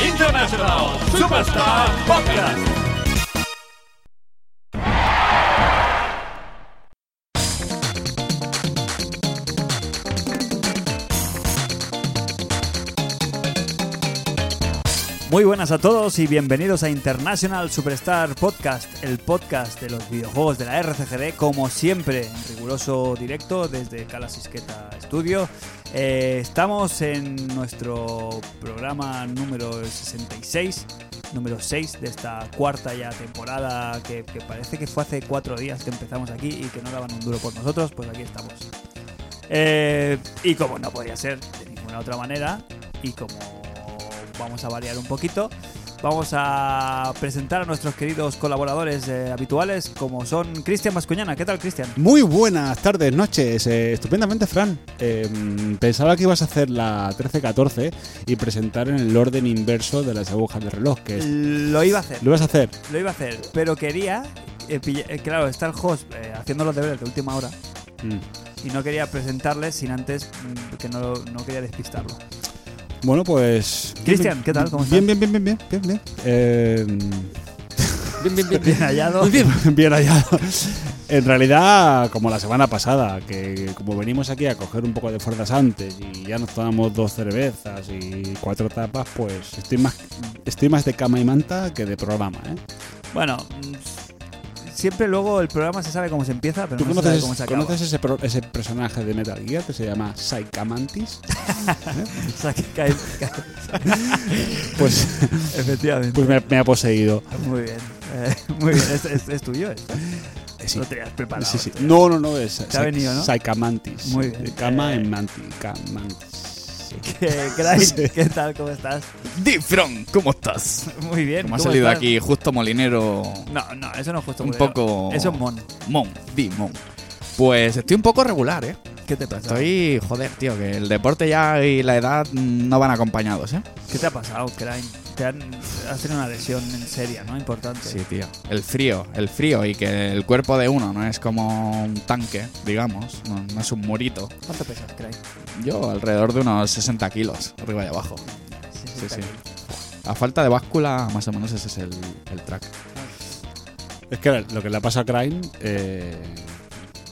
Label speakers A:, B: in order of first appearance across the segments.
A: International Superstar Podcast.
B: Muy buenas a todos y bienvenidos a International Superstar Podcast, el podcast de los videojuegos de la RCGD, como siempre, en riguroso directo desde Calasisqueta Studio. Eh, estamos en nuestro programa número 66, número 6 de esta cuarta ya temporada, que, que parece que fue hace cuatro días que empezamos aquí y que no daban un duro por nosotros, pues aquí estamos. Eh, y como no podía ser de ninguna otra manera, y como vamos a variar un poquito, vamos a presentar a nuestros queridos colaboradores eh, habituales, como son Cristian Mascuñana. ¿Qué tal, Cristian?
C: Muy buenas tardes, noches. Eh, estupendamente, Fran. Eh, pensaba que ibas a hacer la 13-14 y presentar en el orden inverso de las agujas del reloj, que es-
B: Lo iba a hacer,
C: Lo vas a hacer.
B: lo iba a hacer, pero quería. eh, pilla- eh, claro, está el host eh, haciendo los deberes de última hora
C: Mm.
B: y no quería presentarles sin antes mm, que no, no quería despistarlo.
C: Bueno, pues.
B: Cristian, ¿qué tal? ¿Cómo estás?
C: Bien, bien, bien, bien, bien, bien, bien. Eh,
D: Bien, bien, bien.
B: Bien hallado.
C: bien hallado. En realidad, como la semana pasada, que como venimos aquí a coger un poco de fuerzas antes y ya nos tomamos dos cervezas y cuatro tapas, pues estoy más, estoy más de cama y manta que de programa, ¿eh?
B: Bueno, mm, siempre luego el programa se sabe cómo se empieza, pero
C: ¿Tú
B: no se sabe
C: conoces,
B: cómo se acaba.
C: conoces ese, pro- ese personaje de Metal Gear que se llama Psychamantis?
B: O sea, que cae- cae-
C: Pues,
B: efectivamente.
C: pues me, me ha poseído.
B: Muy bien, eh, muy bien. Es, es- es tuyo esto.
C: Eh, sí.
B: Lo tenías preparado. Eh,
C: Sí, sí.
B: tío.
C: No, no, no, es
B: Te ha venido, ¿no?
C: Psychamantis.
B: Muy bien.
C: De cama
B: Eh.
C: en manti, camantis. Sí.
B: Que- Craig,
C: Sí.
B: eh, ¿qué tal? ¿Cómo estás?
D: Difron, ¿cómo estás?
B: Muy bien.
D: Como ha
B: ¿cómo
D: salido
B: estás?
D: aquí justo Molinero
B: No, no, eso no es justo.
D: un
B: modelo.
D: poco...
B: Eso es mono.
D: Mon, di Mon. Pues estoy un poco regular, ¿eh?
B: ¿Qué te pasa?
D: Estoy, joder, tío, que el deporte ya y la edad mm, no van acompañados, ¿eh?
B: ¿Qué te ha pasado, Crane? Te han, has tenido una lesión en seria, ¿no? Importante.
D: Sí, tío. El frío, el frío y que el cuerpo de uno no es como un tanque, digamos, no, no es un murito.
B: ¿Cuánto pesas, Crane?
D: Yo alrededor de unos 60 kilos, arriba y abajo. Sí, sí. A falta de báscula, más o menos ese es el, el track.
C: Es que lo que le pasa a Crane, eh,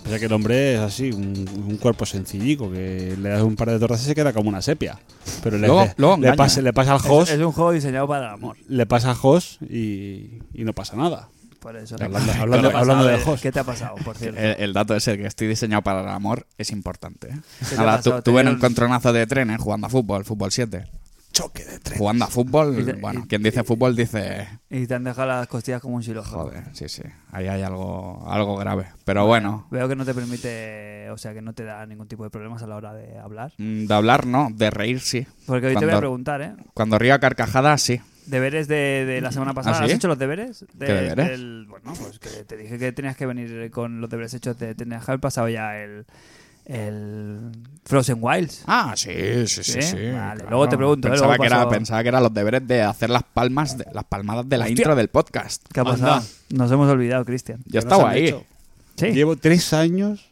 C: o sea que el hombre es así, un, un cuerpo sencillico, que le das un par de tortas y se queda como una sepia. Pero le,
D: Luego-
C: le-
D: luego
C: le
D: engaña,
C: pasa,
D: ¿eh?
C: le pasa al
B: Es,
C: host,
B: es un juego diseñado para el amor.
C: le pasa al host y, y no pasa nada.
B: Por eso.
C: Hablando,
B: ¿Qué te
C: hablando-
B: ha pasado?
C: hablando
B: A
C: de
B: ver,
C: host.
B: ¿Qué te ha pasado, por
D: El,
B: cierto?
D: el dato ese que estoy diseñado para el amor es importante. ¿eh?
B: ¿Qué te ha
D: Nada, tu-
B: pasado?
D: tuve
B: Tenía
D: un
B: un-
D: encontronazo de trenes jugando a fútbol, fútbol 7.
C: Choque de tren.
D: Jugando a
B: Y te-
D: fútbol,
B: y-
D: bueno, quien dice fútbol dice...
B: Y te han dejado las costillas como un silojo.
D: Joder, sí, sí, ahí hay algo, algo grave. Pero bueno,
B: Veo que no te permite, o sea, que no te da ningún tipo de problemas a la hora de hablar.
D: mm, de hablar no, de reír sí.
B: Porque hoy te voy a
D: Cuando-
B: preguntar, ¿eh?
D: Cuando río a carcajadas sí.
B: Deberes de, de la semana pasada.
D: ¿Ah, sí?
B: ¿Has hecho los deberes? De-
D: ¿Qué deberes?
B: del- bueno, pues que te dije que tenías que venir con los deberes hechos. Te tenías que haber pasado ya el, el Frozen Wilds.
D: Ah, sí, sí, sí.
B: ¿Sí?
D: sí,
B: Vale, luego te pregunto, ¿eh?
D: Pensaba,
B: Luego
D: que
B: paso-
D: era, pensaba que eran los deberes de hacer las palmas, de- las palmadas de la
C: Hostia.
D: intro del podcast.
B: ¿Qué ha pasado? Nos hemos olvidado, Cristian. Eh,
D: Yo
C: Que no
D: estaba
C: se han
D: ahí.
C: hecho.
B: Sí.
C: Llevo tres años.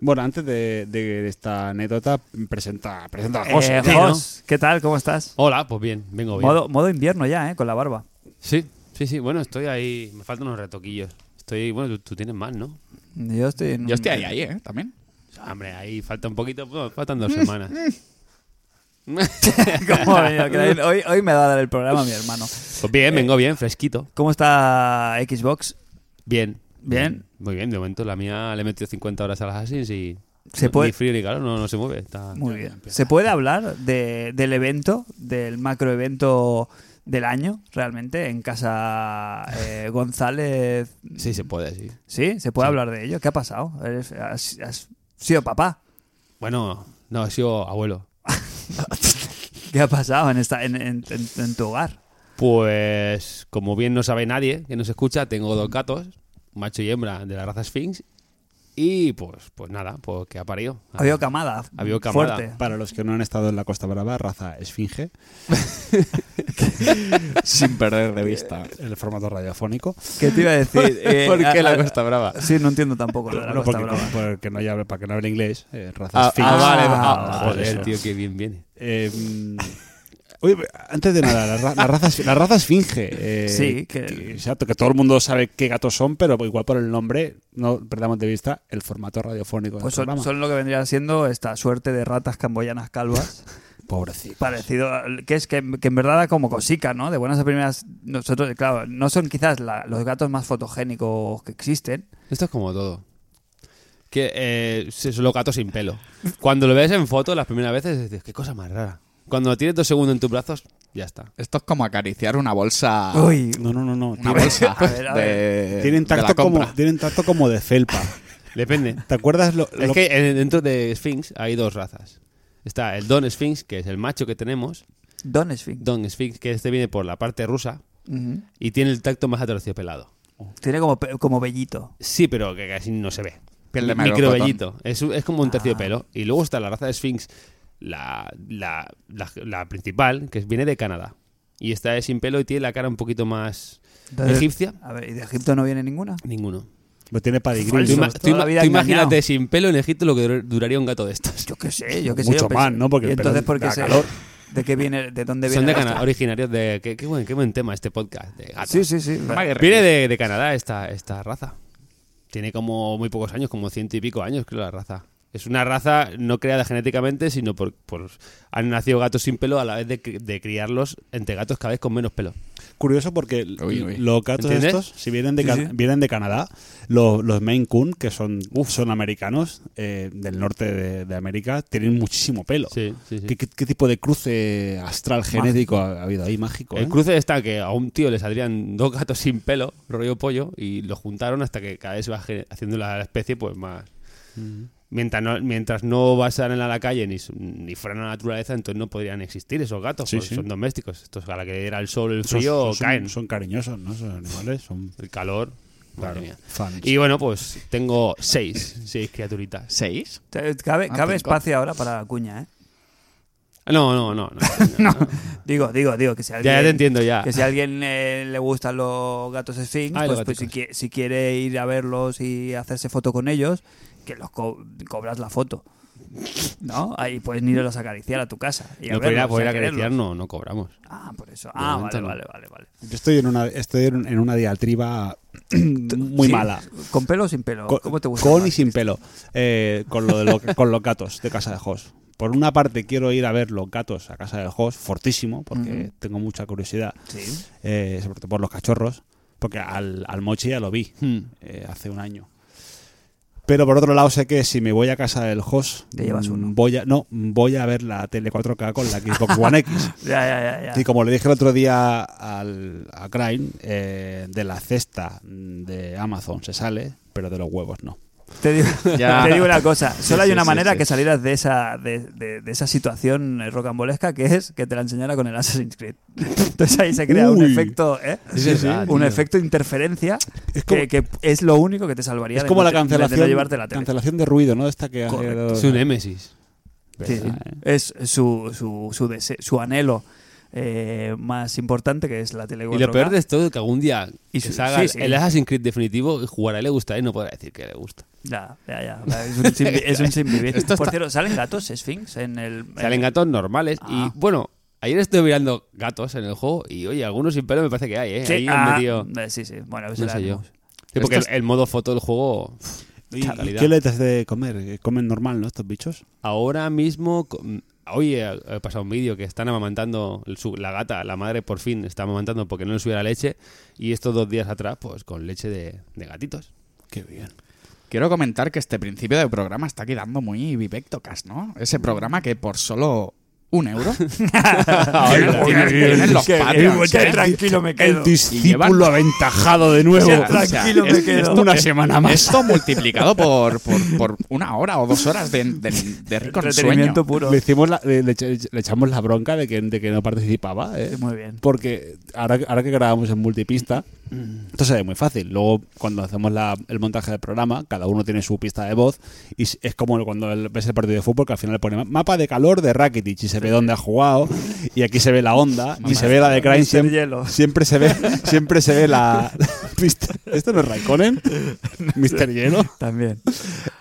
C: Bueno, antes de, de esta anécdota, presenta, presenta a
B: Eh,
C: José.
E: Sí, ¿no?
B: Jos, ¿qué tal? ¿Cómo estás?
E: Hola, pues bien, vengo bien.
B: Modo, modo invierno ya, ¿eh? Con la barba.
E: Sí, sí, sí. Bueno, estoy ahí. Me faltan unos retoquillos. Estoy, bueno, tú, tú tienes más, ¿no?
B: Yo estoy en un-
D: Yo estoy ahí, ahí, ¿eh? También.
E: O sea, hombre, ahí falta un poquito, bueno, faltan dos semanas. Pues
B: ¿Cómo ha venido, Crane? hoy, hoy me va a dar el programa mi hermano.
E: Pues bien, vengo bien, fresquito.
B: ¿Cómo está Xbox?
E: Bien.
B: Bien.
E: Muy bien, de momento la mía le he metido 50 horas al Assassin's y.
B: Se
E: no-
B: puede-
E: Ni frío ni calor, no, no se mueve. Está...
B: Muy bien. ¿Se puede hablar de- del evento, del macroevento del año, realmente, en casa eh, González?
E: Sí, se puede, sí.
B: ¿Sí? ¿Se puede
E: Sí.
B: hablar de ello? ¿Qué ha pasado? Eres- Has, has sido papá.
E: Bueno, no, he sido abuelo.
B: ¿Qué ha pasado en, esta, en, en- en- en tu hogar?
E: Pues, como bien no sabe nadie que nos escucha, tengo dos gatos, macho y hembra, de la raza Sphinx. Y pues, pues nada, pues que ha parido.
B: Ha habido camada.
E: Ha habido camada.
B: Fuerte.
C: Para los que no han estado en la Costa Brava, raza esfinge,
D: Sin perder de
B: Eh.
D: vista.
C: en el formato radiofónico.
B: ¿Qué te iba a decir? Eh,
D: ¿Por qué
B: a-
D: la
B: a-
D: Costa Brava?
B: Sí, no entiendo tampoco lo de la
C: No,
B: Costa
C: porque,
B: Brava.
C: porque no haya- para que no hable inglés, eh, raza
D: Ah,
C: esfinge.
D: ah, vale.
B: Ah,
D: ah,
E: Joder,
C: eso.
E: tío, qué bien viene.
C: Eh, Oye, antes de nada, la, ra- la raza, la raza esfinge. eh,
B: Sí, que-
C: Exacto, que todo el mundo sabe qué gatos son, pero igual por el nombre no perdamos de vista el formato radiofónico del
B: Pues son,
C: programa.
B: son lo que vendría siendo esta suerte de ratas camboyanas calvas,
C: Pobrecito.
B: parecido al- que es que, que en verdad da como cosica, ¿no? De buenas a primeras, nosotros, claro, no son quizás la- los gatos más fotogénicos que existen.
E: Esto es como todo. Que eh, son los gatos sin pelo. Cuando lo ves en foto las primeras veces, dices, qué cosa más rara. Cuando lo tienes dos segundos en tus brazos, ya está.
D: Esto es como acariciar una bolsa.
B: Uy,
C: No, no, no, no.
D: Una bolsa
B: A ver, a
D: de,
C: Tienen
D: de la
C: tacto,
D: compra.
C: como, tienen tacto como de felpa.
E: Depende.
C: ¿Te acuerdas lo,
E: Es
C: lo-
E: que eh, dentro de Sphinx hay dos razas. Está el Don Sphinx, que es el macho que tenemos.
B: Don Sphinx.
E: Don Sphinx, que este viene por la parte rusa
B: Ujú.
E: y tiene el tacto más aterciopelado.
B: Tiene como, pe- como vellito.
E: Sí, pero que casi no se ve.
D: Piel de
E: Microbellito. Es, un- es como
B: Ah.
E: un terciopelo. Y luego está la raza de Sphinx, la, la, la- la principal, que viene de Canadá. Y esta es sin pelo y tiene la cara un poquito más
B: Entonces-
E: egipcia.
B: A ver, ¿y de Egipto no viene ninguna?
E: Ninguno.
C: lo tiene
E: Tú,
C: padigril?
B: Falso.
E: ima-
B: toda
E: tú ima-
B: la vida
E: tú
B: engañado.
E: imagínate sin pelo en Egipto lo que dur- duraría un gato de estos.
B: Yo qué sé, yo qué sé.
C: Mucho
B: yo pensé-
C: más, ¿no? Porque
B: ¿Y
C: el pelo
B: entonces, ¿por qué
C: da
B: se-
C: calor.
B: ¿De qué viene? ¿De dónde viene?
E: Son de
B: la
E: Canadá,
B: raza?
E: originarios de... Qué, qué buen, qué buen tema este podcast de gatos.
B: Sí, sí, sí.
E: Viene de, de Canadá esta, esta raza. Tiene como muy pocos años, como ciento y pico años, creo, la raza. Es una raza no creada genéticamente, sino por, por- han nacido gatos sin pelo a la vez de, cri- de criarlos entre gatos cada vez con menos pelo.
C: Curioso porque
D: Uy, uy.
C: los gatos
E: ¿Entiendes?
C: estos, si vienen de,
B: Sí,
C: Ca-
B: sí.
C: vienen de Canadá, los, los Maine Coon, que son, son americanos eh, del norte de, de América, tienen muchísimo pelo.
E: Sí, sí, sí.
C: ¿Qué, qué- qué tipo de cruce astral genético ha, ha habido ahí? Mágico.
E: El
C: ¿eh?
E: cruce está que a un tío le saldrían dos gatos sin pelo, rollo pollo, y los juntaron hasta que cada vez se va gener- haciendo la especie pues más... Mientras no, mientras no vasaran a la calle ni, su- ni fueran a la naturaleza, entonces no podrían existir esos gatos,
C: Sí,
E: pues
C: sí.
E: son domésticos. Estos a la que era el sol, el
C: Son-
E: frío,
C: son-
E: caen.
C: Son cariñosos, ¿no? Son animales, son
E: El calor.
C: claro,
E: Madre mía.
C: fans.
E: Y bueno, pues tengo seis, seis criaturitas.
D: ¿Seis?
B: Te- Cabe,
D: Ah,
B: cabe
D: cinco.
B: espacio ahora para la cuña, ¿eh?
E: No, no, no. no, no.
B: Digo, digo, digo, que si alguien...
E: ya, ya te entiendo, ya.
B: Que si a alguien eh, le gustan los gatos Sphinx,
E: Ah,
B: pues,
E: los
B: pues, si,
E: gaticos.
B: qui- si quiere ir a verlos y hacerse foto con ellos, que los co- cobras la foto. ¿No? Ahí pueden irlos a acariciar a tu casa. Y a
E: No, pues, por ir a
B: verlos,
E: por ir
B: y
E: a
B: a quererlos.
E: acariciar no, no cobramos.
B: Ah, por eso. Ah, vale,
E: momento no.
B: vale, vale, vale.
C: Yo estoy en una, estoy en, en una diatriba muy
B: Sí,
C: mala.
B: ¿Con pelo o sin pelo?
C: Con,
B: ¿Cómo te gusta?
C: con
B: más?
C: y sin pelo. Eh, con, lo de lo- con los gatos de Casa de Jos. Por una parte, quiero ir a ver los gatos a Casa de Jos, fortísimo, porque
B: Ujú.
C: tengo mucha curiosidad,
B: Sí.
C: eh, sobre todo por los cachorros, porque al, al Mochi ya lo vi
E: Hmm.
C: eh, hace un año. Pero por otro lado, sé que si me voy a casa del Jos,
B: Te llevas
C: mm,
B: uno.
C: Voy a, no, voy a ver la tele 4K con la Xbox One X.
B: Ya, ya, ya. ya.
C: Y como le dije el otro día al, a Crane, eh, de la cesta de Amazon se sale, pero de los huevos no.
B: Te digo,
D: Ya.
B: te digo una cosa, solo hay
D: sí,
B: una
D: sí,
B: manera
D: sí.
B: que salieras de esa, de, de- de esa situación eh, rocambolesca, que es que te la enseñara con el Assassin's Creed. Entonces ahí se crea un
C: Uy.
B: efecto, ¿eh?
E: Es verdad,
B: un
E: tío.
B: efecto de interferencia
C: como-
B: que, que es lo único que te salvaría
C: Es
B: de
C: como
B: no
C: la
B: te- de no
C: cancelación,
B: llevarte la tele.
C: cancelación de ruido, ¿no? Esta que ha
B: Correcto.
C: quedado-
E: Es un Némesis.
B: Sí, sí. Es su, su, su, dese- su anhelo eh, más importante, que es la tele
E: Y lo
B: 4K.
E: peor de todo es que algún día
B: Y
E: y
B: su-
E: se haga
B: sí, sí.
E: el Assassin's Creed definitivo y jugará y le gustará y no podrá decir que le gusta.
B: Ya, ya, ya. Es un sin, es un sin vivir.
D: Esto
B: Por
D: está-
B: cierto, ¿salen gatos Sphinx en el...?
E: Salen gatos normales
B: Ah.
E: y bueno, ayer estuve mirando gatos en el juego y oye, algunos sin pelo me parece que hay, ¿eh?
B: Sí,
E: Ahí
B: ah,
E: han metido...
B: eh, sí, sí. Bueno, a ver si
E: No
B: la
E: sé yo.
B: vemos.
E: Sí, porque
D: Esto
E: el, el modo foto del juego...
C: ¿Y-
E: Qué calidad.
C: ¿Qué le das de comer? Eh, ¿Comen normal, no? Estos bichos.
E: Ahora mismo, co- mm, hoy he, he pasado un vídeo que están amamantando el su- la gata, la madre por fin está amamantando porque no le subía la leche y estos dos días atrás, pues con leche de, de gatitos.
C: Qué bien.
D: Quiero comentar que este principio de programa está quedando muy Vivectocast, ¿no? Ese programa que por solo un euro tienen, tienen- tienen los
B: Que-
D: Patreons,
B: que
D: ¿eh?
B: tranquilo me quedo.
C: El discípulo
D: llevan-
C: aventajado de nuevo.
D: O sea,
B: tranquilo me
D: es-
B: quedo.
D: esto-
C: Una
D: es-
C: semana más.
D: Esto multiplicado por, por, por una hora o dos horas de, de, de rico ensueño.
B: Entretenimiento puro.
C: le, hicimos la- le, le echa- le echamos la bronca de que, de que no participaba, ¿eh?
B: Sí, Muy bien.
C: Porque ahora, ahora que grabamos en multipista,
B: Mm.
C: esto se ve muy fácil. Luego, cuando hacemos la- el montaje del programa, cada uno tiene su pista de voz y es- es como cuando el- ves el partido de fútbol que al final le pone mapa de calor de Rakitic y se ve dónde ha jugado y aquí se ve la onda y se ve la de Crane
B: Mister
C: siempre,
B: Hielo.
C: siempre se ve siempre se ve la, ¿Viste? ¿Este no es Raikkonen? Mister Hielo.
B: También.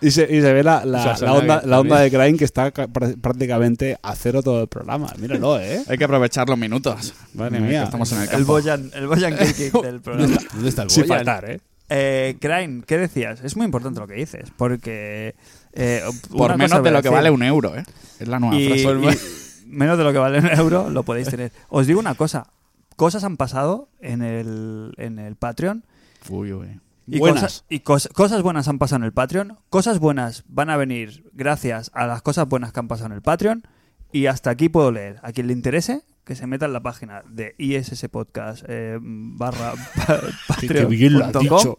C: Y se, y se ve la, la-
E: O sea,
C: la
E: suena
C: onda,
E: bien,
C: la
E: también.
C: onda de Crane que está ca- prá- prácticamente a cero todo el programa. Míralo, ¿eh?
D: Hay que aprovechar los minutos.
C: Madre
D: Que
C: mía.
D: Estamos en el
B: El
D: campo.
B: Boyan, el Boyan Kirkic del programa.
E: ¿Dónde está el
C: Sin
E: Boyan?
C: faltar, ¿eh?
B: Eh, Crane, ¿qué decías? Es muy importante lo que dices, porque... eh,
D: Por
B: una cosa
D: menos
B: voy
D: de
B: a
D: lo que
B: decir.
D: vale un euro, ¿eh? Es la nueva
B: Y-
D: frase.
B: y menos de lo que vale un euro, lo podéis tener. Os digo una cosa. Cosas han pasado en el, en el Patreon.
D: Uy, uy.
B: Y,
C: Buenas.
B: cosas- y cos- cosas buenas han pasado en el Patreon. Cosas buenas van a venir gracias a las cosas buenas que han pasado en el Patreon. Y hasta aquí puedo leer. A quien le interese, que se meta en la página de ISS Podcast eh, barra pa-
C: Sí, qué bien lo has
B: patreon.com.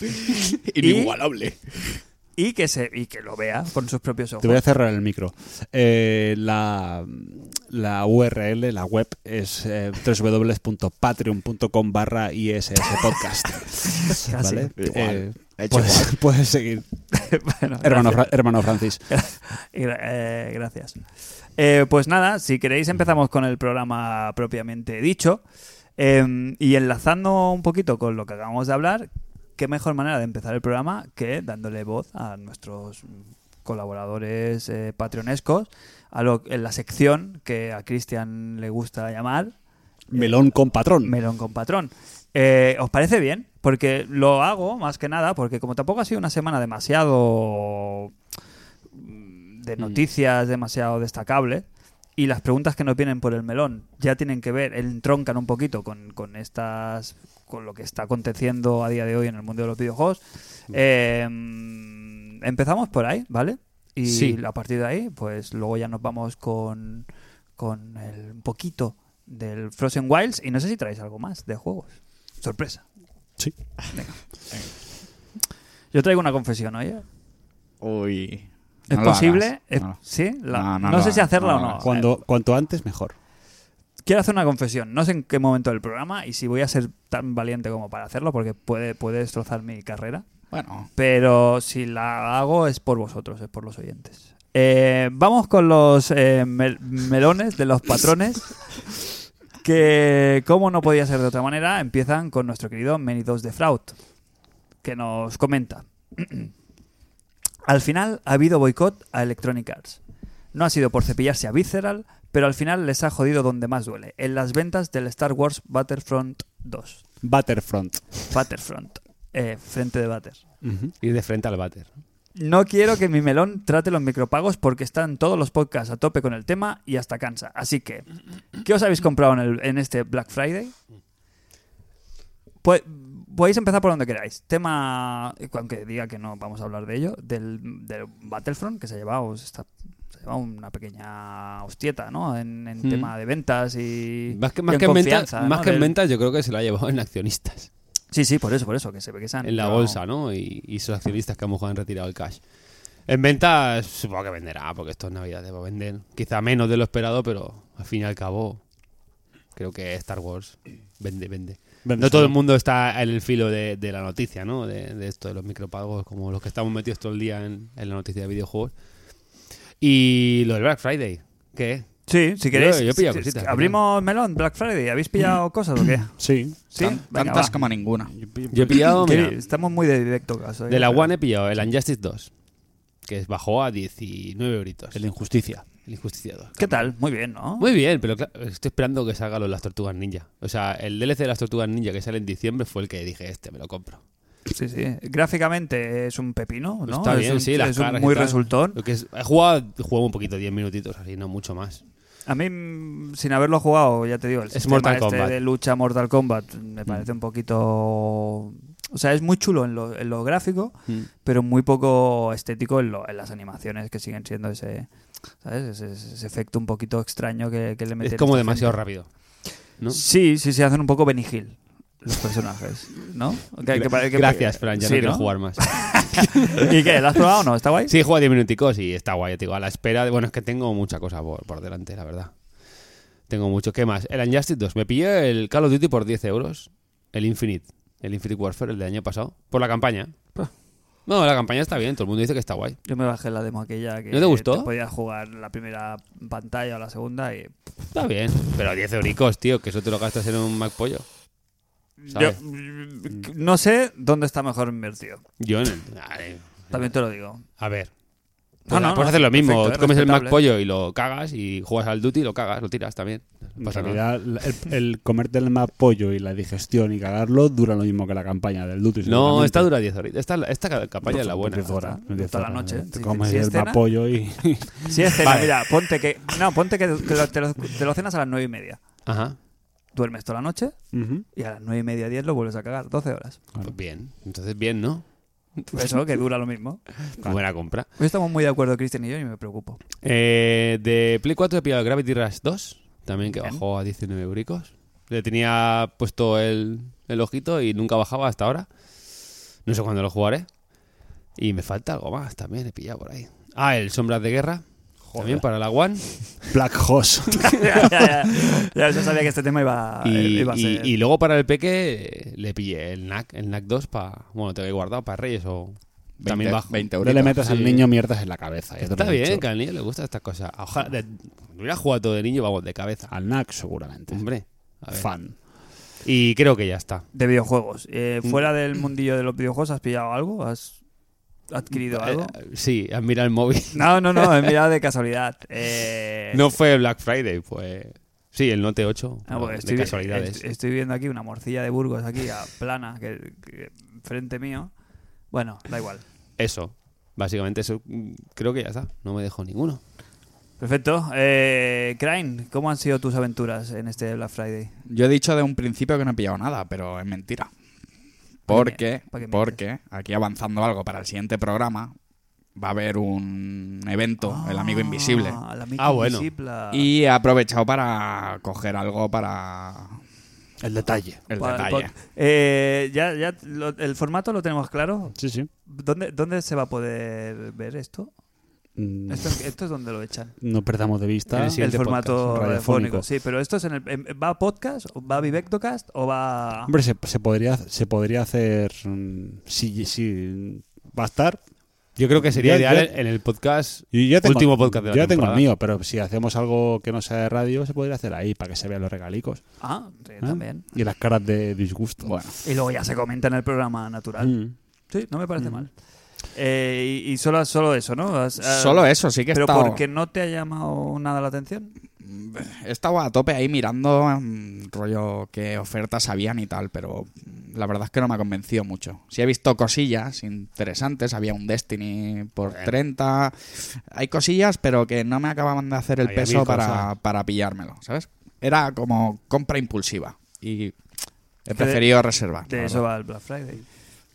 C: dicho.
D: Inigualable.
B: y que se y que lo vea con sus propios
C: Te voy
B: ojos.
C: a cerrar el micro. Eh, la, la URL, la web, es eh, www.patreon.com barra ISS podcast.
B: Casi.
C: ¿Vale?
D: Igual.
C: Eh,
D: Hecho
C: puedes, puedes seguir.
B: Bueno,
C: Hermano,
B: gracias.
C: Fra- hermano Francis.
B: Y gra- eh, gracias. Eh, pues nada, si queréis empezamos con el programa propiamente dicho. Eh, y enlazando un poquito con lo que acabamos de hablar, qué mejor manera de empezar el programa que dándole voz a nuestros colaboradores eh, patreonescos, a lo- en la sección que a Cristian le gusta llamar
C: Melón con patrón.
B: Melón con patrón. Eh, ¿Os parece bien? Porque lo hago más que nada, porque como tampoco ha sido una semana demasiado mm, de noticias, demasiado destacable, y las preguntas que nos vienen por el melón ya tienen que ver, entroncan un poquito con, con estas con lo que está aconteciendo a día de hoy en el mundo de los videojuegos. eh, empezamos por ahí, ¿vale? Y
E: Sí.
B: a partir de ahí, pues luego ya nos vamos con, con el un poquito del Frozen Wilds y no sé si traéis algo más de juegos. Sorpresa.
C: Sí.
B: Yo traigo una confesión, oye.
D: Uy.
B: ¿Es
D: No lo hagas.
B: posible? ¿Es-
D: No.
B: ¿Sí? La-
D: No,
B: no
D: no lo
B: sé si
D: hagas,
B: hacerla
D: no
B: o
D: lo
B: no.
D: hagas.
C: Cuando, cuanto antes, mejor.
B: Quiero hacer una confesión. No sé en qué momento del programa y si voy a ser tan valiente como para hacerlo porque puede, puede destrozar mi carrera.
D: Bueno,
B: Pero si la hago es por vosotros, es por los oyentes. Eh, vamos con los eh, mel- melones de los patrones. Que, como no podía ser de otra manera, empiezan con nuestro querido Menidos de Fraud, que nos comenta. al final ha habido boicot a Electronic Arts. No ha sido por cepillarse a Visceral, pero al final les ha jodido donde más duele, en las ventas del Star Wars Battlefront 2.
C: Battlefront.
B: Battlefront, eh, frente de Batter.
E: Ir de frente al váter.
B: No quiero que mi melón trate los micropagos porque están todos los podcasts a tope con el tema y hasta cansa. Así que, ¿qué os habéis comprado en, el- en este Black Friday? Pues, podéis empezar por donde queráis. Tema, aunque diga que no vamos a hablar de ello, del, del Battlefront, que se ha llevado, esta- se ha llevado una pequeña hostieta, ¿no? En, en
E: Mm.
B: tema de ventas y.
E: Más que,
B: y
E: más
B: en
E: que en ventas,
B: confianza,
E: más
B: ¿no?
E: que en
B: Del-
E: ventas, yo creo que se lo ha llevado en accionistas.
B: Sí, sí, por eso, por eso, que se ve que se han
E: En la
B: llevado-
E: bolsa, ¿no? Y, y esos accionistas que a lo mejor han retirado el cash. En ventas, supongo que venderá, porque esto es Navidad, va a vender. Quizá menos de lo esperado, pero al fin y al cabo, creo que Star Wars vende, vende.
C: Vende
E: no todo
C: solo.
E: el mundo está en el filo de, de la noticia, ¿no? De, de esto de los micropagos, como los que estamos metidos todo el día en, en la noticia de videojuegos. Y lo del Black Friday, ¿qué?
B: Sí, si queréis.
E: Yo- yo he pillado
B: si-
E: cositas,
B: Abrimos melón, Black Friday. ¿Habéis pillado cosas o qué?
C: Sí.
B: Sí,
D: tan-
B: Venga,
D: tantas
B: va.
D: como ninguna.
E: Yo he pillado,
B: Que
E: mira,
B: Estamos muy de directo caso. ¿eh?
E: de la
B: Pero-
E: One he pillado el Unjustice 2, que es- bajó a 19 euritos. El,
C: Injusticia.
E: Injusticia 2.
B: ¿Qué tal? Muy bien, ¿no?
E: Muy bien, pero claro, estoy esperando que salga lo de las Tortugas Ninja. O sea, el DLC de las Tortugas Ninja que sale en diciembre fue el que dije, este me lo compro.
B: Sí, sí. Gráficamente es un pepino, ¿no?
E: Está
B: Es
E: bien,
B: un-
E: sí, las
B: es un
E: caras y
B: muy
E: tal.
B: resultón.
E: Lo que es, he jugado, he jugado un poquito, 10 minutitos, así, no mucho más.
B: A mí, mm, sin haberlo jugado, ya te digo, el
E: Es
B: sistema
E: Mortal
B: este
E: Kombat. Mm.
B: de lucha Mortal Kombat me parece un poquito... O sea, es muy chulo en lo, en lo gráfico,
E: Mm.
B: pero muy poco estético en, lo- en las animaciones que siguen siendo ese... ¿Sabes? Ese, ese- ese efecto un poquito extraño que, que le meten.
E: Es como
B: esta
E: demasiado
B: gente.
E: rápido. ¿no?
B: Sí, sí, se hacen un poco Benny Hill los personajes, ¿no? Que- que pare- que-
E: Gracias, Fran, ya
B: Sí,
E: no quiero
B: ¿no?
E: jugar más.
B: ¿Y qué? ¿La has probado o no? ¿Está guay?
E: Sí, juega 10 minuticos y está guay, te digo, a la espera. de- Bueno, es que tengo mucha cosa por, por delante, la verdad. Tengo mucho. ¿Qué más? El Unjustice 2. Me pillé el Call of Duty por 10 euros. El Infinite. El Infinite Warfare, el del año pasado. Por la campaña. No, la campaña está bien. Todo el mundo dice que está guay.
B: Yo me bajé la demo aquella que
E: ¿No te gustó?
B: podías jugar la primera pantalla o la segunda y
E: Está bien. Pero 10 euricos, tío, que eso te lo gastas en un Mac Pollo. ¿sabes?
B: Yo no sé dónde está mejor invertido.
E: Yo en el- ay,
B: También te lo digo.
E: A ver.
B: No,
E: Pues,
B: no,
E: puedes
B: no,
E: hacer lo mismo.
B: perfecto,
E: Tú
B: es
E: comes el
B: respetable.
E: Mac Pollo y lo cagas y juegas al Duty y lo cagas, lo tiras también. No
C: En
E: pasa nada.
C: realidad, la- el, el comerte el más pollo y la digestión y cagarlo dura lo mismo que la campaña del Duty.
E: No,
C: seguramente.
E: esta dura 10 horitas. Esta, esta campaña es la buena.
C: Diez horas,
B: Toda
C: diez
B: la
C: horas.
B: noche.
C: Te
B: Si-
C: comes
B: si es
C: el
B: cena.
C: más pollo y.
B: Si es cena,
E: Vale.
B: mira, ponte que. No, ponte que te lo, te lo- te lo cenas a las nueve y media.
E: Ajá.
B: Duermes toda la noche
C: Ujú.
B: y a las nueve y media, 10 lo vuelves a cagar. 12 horas.
E: Pues bien. Entonces, bien, ¿no?
B: Eso, que dura lo mismo.
E: Buena compra.
B: Hoy estamos muy de acuerdo, Cristian y yo, y me preocupo.
E: Eh, de Play 4 he pillado Gravity Rush 2, también que bajó a 19 euricos. Le tenía puesto el, el ojito y nunca bajaba hasta ahora. No sé cuándo lo jugaré. Y me falta algo más también, he pillado por ahí. Ah, el Sombras de Guerra. También para la One.
C: Black Horse.
B: ya, ya, ya. Ya, yo sabía que este tema iba,
E: y,
B: iba a
E: y-
B: ser.
E: y luego para el Peque eh, le pillé el NAC, el NAC 2 para. Bueno, te lo he guardado para Reyes o.
D: 20
E: también bajo.
D: 20
C: No le
D: euritos.
C: metas al
E: sí.
C: niño mierdas en la cabeza. ya te lo
E: Está
C: he
E: bien,
C: dicho.
E: que al niño le gusta estas cosas. Ojalá. de- Lo hubiera jugado todo de niño, vamos, de cabeza.
C: Al NAC, seguramente.
E: Hombre. a ver.
C: Fan.
E: Y creo que ya está.
B: De videojuegos. Eh,
E: Mm.
B: fuera del mundillo de los videojuegos, ¿has pillado algo? ¿Has adquirido algo?
E: Eh, sí, mira el móvil.
B: No, no, no, he mirado de casualidad. Eh,
E: No fue Black Friday, pues. Sí, el Note 8.
B: Ah, porque
E: de
B: estoy,
E: casualidades.
B: est- estoy viendo aquí una morcilla de Burgos aquí a plana que, que- frente mío. Bueno, da igual.
E: Eso. Básicamente, eso mm, creo que ya está. No me dejo ninguno.
B: Perfecto. Eh, Crane, ¿cómo han sido tus aventuras en este Black Friday?
D: Yo he dicho de un principio que no he pillado nada, pero es mentira. Porque,
B: ¿Para qué mientes?
D: porque aquí avanzando algo para el siguiente programa, va a haber un evento, el amigo invisible.
B: Ah, el amigo
E: Ah, bueno.
B: invisible.
D: Y he aprovechado para coger algo para
C: El detalle.
D: el
B: Pa-
D: detalle.
B: pa- eh, ya, ya lo- el formato lo tenemos claro.
C: Sí, sí.
B: ¿Dónde, ¿Dónde se va a poder ver esto?
C: Mm,
B: Esto, esto es donde lo echan.
C: No perdamos de vista.
E: El
B: El
E: siguiente
B: formato
C: podcast,
B: radiofónico.
C: radiofónico.
B: Sí, pero esto es en el, en- ¿Va a podcast? ¿O ¿Va a Vivectocast? ¿O va...?
C: Hombre, se, se podría, se podría hacer. mm, Si, si va a estar.
E: Yo creo que sería
C: Yo-
E: ideal
C: yo-
E: en el podcast.
C: Yo ya tengo-
E: Último podcast de la
C: Yo ya tengo el
E: temporada.
C: mío, pero si hacemos algo que no sea de radio, se podría hacer ahí para que se vean los regalicos.
B: Ah, sí,
C: ¿eh?
B: también.
C: Y las caras de disgusto.
D: Bueno,
B: Y luego ya se comenta en el programa natural.
C: Mm.
B: Sí, no me parece mal. Eh, y, y solo, solo eso, ¿no? Has- has-
D: solo eso, sí que he
B: ¿Pero
D: estado,
B: porque no te ha llamado nada la atención?
D: he estado a tope ahí mirando mm, rollo qué ofertas habían y tal, pero mm, la verdad es que no me ha convencido mucho. Sí he visto cosillas interesantes, había un Destiny por 30, hay cosillas, pero que no me acababan de hacer el
E: Hay
D: peso
E: mil
D: para,
E: cosas.
D: para pillármelo, ¿sabes? Era como compra impulsiva y he
B: de-
D: preferido reservar.
B: De
D: la
B: eso
D: verdad.
B: va el Black Friday.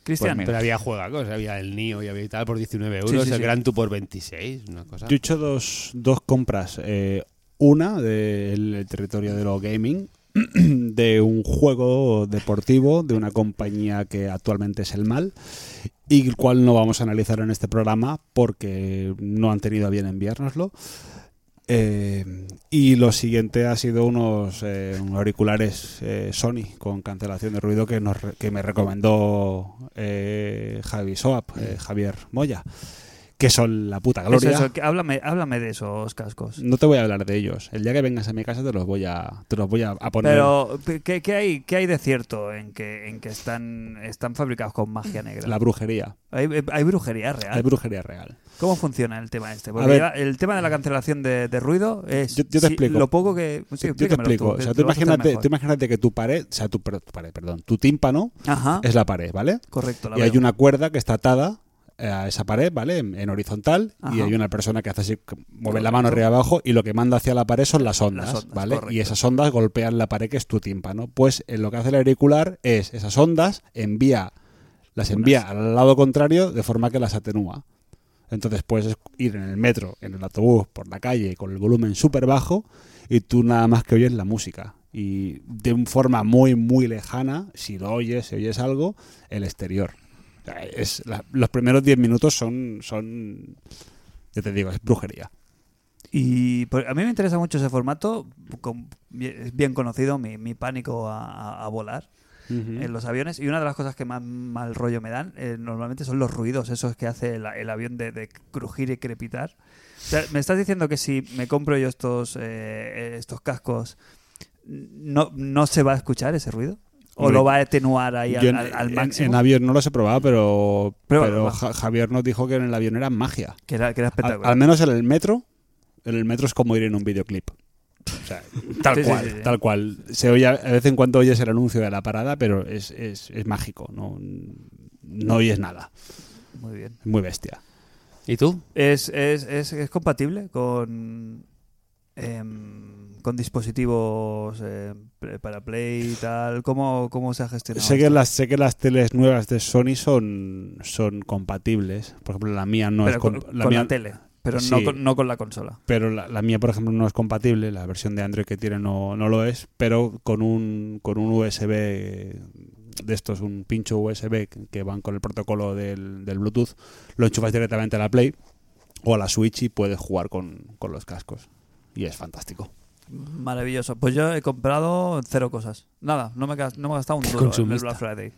B: Cristian,
D: Pues mira.
E: Pero había juegacos, había el Nio y había tal por 19 euros,
B: sí,
E: el
B: sí.
E: Gran Tour por 26, una cosa.
C: Yo he hecho dos, dos compras. eh, una del territorio de lo gaming, de un juego deportivo de una compañía que actualmente es el mal, y el cual no vamos a analizar en este programa porque no han tenido a bien enviárnoslo. Eh, y lo siguiente ha sido unos eh, unos auriculares eh, Sony con cancelación de ruido que, nos re- que me recomendó eh, Javi Soap, eh, Javier Moya, que son la puta gloria.
B: es eso, que- háblame, háblame de esos cascos.
C: No te voy a hablar de ellos. El día que vengas a mi casa te los voy a, te los voy a, a poner.
B: Pero, ¿qué, qué hay, ¿qué hay de cierto en que, en que están, están fabricados con magia negra?
C: La brujería.
B: ¿Hay, eh, hay brujería
C: Hay
B: real.
C: brujería real.
B: ¿Cómo funciona el tema este? Porque
C: ver.
B: ya el tema de la cancelación de, de ruido es.
C: Yo- yo te
B: si-
C: explico.
B: Lo poco que. sí,
C: Yo te
B: explícamelo
C: explico.
B: tú,
C: o
B: que
C: sea, tú
B: lo vas a hacer
C: imagínate,
B: mejor.
C: tú imagínate que tu pared, o sea, tu, per- tu pared, perdón, tu tímpano
B: Ajá.
C: es la pared, ¿vale?
B: Correcto, Ah. la
C: Y hay
B: veo.
C: una cuerda que está atada eh, a esa pared, ¿vale? En, en horizontal y
B: Ajá.
C: hay una persona que hace así, que mueve la mano arriba y abajo y lo que manda hacia la pared son las ondas,
B: Las ondas,
C: ¿vale? Y
B: correcto.
C: esas ondas golpean la pared que es tu tímpano. Pues eh, lo que hace el auricular es esas ondas envía las envía al lado contrario de forma que las atenúa. Entonces puedes esc- ir en el metro, en el autobús, por la calle con el volumen súper bajo y tú nada más que oyes la música. Y de una forma muy, muy lejana, si lo oyes, si oyes algo, el exterior. O sea, es la- los primeros 10 minutos son, son, yo te digo, es brujería.
B: Y por- a mí me interesa mucho ese formato. con- es bien conocido mi, mi pánico a, a- a volar en los aviones. Y una de las cosas que más mal rollo me dan eh, normalmente son los ruidos, esos que hace el, el avión de, de crujir y crepitar. O sea, me estás diciendo que si me compro yo estos, eh, estos cascos, no, ¿no se va a escuchar ese ruido? ¿O lo va a atenuar ahí al,
C: Yo en,
B: al- al
C: en-
B: máximo?
C: en avión no los he probado, pero, pero,
B: Pruébalo, va.
C: Ja- Javier nos dijo que en el avión era magia.
B: que, era, que era
C: Al-
B: espectacular.
C: al menos en el metro, en el metro es como ir en un videoclip. O sea, tal
B: Sí, sí,
C: cual,
B: sí, sí.
C: tal cual. Se oye, de vez en cuando oyes el anuncio de la parada, pero es, es- es mágico, no, no oyes nada.
B: Muy bien.
C: Es muy bestia.
E: ¿Y tú?
B: ¿Es, es, es, es compatible con, em, con dispositivos eh, pre- para Play y tal? ¿Cómo, cómo se ha gestionado?
C: sé, que
B: esto?
C: las, sé que las teles nuevas de Sony son, son compatibles. Por ejemplo, la mía no
B: pero
C: es
B: con,
C: comp-
B: con
C: mía-
B: la tele, pero no,
C: Sí.
B: con, no con la consola.
C: pero la, la mía, por ejemplo, no es compatible, la versión de Android que tiene no, no lo es, pero con un, con un USB de estos, un pincho USB que- que van con el protocolo del, del Bluetooth, lo enchufas directamente a la Play o a la Switch y puedes jugar con, con los cascos. Y es fantástico.
B: Maravilloso. Pues yo he comprado cero cosas. Nada, no me, he gas- no me he gastado un
E: Qué
B: duro en el
E: consumista.
B: Black Friday.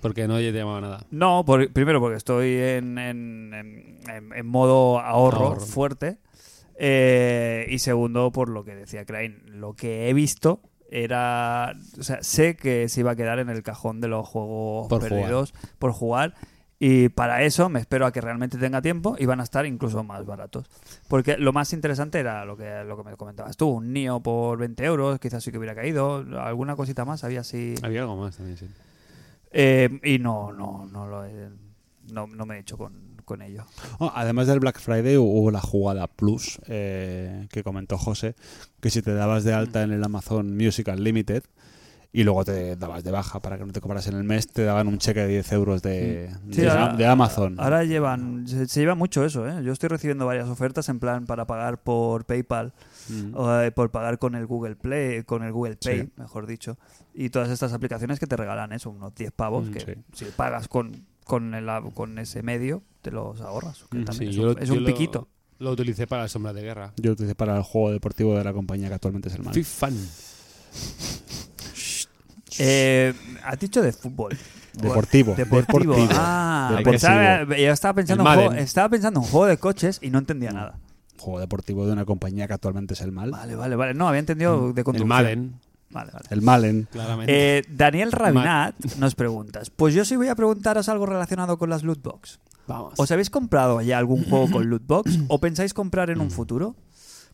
E: Porque no te llamaba nada.
B: No, por- primero porque estoy en, en- en- en- en modo ahorro,
E: Ahorro.
B: fuerte. Eh, y segundo, por lo que decía Crane, lo que he visto era. O sea, sé que se iba a quedar en el cajón de los juegos
E: Por jugar.
B: perdidos por jugar. Y para eso me espero a que realmente tenga tiempo y van a estar incluso más baratos. Porque lo más interesante era lo que, lo que me comentabas tú: un NIO por 20 euros, quizás sí que hubiera caído. Alguna cosita más había así.
E: Había algo más también, sí.
B: Eh, y no, no, no lo he, no, no me he hecho con, con ello.
C: Oh, además del Black Friday hubo la jugada Plus eh, que comentó José, que si te dabas de alta en el Amazon Music Unlimited y luego te dabas de baja para que no te cobraras en el mes, te daban un cheque de 10 euros de,
B: Mm. Sí,
C: de-
B: ahora-
C: de Amazon.
B: Ahora llevan, se, se lleva mucho eso, ¿eh? Yo estoy recibiendo varias ofertas en plan para pagar por PayPal, o, eh, por pagar con el Google Play, con el Google Pay,
C: Sí.
B: mejor dicho, y todas estas aplicaciones que te regalan eso, unos 10 pavos
C: Mm,
B: que
C: sí.
B: si pagas con, con, el, ab- con ese medio te los ahorras. que
C: Mm,
B: también
E: Sí,
B: es
E: yo
B: un,
E: lo-
B: es
E: yo
B: un
E: lo-
B: piquito.
E: Lo, utilicé para la sombra de guerra.
C: Yo lo utilicé para el juego deportivo de la compañía que actualmente es el mal.
E: Fifan.
B: Eh, has dicho de fútbol.
C: Deportivo.
B: Deportivo.
C: Deportivo.
B: Ah,
C: Deportivo.
B: pensaba- yo estaba pensando,
E: El
B: en juego,
E: Madden. Mm.
B: estaba pensando en juego de coches y no entendía nada.
C: Juego deportivo de una compañía que actualmente es el mal.
B: Vale, vale, vale. No, había entendido de
E: Mm. El
B: conducción.
E: Madden,
B: Vale, vale.
C: El Malen.
E: claramente.
B: Eh, Daniel Rabinat nos preguntas. Pues yo sí voy a preguntaros algo relacionado con las loot box.
E: Vamos.
B: ¿Os habéis comprado ya algún juego con loot box o pensáis comprar
E: Mm.
B: en un futuro?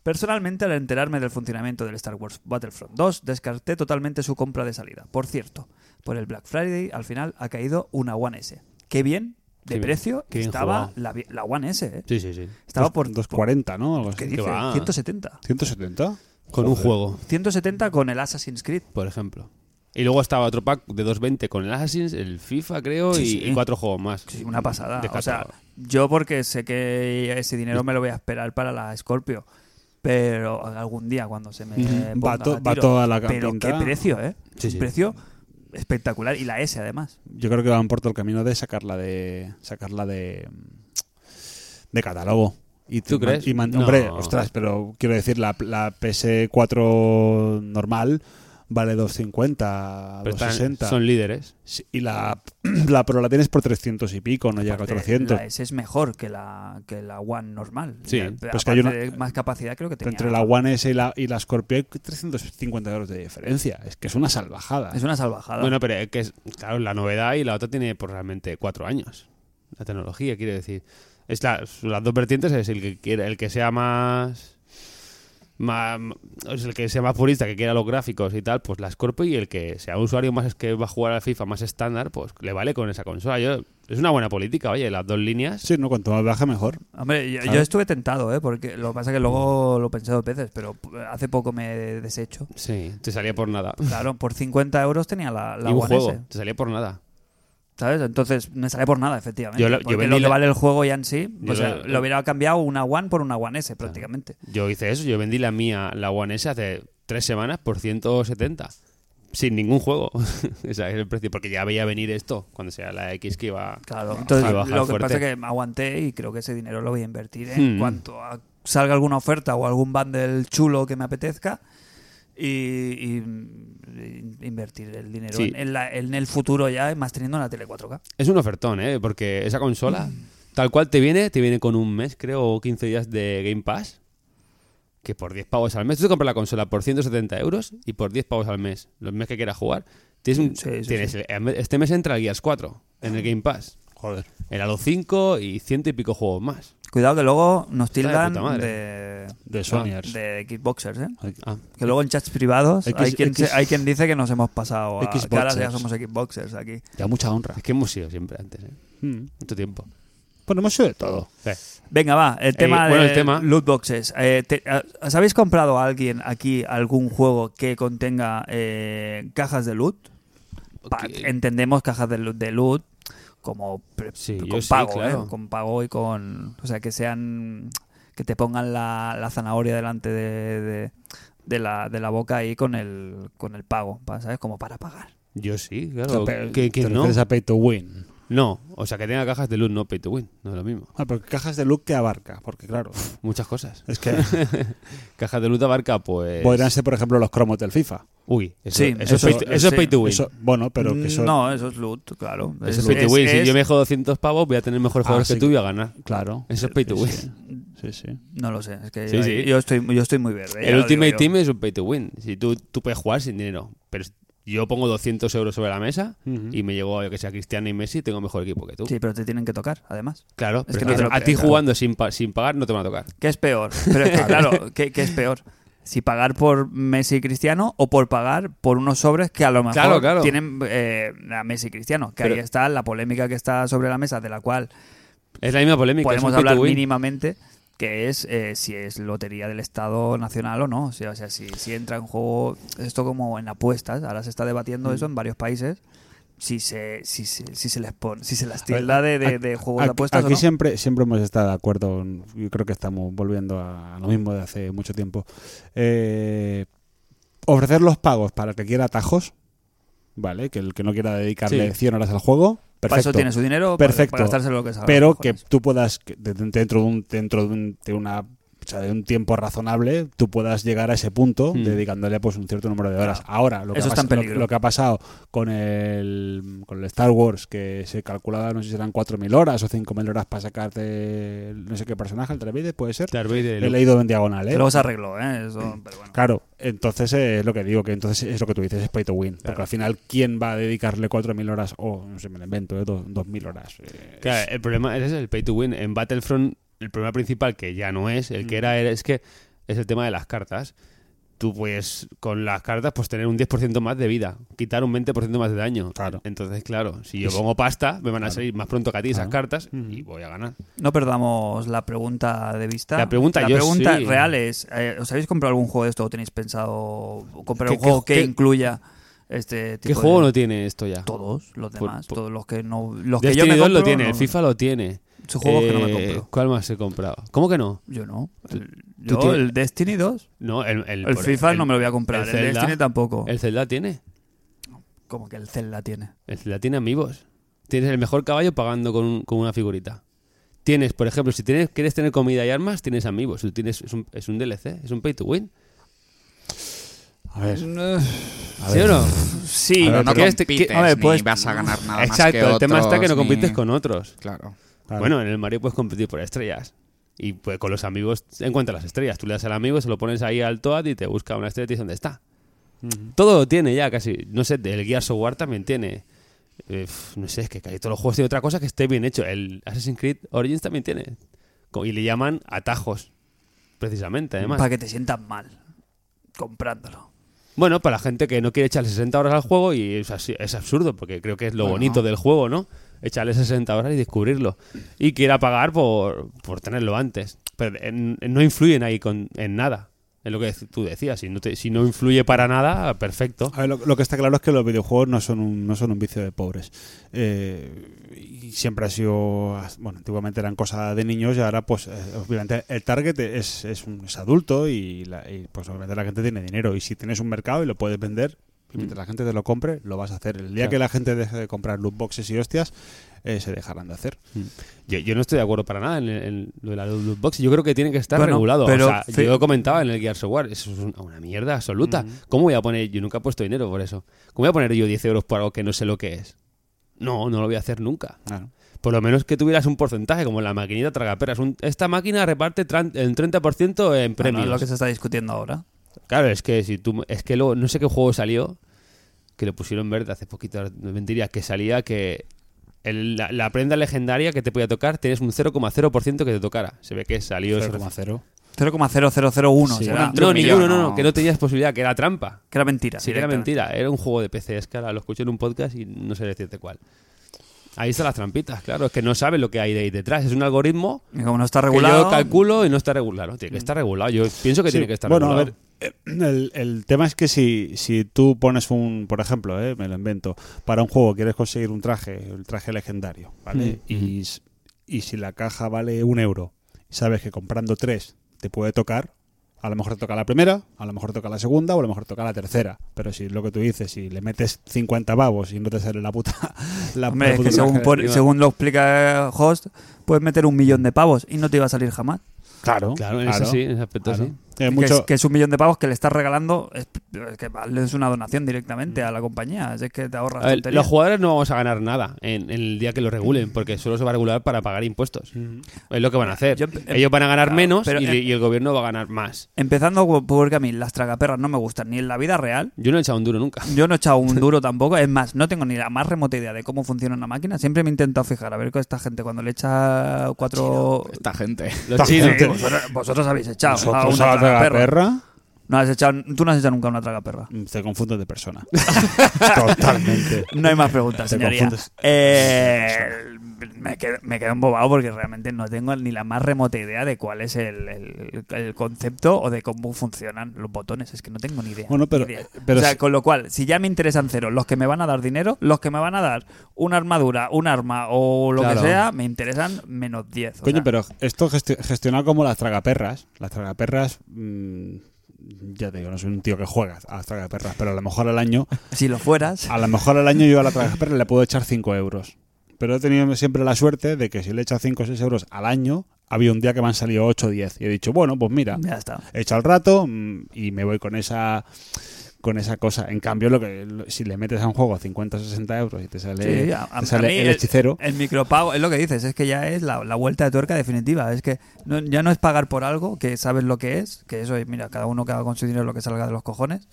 B: Personalmente, al enterarme del funcionamiento del Star Wars Battlefront 2, descarté totalmente su compra de salida. Por cierto, por el Black Friday al final ha caído una One S. Qué bien de
E: Qué bien.
B: precio
E: Qué bien
B: estaba
E: jugado.
B: la, vi- la One S. ¿eh?
E: sí, sí, sí.
B: Estaba
C: Dos-
B: por,
C: 240, ¿no? Algo así.
B: ¿qué dice?
E: va.
B: 170.
C: 170.
E: Con un juego,
B: 170 con el Assassin's Creed.
E: por ejemplo. Y luego estaba otro pack de 220 con el Assassin's, el FIFA, creo,
B: Sí,
E: y,
B: sí.
E: y cuatro juegos más.
B: Sí, una pasada. O sea,
E: Descartado.
B: yo porque sé que ese dinero me lo voy a esperar para la Scorpio. Pero algún día cuando se me
C: Ujú.
B: ponga
C: Va to-
B: a
C: va
B: tiro.
C: toda la
B: Pero qué
C: pinta.
B: precio, ¿eh?
E: Sí,
B: Un
E: sí.
B: precio espectacular. Y la S, además.
C: Yo creo que van por todo el camino de sacarla de. sacarla de. de catálogo. Y
E: ¿Tú
C: man-
E: crees?
C: y man-
E: No.
C: Hombre, ostras, pero quiero decir, la, la PS4 normal vale 250,
E: Pero están-
C: 260.
E: son líderes.
C: Sí, Y la, la Pro la tienes por 300 y pico, no llega a
B: Aparte,
C: 400.
B: La S es mejor que la, que la One normal.
E: Sí,
B: Y,
C: pues que hay
B: aparte
C: una-
B: de más capacidad creo que tenía.
C: Entre la One S y la, y la Scorpio hay 350 euros de diferencia. Es que es una salvajada.
B: Es una salvajada.
E: Bueno, pero es que es, claro, la novedad y la otra tiene pues, realmente cuatro años. La tecnología, quiere decir. Es la- las dos vertientes es el que quiera- el que sea más, más- es el que sea más purista, que quiera los gráficos y tal, pues la Scorpio y el que sea un usuario más que va a jugar al FIFA más estándar, pues le vale con esa consola. Yo, es una buena política, oye, las dos líneas.
C: Sí, no, cuanto más baja mejor.
B: Hombre, yo, yo
C: Claro.
B: estuve tentado, ¿eh? Porque lo que pasa es que luego lo pensé dos veces, pero hace poco me he deshecho.
E: Sí, te salía por nada.
B: Claro, por 50 euros tenía la, la
E: y un
B: One
E: juego,
B: S.
E: te salía por nada.
B: ¿Sabes? Entonces me sale por nada, efectivamente.
E: Yo lo- yo
B: Porque
E: vendí
B: lo que
E: la-
B: vale el juego ya en sí, pues, o
E: Yo
B: sea,
E: lo-
B: lo hubiera cambiado una One por una One S prácticamente.
E: Yo hice eso, yo vendí la mía, la One S, hace tres semanas por 170. Sin ningún juego. Ese es el precio. Porque ya veía venir esto cuando sea la X que iba.
B: Claro.
E: a
B: Entonces lo
E: bajar
B: que
E: fuerte.
B: pasa es que me aguanté y creo que ese dinero lo voy a invertir en
E: Hmm.
B: cuanto a- salga alguna oferta o algún bundle chulo que me apetezca y, y- y invertir el dinero
E: Sí.
B: en, en la- en el futuro ya, más teniendo una tele 4K.
E: Es un ofertón, ¿eh? Porque esa consola, tal cual te viene, te viene con un mes, creo, o 15 días de Game Pass. que por 10 pavos al mes, tú te compras la consola por 170 euros y por 10 pavos al mes, los meses que quieras jugar, tienes, un-
B: Sí, sí,
E: tienes el- este mes entra el Gears 4 en el Game Pass. Joder. El Halo 5 y ciento y pico juegos más.
B: Cuidado que luego nos
E: de
B: tildan
E: puta madre.
B: de,
C: De Sonyers.
B: de Xboxers, ¿eh?
E: Ah,
B: Que luego en chats privados
C: X-
B: hay, quien se-
C: X-
B: hay quien dice que nos hemos pasado a, que ahora ya
C: Xboxers.
B: somos Xboxers aquí.
C: Ya mucha honra.
E: es que hemos sido siempre antes, ¿eh? Mucho tiempo.
C: Bueno, hemos hecho de todo.
B: Venga, va, el tema
E: Eh, bueno,
B: de
E: el tema.
B: loot boxes. Eh, te- ah, ¿Os habéis comprado a alguien aquí algún juego que contenga eh, cajas de loot? Pa- eh.
E: Ok.
B: Entendemos cajas de loot, de loot como pre-
E: Sí, yo
B: con
E: sí,
B: pago,
E: claro.
B: ¿eh? con pago y con... O sea, que sean... Que te pongan la, la zanahoria delante de, de- de la, de la boca ahí con el, con el pago, pa- ¿sabes? Como para pagar.
E: Yo sí, claro.
C: Pero
E: ¿Qué- qué
C: te
E: no?
C: refieres a Pay to Win.
E: No, o sea, que tenga cajas de luz, no pay to win, no es lo mismo.
C: Ah, pero cajas de loot que abarca, porque claro,
E: Muchas cosas.
C: es que
E: Cajas de luz abarca, pues.
C: podrían ser, por ejemplo, los cromos del FIFA.
E: Uy, eso,
B: Sí,
E: eso,
B: eso-
E: es, pay to, eso es
B: sí,
E: pay to win.
C: Eso- bueno, pero que eso.
B: Mm, No, eso es loot, claro.
E: Eso es pay to win. Si
B: es-
E: yo me dejo 200 pavos, voy a tener mejores
C: Ah,
E: jugadores
C: sí.
E: que tú y voy a ganar.
C: Claro.
E: Eso es pay to
C: Sí,
E: win.
C: sí. Sí, sí.
B: No lo sé, es que
E: Sí,
B: yo,
E: sí.
B: yo estoy, yo estoy muy verde. ya
E: El
B: lo
E: Ultimate
B: digo yo.
E: Team es un pay to win. Si tú, tú puedes jugar sin dinero, pero si yo pongo 200 euros sobre la mesa
C: Mm.
E: y me llevo, yo que sea Cristiano y Messi, tengo mejor equipo que tú.
B: Sí, pero te tienen que tocar, además.
E: Claro, pero
B: que no te lo
E: a, a ti
B: crees, claro.
E: jugando sin, pa- sin pagar no te van a tocar.
B: ¿Qué es peor? Pero es que, claro, ¿qué, qué es peor? Si pagar por Messi y Cristiano o por pagar por unos sobres que a lo mejor
E: Claro, claro.
B: tienen eh, a Messi y Cristiano. Que
E: Pero-
B: ahí está la polémica que está sobre la mesa, de la cual
E: Es la misma polémica. es
B: podemos
E: un pay to
B: hablar
E: win.
B: mínimamente, que es eh, si es lotería del Estado Nacional o no. O sea, o sea, si, si entra en juego esto como en apuestas, ahora se está debatiendo
E: Mm.
B: eso en varios países. Si se, si, se, si se les pone, si se las tilda de, de, de juegos de
C: Aquí,
B: apuestas o
C: aquí
B: no.
C: siempre, siempre hemos estado de acuerdo. en- Yo creo que estamos volviendo a lo mismo de hace mucho tiempo. Eh, ofrecer los pagos para el que quiera atajos, ¿vale? Que el que no quiera dedicarle
E: Sí.
C: 100 horas al juego,
B: Para eso
C: perfecto.
B: tiene su dinero, para-
C: Perfecto.
B: para gastárselo lo que salga.
C: pero que
B: Joder.
C: tú puedas que de- de- dentro de un dentro de, un, de una o sea, de un tiempo razonable tú puedas llegar a ese punto
E: Mm.
C: dedicándole pues un cierto número de horas ahora lo
B: Hmm.
C: que,
B: Eso
C: ha
B: está
C: pas-
B: en
C: lo-
B: peligro.
C: lo que ha pasado con el con el Star Wars que se calculaba no sé si serán 4.000 horas o 5.000 horas para sacarte el- no sé qué personaje el Darth Vader, puede ser
E: Darth Vader,
C: he leído en diagonal
B: Que
C: ¿eh?
B: luego se arregló, ¿eh?
E: Mm.
B: Eso, pero bueno.
C: Claro, entonces eh, es lo que digo, que entonces es lo que tú dices, es pay to win. Porque al final, ¿quién va a dedicarle 4.000 horas o, no sé, me lo invento, eh, do- 2.000 horas? Eh,
E: Claro, el problema ese es el pay to win. En Battlefront, el problema principal, que ya no es,
B: Mm.
E: el que era, era- es que es el tema de las cartas. Tú puedes, con las cartas, pues tener un 10% más de vida, quitar un 20% más de daño.
C: Claro.
E: Entonces, claro, si yo pongo pasta, me van a salir más pronto que a ti esas
C: Claro.
E: cartas y voy a ganar.
B: No perdamos la pregunta de vista.
E: La pregunta, yo
B: pregunta
E: sí.
B: real es, eh, ¿os habéis comprado algún juego de esto o tenéis pensado comprar
E: ¿Qué-
B: un juego
E: qué-
B: que
E: qué-
B: incluya este tipo
E: ¿Qué
B: de-
E: juego no tiene esto ya?
B: Todos los
E: Por-
B: demás,
E: por-
B: todos los que no... Los que yo
E: Destiny
B: me
E: 2 lo
B: compro,
E: tiene,
B: no-
E: el FIFA lo tiene.
B: Son juegos que no me
E: Eh,
B: compro.
E: ¿Cuál más he comprado? ¿Cómo que no?
B: Yo no. El-
E: tú
B: Yo,
E: tienes-
B: el Destiny 2,
E: No, el, el-
B: el,
E: por-
B: FIFA
E: el-
B: no me lo voy a comprar. El,
E: el Zelda.
B: Destiny tampoco.
E: El Zelda tiene.
B: Como que el Zelda tiene.
E: El Zelda tiene amigos. Tienes el mejor caballo pagando con, un- con una figurita. Tienes, por ejemplo, si tienes, quieres tener comida y armas, tienes amigos. Tú tienes, es, un, es un DLC, es un pay to win.
C: a ver.
E: ¿Sí o no?
B: Sí,
C: A
E: Pero
C: ver,
D: no
E: ¿quieres te-
D: compites,
E: qué-
B: a ver,
D: ni
B: pues-
D: vas a ganar nada más que
E: Exacto, el tema está que
D: otros,
E: no
D: ni-
E: compites con otros.
D: Claro.
C: Claro.
E: Bueno, en el Mario puedes competir por estrellas. Y pues con los amigos encuentras las estrellas. Tú le das al amigo, se lo pones ahí al Toad y te busca una estrella y te dice dónde está. Todo lo tiene ya casi. No sé, el Gears of War también tiene. Eh, pf, no sé, es que casi todos los juegos tienen otra cosa que esté bien hecho. El Assassin's Creed Origins también tiene. Co- Y le llaman atajos. Precisamente, además.
B: para que te sientas mal comprándolo.
E: Bueno, para la gente que no quiere echarle 60 horas al juego y es, así- es absurdo, porque creo que es lo bonito del juego, ¿no? Echarle 60 horas y descubrirlo. Y quiera pagar por, por tenerlo antes. Pero en- en- no influyen ahí con, en nada. Es lo que dec- tú decías. Si no, te- si no influye para nada, perfecto.
C: A ver, lo, lo que está claro es que los videojuegos no son un, no son un vicio de pobres. Eh, y siempre ha sido. Bueno, antiguamente eran cosas de niños y ahora, pues, eh, obviamente, el target es, es, un, es adulto y, la- y, pues, obviamente, la gente tiene dinero. Y si tienes un mercado y lo puedes vender, y mientras la gente te lo compre, lo vas a hacer. El día
E: Mm. Claro.
C: que la gente deje de comprar loot boxes y hostias, eh, se dejarán de hacer.
E: Yo, yo no estoy de acuerdo para nada en, el- en lo de la loot box. Yo creo que tiene que estar
B: Bueno,
E: regulado.
B: pero
E: o sea,
B: fe-
E: yo lo comentaba en el Gears of War. Eso es una, una mierda absoluta. ¿Cómo voy a poner? Yo nunca he puesto dinero por eso. ¿Cómo voy a poner yo 10 euros por algo que no sé lo que es? No, no lo voy a hacer nunca.
C: Claro.
E: por lo menos que tuvieras un porcentaje, como la maquinita tragaperas. Un- esta máquina reparte tran- el 30% en
B: Bueno,
E: premios.
B: es lo que se está discutiendo ahora.
E: Claro, es que si tú es que luego no sé qué juego salió que lo pusieron verde hace poquito, ahora no mentiría, que salía que el- la, la prenda legendaria que te podía tocar tienes un 0,0% que te tocara. Se ve que salió eso.
C: 0,0.
B: 0,0001
C: Sí.
B: será.
E: Ah, No,
D: un millón,
E: ninguno, no, no,
D: no.
E: que no tenías posibilidad, que era trampa.
B: Que era mentira.
E: Sí, era
B: directamente.
E: mentira, era un juego de PC, es que ahora lo escuché en un podcast y no sé decirte cuál. Ahí están las trampitas, claro, es que no sabes lo que hay de ahí detrás, es un algoritmo
B: Y como no está
E: que yo
B: regulado.
E: calculo y no está regulado, tiene que estar regulado, yo pienso que
C: Sí,
E: tiene que estar
C: bueno, a
E: regulado.
C: ver, eh, el, el tema es que si, si tú pones un, por ejemplo, eh, me lo invento, para un juego quieres conseguir un traje, el traje legendario, ¿vale?
B: Mm.
C: Y, s- y si la caja vale un euro, sabes que comprando tres te puede tocar, a lo mejor te toca la primera, a lo mejor te toca la segunda o a lo mejor te toca la tercera. Pero si lo que tú dices, si le metes 50 babos y no te sale la puta... La,
B: Hombre,
C: la
B: es
C: puta
B: que según,
C: traje-
B: pon- según lo explica eh, Host, puedes meter un millón de pavos y no te iba a salir jamás.
C: Claro,
E: Claro, en ese sí, en ese aspecto
C: claro.
E: sí.
C: Eh,
B: Que
C: mucho-
B: es- que es un millón de pavos que le estás regalando, es, es que vale, es una donación directamente a la compañía. Es que te ahorras.
E: A ver,
B: tonterías.
E: los jugadores no vamos a ganar nada en, en el día que lo regulen, porque solo se va a regular para pagar impuestos. Es lo que van a hacer.
B: Yo- em-
E: Ellos van a ganar
B: claro,
E: menos
B: pero
E: y, le-
B: em-
E: y el gobierno va a ganar más.
B: Empezando por- porque a mí las tragaperras no me gustan ni en la vida real.
E: Yo no he echado un duro nunca.
B: Yo no he echado un duro tampoco. Es más, no tengo ni la más remota idea de cómo funciona una máquina. Siempre me intento fijar a ver con esta gente cuando le echa cuatro.
D: Esta gente.
E: Los
B: Sí,
E: chinos.
B: vosotros, vosotros habéis echado a
C: Nosotros
B: una
C: a la
B: tragaperra.
C: tragaperra,
B: No has echado, tú no has echado nunca una tragaperra.
C: te confundes de persona. Totalmente.
B: No hay más preguntas,
C: Te
B: señoría.
C: confundes.
B: Eh, me, quedo, me quedo embobado porque realmente no tengo ni la más remota idea de cuál es el, el- el concepto o de cómo funcionan los botones. Es que no tengo ni idea.
C: Bueno, pero-
B: Ni idea.
C: pero
B: o sea,
C: si-
B: con lo cual, si ya me interesan cero los que me van a dar dinero, los que me van a dar una armadura, un arma o lo
E: Claro.
B: que sea, me interesan menos 10. o
C: Coño,
B: sea,
C: pero esto gesti- gestionado como las tragaperras. Las tragaperras. mm, ya te digo, no soy un tío que juega a las tragaperras, pero a lo mejor al año.
B: Si lo fueras,
C: A lo mejor al año yo a la tragaperra le puedo echar 5 euros. Pero he tenido siempre la suerte de que si le he echado 5 o 6 euros al año, había un día que me han salido 8 o 10. Y he dicho, bueno, pues mira,
B: ya está.
C: he echado el rato mm, y me voy con esa con esa cosa. En cambio, lo que lo- si le metes a un juego 50 o 60 euros y te sale,
B: Sí, a- a-
C: Eh, te
B: a mí
C: sale el, hechicero.
B: El, micropago, es lo que dices, es que ya es la, la vuelta de tuerca definitiva. Es que no- ya no es pagar por algo que sabes lo que es, que eso, es, mira, cada uno que haga con su dinero lo que salga de los cojones,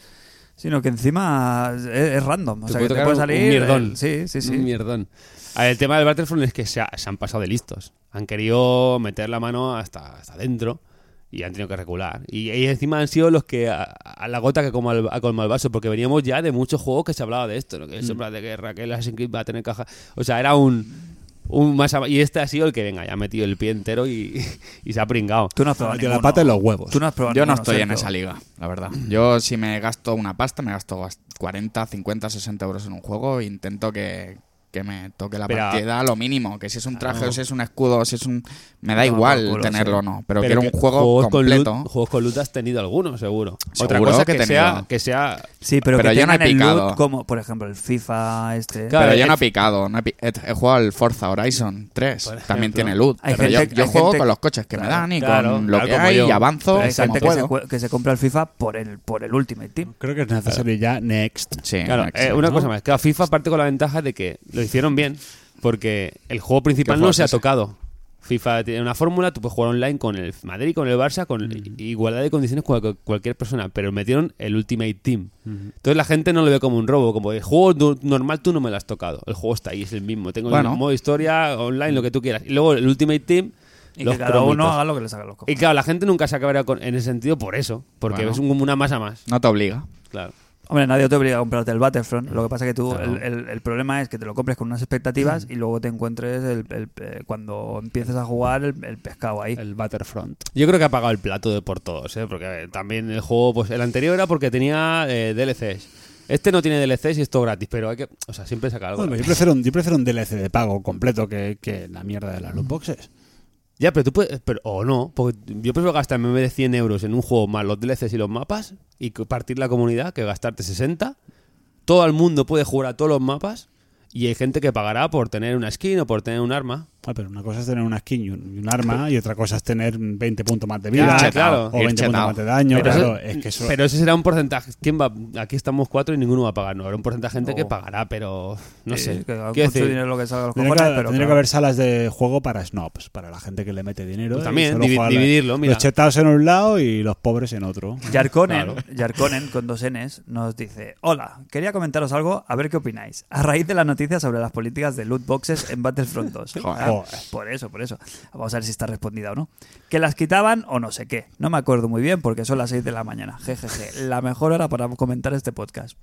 B: sino que encima es, es random. O
E: Te
B: sea,
E: puede
B: que te
E: tocar
B: puede
E: un-
B: salir.
E: un mierdón.
B: el- sí, sí, sí.
E: Un mierdón. A ver, el tema del Battlefront es que se, ha- se han pasado de listos. Han querido meter la mano hasta, hasta dentro y han tenido que regular. Y, y encima han sido los que a, a la gota que como al, ha colmado el vaso, porque veníamos ya de muchos juegos que se hablaba de esto, ¿no? que el
D: Mm.
E: Sombra de Guerra, que el Assassin's Creed va a tener caja. O sea, era un. un más ab- y este ha sido el que, venga, ya ha metido el pie entero y, y se ha pringado.
B: Tú no has probado
C: Metió la
B: ninguno.
C: pata en los huevos.
B: Tú no has probado
D: Yo no
B: ninguno,
D: estoy en
B: Sergio.
D: esa liga, la verdad. Yo si me gasto una pasta, me gasto bast- 40, 50, 60 euros en un juego e intento que, que me toque la
E: Pero-
D: partida a lo mínimo. Que si es un traje o si es un escudo o si es un... Me da igual
B: por culo,
D: tenerlo o
B: sí.
D: no, pero,
E: Pero
D: quiero un
E: que
D: juego
E: juegos con
D: completo.
E: loot- juegos con loot has tenido alguno, seguro. Otra
D: Seguro
E: cosa es
D: que he
E: que,
D: tenido.
E: sea, que sea
B: Sí, pero,
D: Pero
B: que
D: yo no he
B: tengan el
D: picado.
B: loot como, por ejemplo, el FIFA este.
E: Claro,
D: pero yo
E: el-
D: no he picado, no he, pi- he- he jugado al Forza Horizon 3,
E: Por
D: también
E: ejemplo.
D: tiene loot.
B: Hay
D: pero yo-
B: gente-
D: yo
B: hay
D: juego
B: gente-
D: con los coches que me
B: Claro,
D: dan y
E: claro,
D: con lo
E: claro,
D: que
E: como
D: hay
E: yo.
D: y avanzo
B: Pero hay
D: como
B: gente que se,
D: puedo.
B: jue- que se compra el FIFA por el, por el Ultimate Team.
C: Creo que es necesario ya next.
D: Sí,
E: Claro,
D: Max,
E: eh, una
D: ¿no?
E: cosa más. Claro, FIFA parte con la ventaja de que lo hicieron bien, porque el juego principal
D: ¿Qué
E: no
D: juego
E: se ha
D: es ese?
E: tocado. FIFA tiene una fórmula, tú puedes jugar online con el Madrid, con el Barça, con
B: Mm.
E: igualdad de condiciones con cual- cualquier persona, pero metieron el Ultimate Team. Entonces la gente no lo ve como un robo, como el juego du- normal tú no me lo has tocado. El juego está ahí, es el mismo. Tengo
D: Bueno.
E: el modo historia, online, lo que tú quieras. Y luego el Ultimate Team.
B: Y
E: los
B: que cada uno
E: cromitos.
B: haga lo que le saca los
E: Y
B: cojones.
E: claro, la gente nunca se acabará con- en ese sentido por eso, porque
D: Bueno.
E: es como una masa más.
D: No te obliga.
E: Claro.
B: Hombre, nadie te obliga a comprarte el Battlefront. Lo que pasa que tú, el, el- el problema es que te lo compres con unas expectativas y luego te encuentres el, el- eh, cuando empieces a jugar el, el pescado ahí.
C: El Battlefront.
E: Yo creo que ha pagado el plato de por todos, ¿eh? porque a ver, también el juego, pues el anterior era porque tenía eh, DLCs. Este no tiene DLCs y esto gratis, pero hay que, o sea, siempre saca algo.
C: Bueno, yo prefiero, un, yo prefiero un DLC de pago completo que, que la mierda de las loot boxes.
E: Ya, pero tú puedes, pero, o no, porque yo prefiero gastarme en vez de 100 euros en un juego más los DLCs y los mapas y co- partir la comunidad que gastarte 60. Todo el mundo puede jugar a todos los mapas y hay gente que pagará por tener una skin o por tener un arma.
C: Ah, pero una cosa es tener una skin y un, y un arma y otra cosa es tener 20 puntos más de vida
E: Ya, claro.
C: o 20 puntos
D: Chetao.
C: más de daño.
E: Pero,
C: claro,
E: eso-
C: es que eso...
E: pero ese será un porcentaje. ¿Quién va? Aquí estamos cuatro y ninguno va a pagar. No, habrá un porcentaje de gente que
B: No.
E: pagará, pero no
B: Sí,
E: sé.
B: Eh, que
E: Quiero
B: mucho
E: decir,
B: dinero lo que salga de los
C: Tendría
B: cojones,
C: que,
B: pero
C: tendría que
B: claro.
C: haber salas de juego para snobs, para la gente que le mete dinero.
E: Pues
C: y
E: también,
C: solo
E: divi-
C: juega
E: dividirlo, mira.
C: Los chetados en un lado y los pobres en otro.
B: Yarkonen,
E: Claro.
B: Yarkonen, con dos Ns, nos dice: Hola, quería comentaros algo, a ver qué opináis. A raíz de las noticias sobre las políticas de loot boxes en Battlefront 2. Ah,
C: Joder.
B: por eso, por eso. Vamos a ver si está respondida o no. Que las quitaban o no sé qué. No me acuerdo muy bien porque son las 6 de la mañana. Jejeje. La mejor hora para comentar este podcast.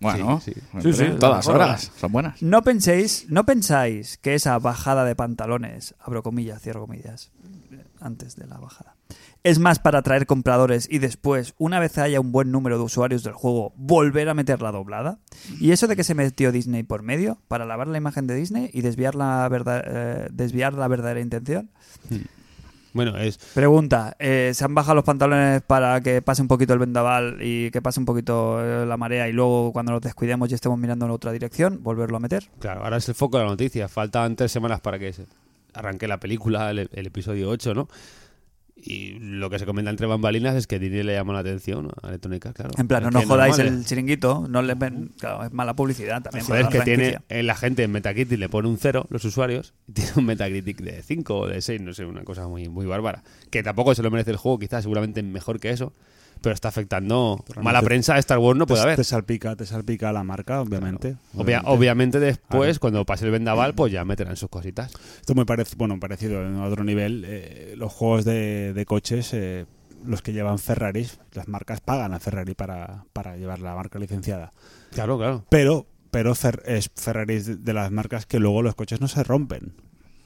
D: Bueno,
E: Sí, sí.
D: entre
B: Sí, sí,
D: todas
B: mejor
D: horas son buenas.
B: No penséis, no pensáis que esa bajada de pantalones, abro comillas, cierro comillas, eh, antes de la bajada, es más para atraer compradores y después, una vez haya un buen número de usuarios del juego, volver a meter la doblada. Y eso de que se metió Disney por medio para lavar la imagen de Disney y desviar la verdad, eh, desviar la verdadera intención.
E: Bueno, es.
B: Pregunta, eh, ¿se han bajado los pantalones para que pase un poquito el vendaval y que pase un poquito eh, la marea y luego cuando nos descuidemos y estemos mirando en otra dirección, volverlo a meter?
E: Claro, ahora es el foco de la noticia. Faltan tres semanas para que se- arranque la película, el, el episodio 8, ¿no? Y lo que se comenta entre bambalinas es que Disney le llamó la atención a Electronic Arts, claro.
B: En plan, no
E: Es
B: nos
E: que
B: jodáis
E: normal, ¿eh?
B: el chiringuito, no les ven, claro, es mala publicidad también.
E: Joder,
B: para
E: que
B: la
E: tiene
B: franquicia.
E: eh, la gente en Metacritic le pone un 0, los usuarios, y tiene un Metacritic de 5 o de 6, no sé, una cosa muy, muy bárbara. Que tampoco se lo merece el juego, quizás seguramente mejor que eso, pero está afectando. Mala prensa de Star Wars no puede
C: te,
E: haber.
C: te salpica, te salpica la marca, obviamente.
E: Obvia- obviamente después, cuando pase el vendaval, pues ya meterán sus cositas.
C: Esto es muy parec- bueno, parecido en otro nivel. eh, los juegos de, de coches, eh, los que llevan Ferraris, las marcas pagan a Ferrari para, para llevar la marca licenciada.
E: Claro, claro.
C: Pero, pero Fer- es Ferraris de, de las marcas que luego los coches no se rompen.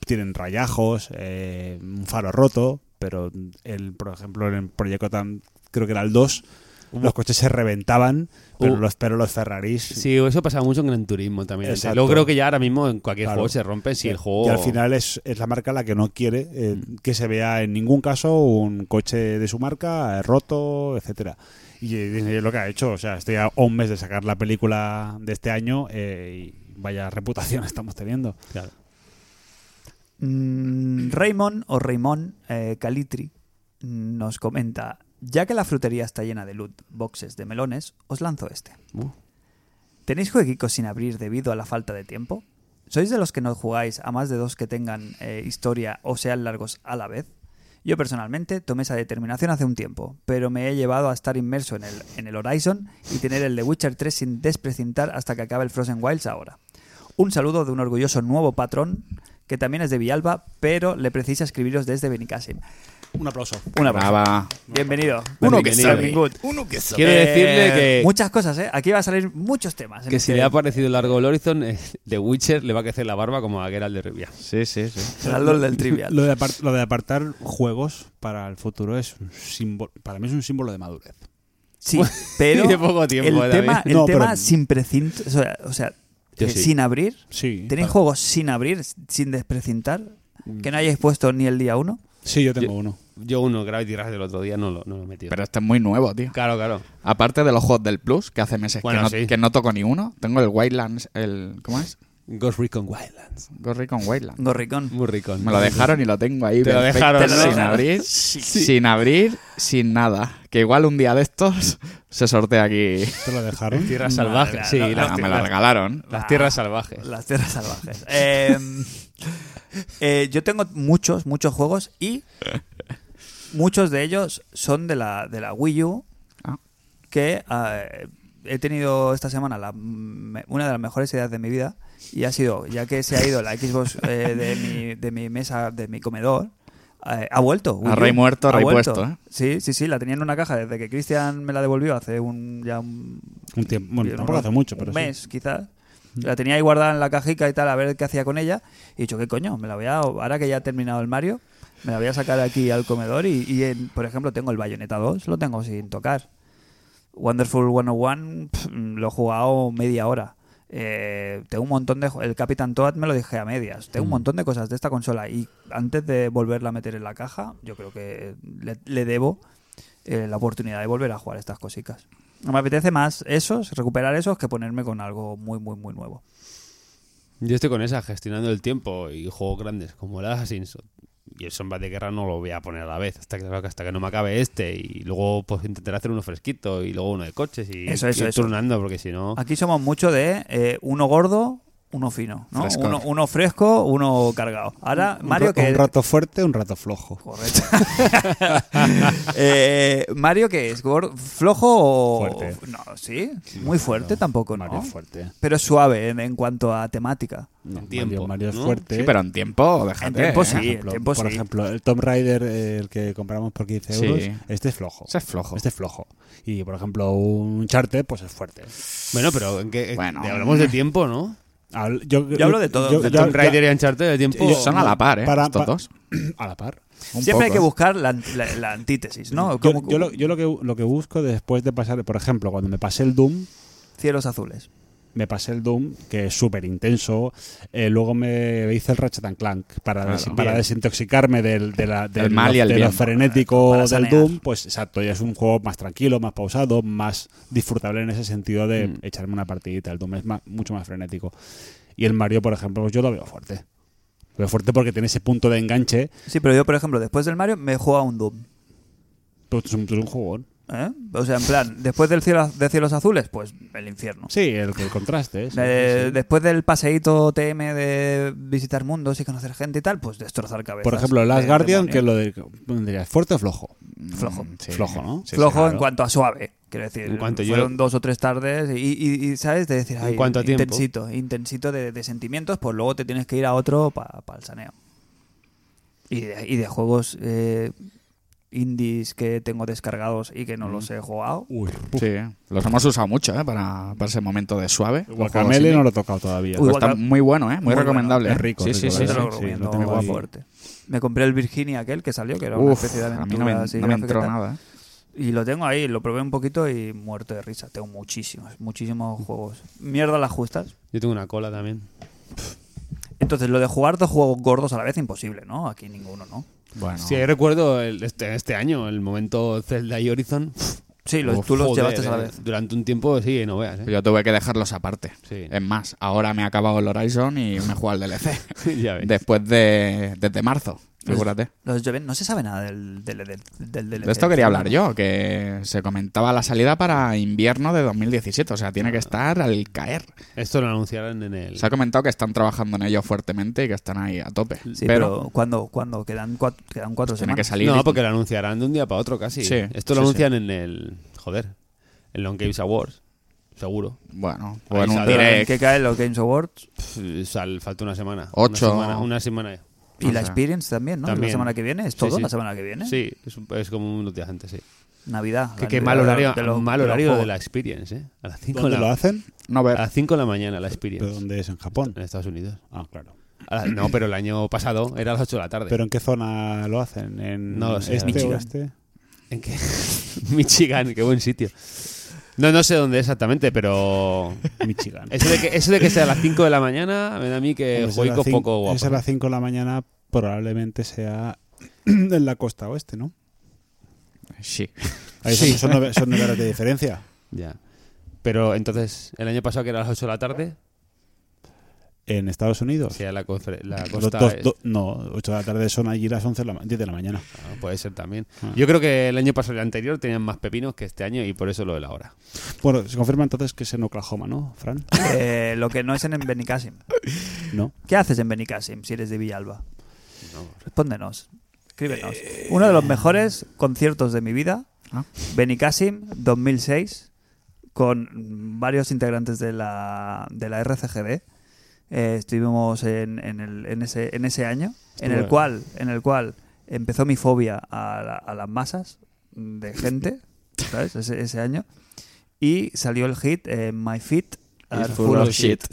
C: Tienen rayajos, eh, un faro roto, pero el, por ejemplo en el proyecto tan creo que era el 2, los coches se reventaban, pero
E: Hubo-
C: los, pero los Ferraris
E: Sí, eso pasa mucho en Gran Turismo también.
C: Exacto.
E: Luego creo que ya ahora mismo en cualquier
C: Claro.
E: juego se rompe si el
C: Y
E: juego.
C: al final es, es la marca la que no quiere eh, que se vea en ningún caso un coche de su marca eh, roto, etcétera. Y eh, Disney es lo que ha hecho. O sea, estoy a un mes de sacar la película de este año eh, y vaya reputación estamos teniendo.
E: Claro.
B: Mm, Raymond o Raymond eh, Calitri mm, nos comenta, ya que la frutería está llena de loot boxes de melones, os lanzo este.
E: Uh.
B: ¿Tenéis jueguicos sin abrir debido a la falta de tiempo? ¿Sois de los que no jugáis a más de dos que tengan eh, historia o sean largos a la vez? Yo personalmente tomé esa determinación hace un tiempo, pero me he llevado a estar inmerso en el, en el Horizon y tener el The Witcher 3 sin desprecintar hasta que acabe el Frozen Wilds ahora. Un saludo de un orgulloso nuevo patrón que también es de Villalba, pero le precisa escribiros desde Benicassim.
C: Un aplauso.
B: Un abrazo.
D: Brava.
B: Bienvenido.
D: Uno que
E: Ah, Bienvenido.
D: sabe. Uno que sabe.
E: Quiero
B: Eh,
E: decirle que.
B: Muchas cosas, ¿eh? Aquí va a salir muchos temas. en
E: Que si
B: este-
E: le ha parecido largo el Horizon, eh, de Witcher le va a crecer la barba como a Geralt de Rivia.
D: Sí, sí, sí.
B: Geraldo, el del trivial.
C: Lo de, apar- lo de apartar juegos para el futuro es un símbolo, para mí es un símbolo de madurez.
B: Sí, pero
E: Y de poco tiempo,
B: el
E: eh,
B: tema,
E: también.
B: el
C: No,
B: tema
C: pero-
B: sin precinto, o sea, o sea,
E: Yo
B: eh,
E: sí. Ah.
B: sin abrir,
C: Sí.
B: ¿tenéis juegos sin abrir, sin desprecintar?
E: Mm.
B: Que no hayáis puesto ni el día uno.
C: Sí, yo tengo uno.
E: Yo uno, Gravity Rush del otro día, no lo, no lo he metido.
D: Pero este es muy nuevo, tío.
E: claro, claro.
D: Aparte de los juegos del Plus, que hace meses
E: Bueno,
D: que, no,
E: sí.
D: que no toco ni uno, tengo el Wildlands, el... ¿Cómo es?
E: Ghost Recon Wildlands.
D: Go Recon Wildlands.
B: Gorricón.
E: Muy rico.
D: Me lo dejaron y lo tengo ahí.
E: Te lo
D: perfecto,
E: dejaron,
B: ¿no?
D: sin abrir, sin abrir, sin nada. Que igual un día de estos se sortea aquí.
C: Te lo dejaron.
E: Tierras salvajes.
B: Madre,
E: sí,
B: no,
E: las,
D: Ah, me
E: tierras-
D: lo regalaron.
E: las tierras salvajes.
B: Las tierras salvajes. Eh, eh, yo tengo muchos, muchos juegos y muchos de ellos son de la, de la Wii U
D: Ah.
B: que eh, he tenido esta semana la, me- una de las mejores ideas de mi vida y ha sido, ya que se ha ido la Xbox eh, de, mi, de mi mesa, de mi comedor, eh, ha vuelto. Wii
D: A
B: U.
D: rey muerto,
B: Ha
D: rey
B: vuelto.
D: puesto, ¿eh?
B: Sí, sí, sí, la tenía en una caja desde que Cristian me la devolvió hace un, ya un
C: Un tiempo, bueno,
B: yo
C: tampoco
B: no-
C: hace mucho, pero
B: Un
C: sí.
B: mes, quizás. La tenía ahí guardada en la cajica y tal, a ver qué hacía con ella. Y he dicho, ¿qué coño? Me la voy a, ahora que ya he terminado el Mario, me la voy a sacar aquí al comedor. Y, y en- por ejemplo, tengo el Bayonetta 2, lo tengo sin tocar. Wonderful 101, pff, lo he jugado media hora. Eh, tengo un montón de. El Capitán Toad me lo dije a medias. Tengo un
C: Mm.
B: montón de cosas de esta consola. Y antes de volverla a meter en la caja, yo creo que le, le debo eh, la oportunidad de volver a jugar estas cositas. No me apetece más esos, recuperar esos, que ponerme con algo muy, muy, muy nuevo.
E: Yo estoy con esa, gestionando el tiempo y juegos grandes como el Assassin's. Y el Sombra de Guerra no lo voy a poner a la vez, hasta que, hasta que no me acabe este. Y luego pues intentaré hacer uno fresquito y luego uno de coches y
B: Eso, eso,
E: ir
B: eso.
E: turnando, porque si no...
B: Aquí somos mucho de eh, uno gordo, uno fino, ¿no?
D: Fresco.
B: Uno, uno fresco, uno cargado. Ahora, Mario,
C: un, ra-
B: que...
C: un rato fuerte, un rato flojo.
B: Correcto. Eh, Mario, ¿qué es? ¿Gor- ¿Flojo o...?
C: Fuerte.
B: No, sí. Muy fuerte tampoco, ¿no?
C: Mario es fuerte.
B: Pero es suave en, en cuanto a temática.
C: No,
E: En tiempo,
C: Mario, Mario es
E: ¿no?
C: fuerte.
D: Sí, pero en tiempo, déjate.
B: En tiempo
D: ¿eh?
B: sí, en tiempo
C: por
B: sí.
C: ejemplo, el Tomb Raider, eh, el que compramos por 15
D: Sí.
C: euros, este es flojo.
D: Ese es flojo.
C: Este es flojo. Y, por ejemplo, un charter, pues es fuerte.
E: Bueno, pero ¿en qué-
D: Bueno.
E: de- hablamos de tiempo, ¿no?
C: Habl- Yo,
B: Yo hablo de todo,
C: yo-
E: De
C: yo-
E: Tomb Raider
C: yo-
E: y Uncharted de tiempo...
C: yo-
D: Son a la par, ¿eh?
C: para-
D: Estos
C: pa-
D: dos.
C: a la par.
D: Un
B: Siempre hay
D: poco.
B: que buscar la, la- la antítesis, ¿no?
C: Yo,
B: Como
C: yo lo, yo lo que, lo que busco después de pasar, por ejemplo, cuando me pasé el Doom,
B: Cielos azules.
C: me pasé el Doom, que es súper intenso. eh, luego me hice el Ratchet and Clank para,
D: Claro.
C: des- para
D: Bien.
C: desintoxicarme del, de la- del-
D: El mal y
C: de
D: el
C: lo
D: bien.
C: frenético
B: Para
C: del
B: sanear.
C: Doom. Pues exacto, ya es un juego más tranquilo, más pausado, más disfrutable en ese sentido de
D: Mm.
C: echarme una partidita. El Doom es más- mucho más frenético. Y el Mario, por ejemplo, pues yo lo veo fuerte. Lo veo fuerte porque tiene ese punto de enganche.
B: Sí, pero yo, por ejemplo, después del Mario me juego a un Doom.
C: Pues es un, es un jugón.
B: ¿eh? O sea, en plan, después del cielo, de Cielos Azules, pues el infierno.
C: Sí, el, el contraste. sí,
B: Eh,
C: sí, sí.
B: Después del paseíto TM de visitar mundos y conocer gente y tal, pues destrozar cabezas.
C: Por ejemplo, Last
B: de ¿eh?
C: Guardian, que
B: demonios.
C: lo de, dirías, fuerte o flojo.
B: Flojo.
D: Mm, sí.
C: Flojo, ¿no?
D: Sí, sí,
B: flojo en
D: claro.
B: cuanto a suave. Quiero decir,
E: En cuanto yo-
B: fueron dos o tres tardes y, y- y, ¿sabes? De decir,
E: En
B: ay,
E: cuanto a tiempo.
B: intensito, intensito de, de sentimientos, pues luego te tienes que ir a otro para el saneo. Y de, y de juegos eh, indies que tengo descargados y que no los he jugado.
C: Uy,
D: Sí, los hemos usado mucho, ¿eh? Para, para ese momento de suave. Los juegos
C: Guacamele
D: indie.
C: no lo he tocado todavía.
B: Uy,
D: Pues está
B: Guaca-
D: muy bueno, ¿eh? Muy,
B: bueno.
D: recomendable.
C: Es rico,
D: Sí,
C: rico,
D: sí,
C: la
D: sí.
B: Yo te
D: sí.
B: lo
C: verdad. sí, lo
B: recomiendo,
C: tengo
B: muy
C: ahí.
B: fuerte. Me compré el Virginia aquel que salió, que era una
D: Uf,
B: especie de
D: a mí
B: aventura
D: no me,
B: así
D: no me
B: gráfica y
D: entró
B: tal.
D: nada. ¿eh?
B: Y lo tengo ahí, lo probé un poquito y muerto de risa. Tengo muchísimos, muchísimos juegos. Mierda las justas.
E: Yo tengo una cola también.
B: Entonces, lo de jugar dos juegos gordos a la vez, imposible, ¿no? Aquí ninguno, ¿no?
D: Bueno,
E: Sí, ahí recuerdo el- este, este año, el momento Zelda y Horizon.
B: Sí, los,
E: Uf,
B: tú los
E: joder,
B: llevaste a la
E: eh,
B: vez.
E: Durante un tiempo, sí, no veas, ¿eh?
D: yo tuve que dejarlos aparte.
E: Sí.
D: Es más, ahora me he acabado el Horizon y me he jugado al DLC.
E: ya ves.
D: Después de. Desde marzo, figúrate.
B: Los Joven- no se sabe nada del del- del- del- del-
D: De esto quería hablar yo, que se comentaba la salida para invierno de 2017, o sea, tiene que
B: Ah.
D: estar al caer.
E: Esto lo anunciaron en el...
D: Se ha comentado que están trabajando en ello fuertemente y que están ahí a tope.
B: Sí,
D: pero,
B: pero, cuando cuando quedan cuatro, quedan cuatro
D: tiene que
B: semanas.
D: salir.
E: No, porque lo anunciarán de un día para otro casi.
D: Sí,
E: Esto lo
D: sí,
E: anuncian en el... Joder. En Long Games Awards. Seguro.
D: Bueno, o
E: Ahí
D: en un
E: saldrá.
B: Pero en
D: direct.
B: que caen los Games Awards
E: Pff, sal- falta una semana.
D: Ocho.
E: Una semana. Una semana.
B: y
D: O
B: la
D: sea,
B: Experience también, ¿no?
E: también.
B: La semana que viene, es
E: Sí,
B: todo
E: sí.
B: la semana que viene.
E: Sí, es, un- es como unos días antes, sí.
B: Navidad.
E: Qué,
B: la
E: qué
B: Navidad de
E: mal
B: los-
E: horario,
B: de los-
E: mal
B: de los
E: horario de
B: juegos.
E: la Experience, ¿eh? A las 5
C: ¿Dónde lo hacen?
D: No
E: a
B: Ah.
D: ver.
E: las 5 de la mañana la
C: ¿Pero
E: Experience.
C: dónde es? ¿En Japón?
E: En Estados Unidos.
C: Ah, claro.
E: A la- no, pero el año pasado era a las 8 de la tarde.
C: ¿Pero en qué zona lo hacen? ¿En
E: No lo sé,
C: este
E: Michigan.
C: o este?
E: ¿En qué? Michigan, qué buen sitio. No, no sé dónde exactamente, pero...
C: Michigan.
E: Eso de que, eso de que sea a las 5 de la mañana me da a mí
C: Hombre,
E: que
C: es a
E: juego
C: las cin-
E: poco
C: Es a
E: guapo.
C: las 5 de la mañana, probablemente sea en la costa oeste, ¿no?
D: Sí.
C: Ahí son- son, nueve, son nueve horas de diferencia.
E: Ya. Pero entonces, el año pasado que era a las 8 de la tarde,
C: ¿En Estados Unidos?
E: sea la, confre- la
C: Dos-
E: costa
C: dos-
E: es-
C: do- no, 8 de la tarde son allí las 11 de la, ma- 10 de la mañana.
E: Ah, puede ser también.
C: Ah.
E: Yo creo que el año pasado y el anterior tenían más pepinos que este año y por eso lo de la hora.
C: Bueno, se confirma entonces que es en Oklahoma, ¿no, Fran?
B: Eh, lo que no es en Benicassim.
C: No.
B: ¿Qué haces en Benicassim si eres de Villalba? Respóndenos. Escríbenos. Uno de los mejores conciertos de mi vida,
D: Ah.
B: Benicassim 2006, con varios integrantes de la, de la RCGD. Eh, estuvimos en, en el- en ese, en ese año, en el,
C: Estuve-
B: cual, en el cual empezó mi fobia a, la- a las masas de gente, ¿sabes? Ese, ese año. Y salió el hit eh, My Feet Are Full, of Shit.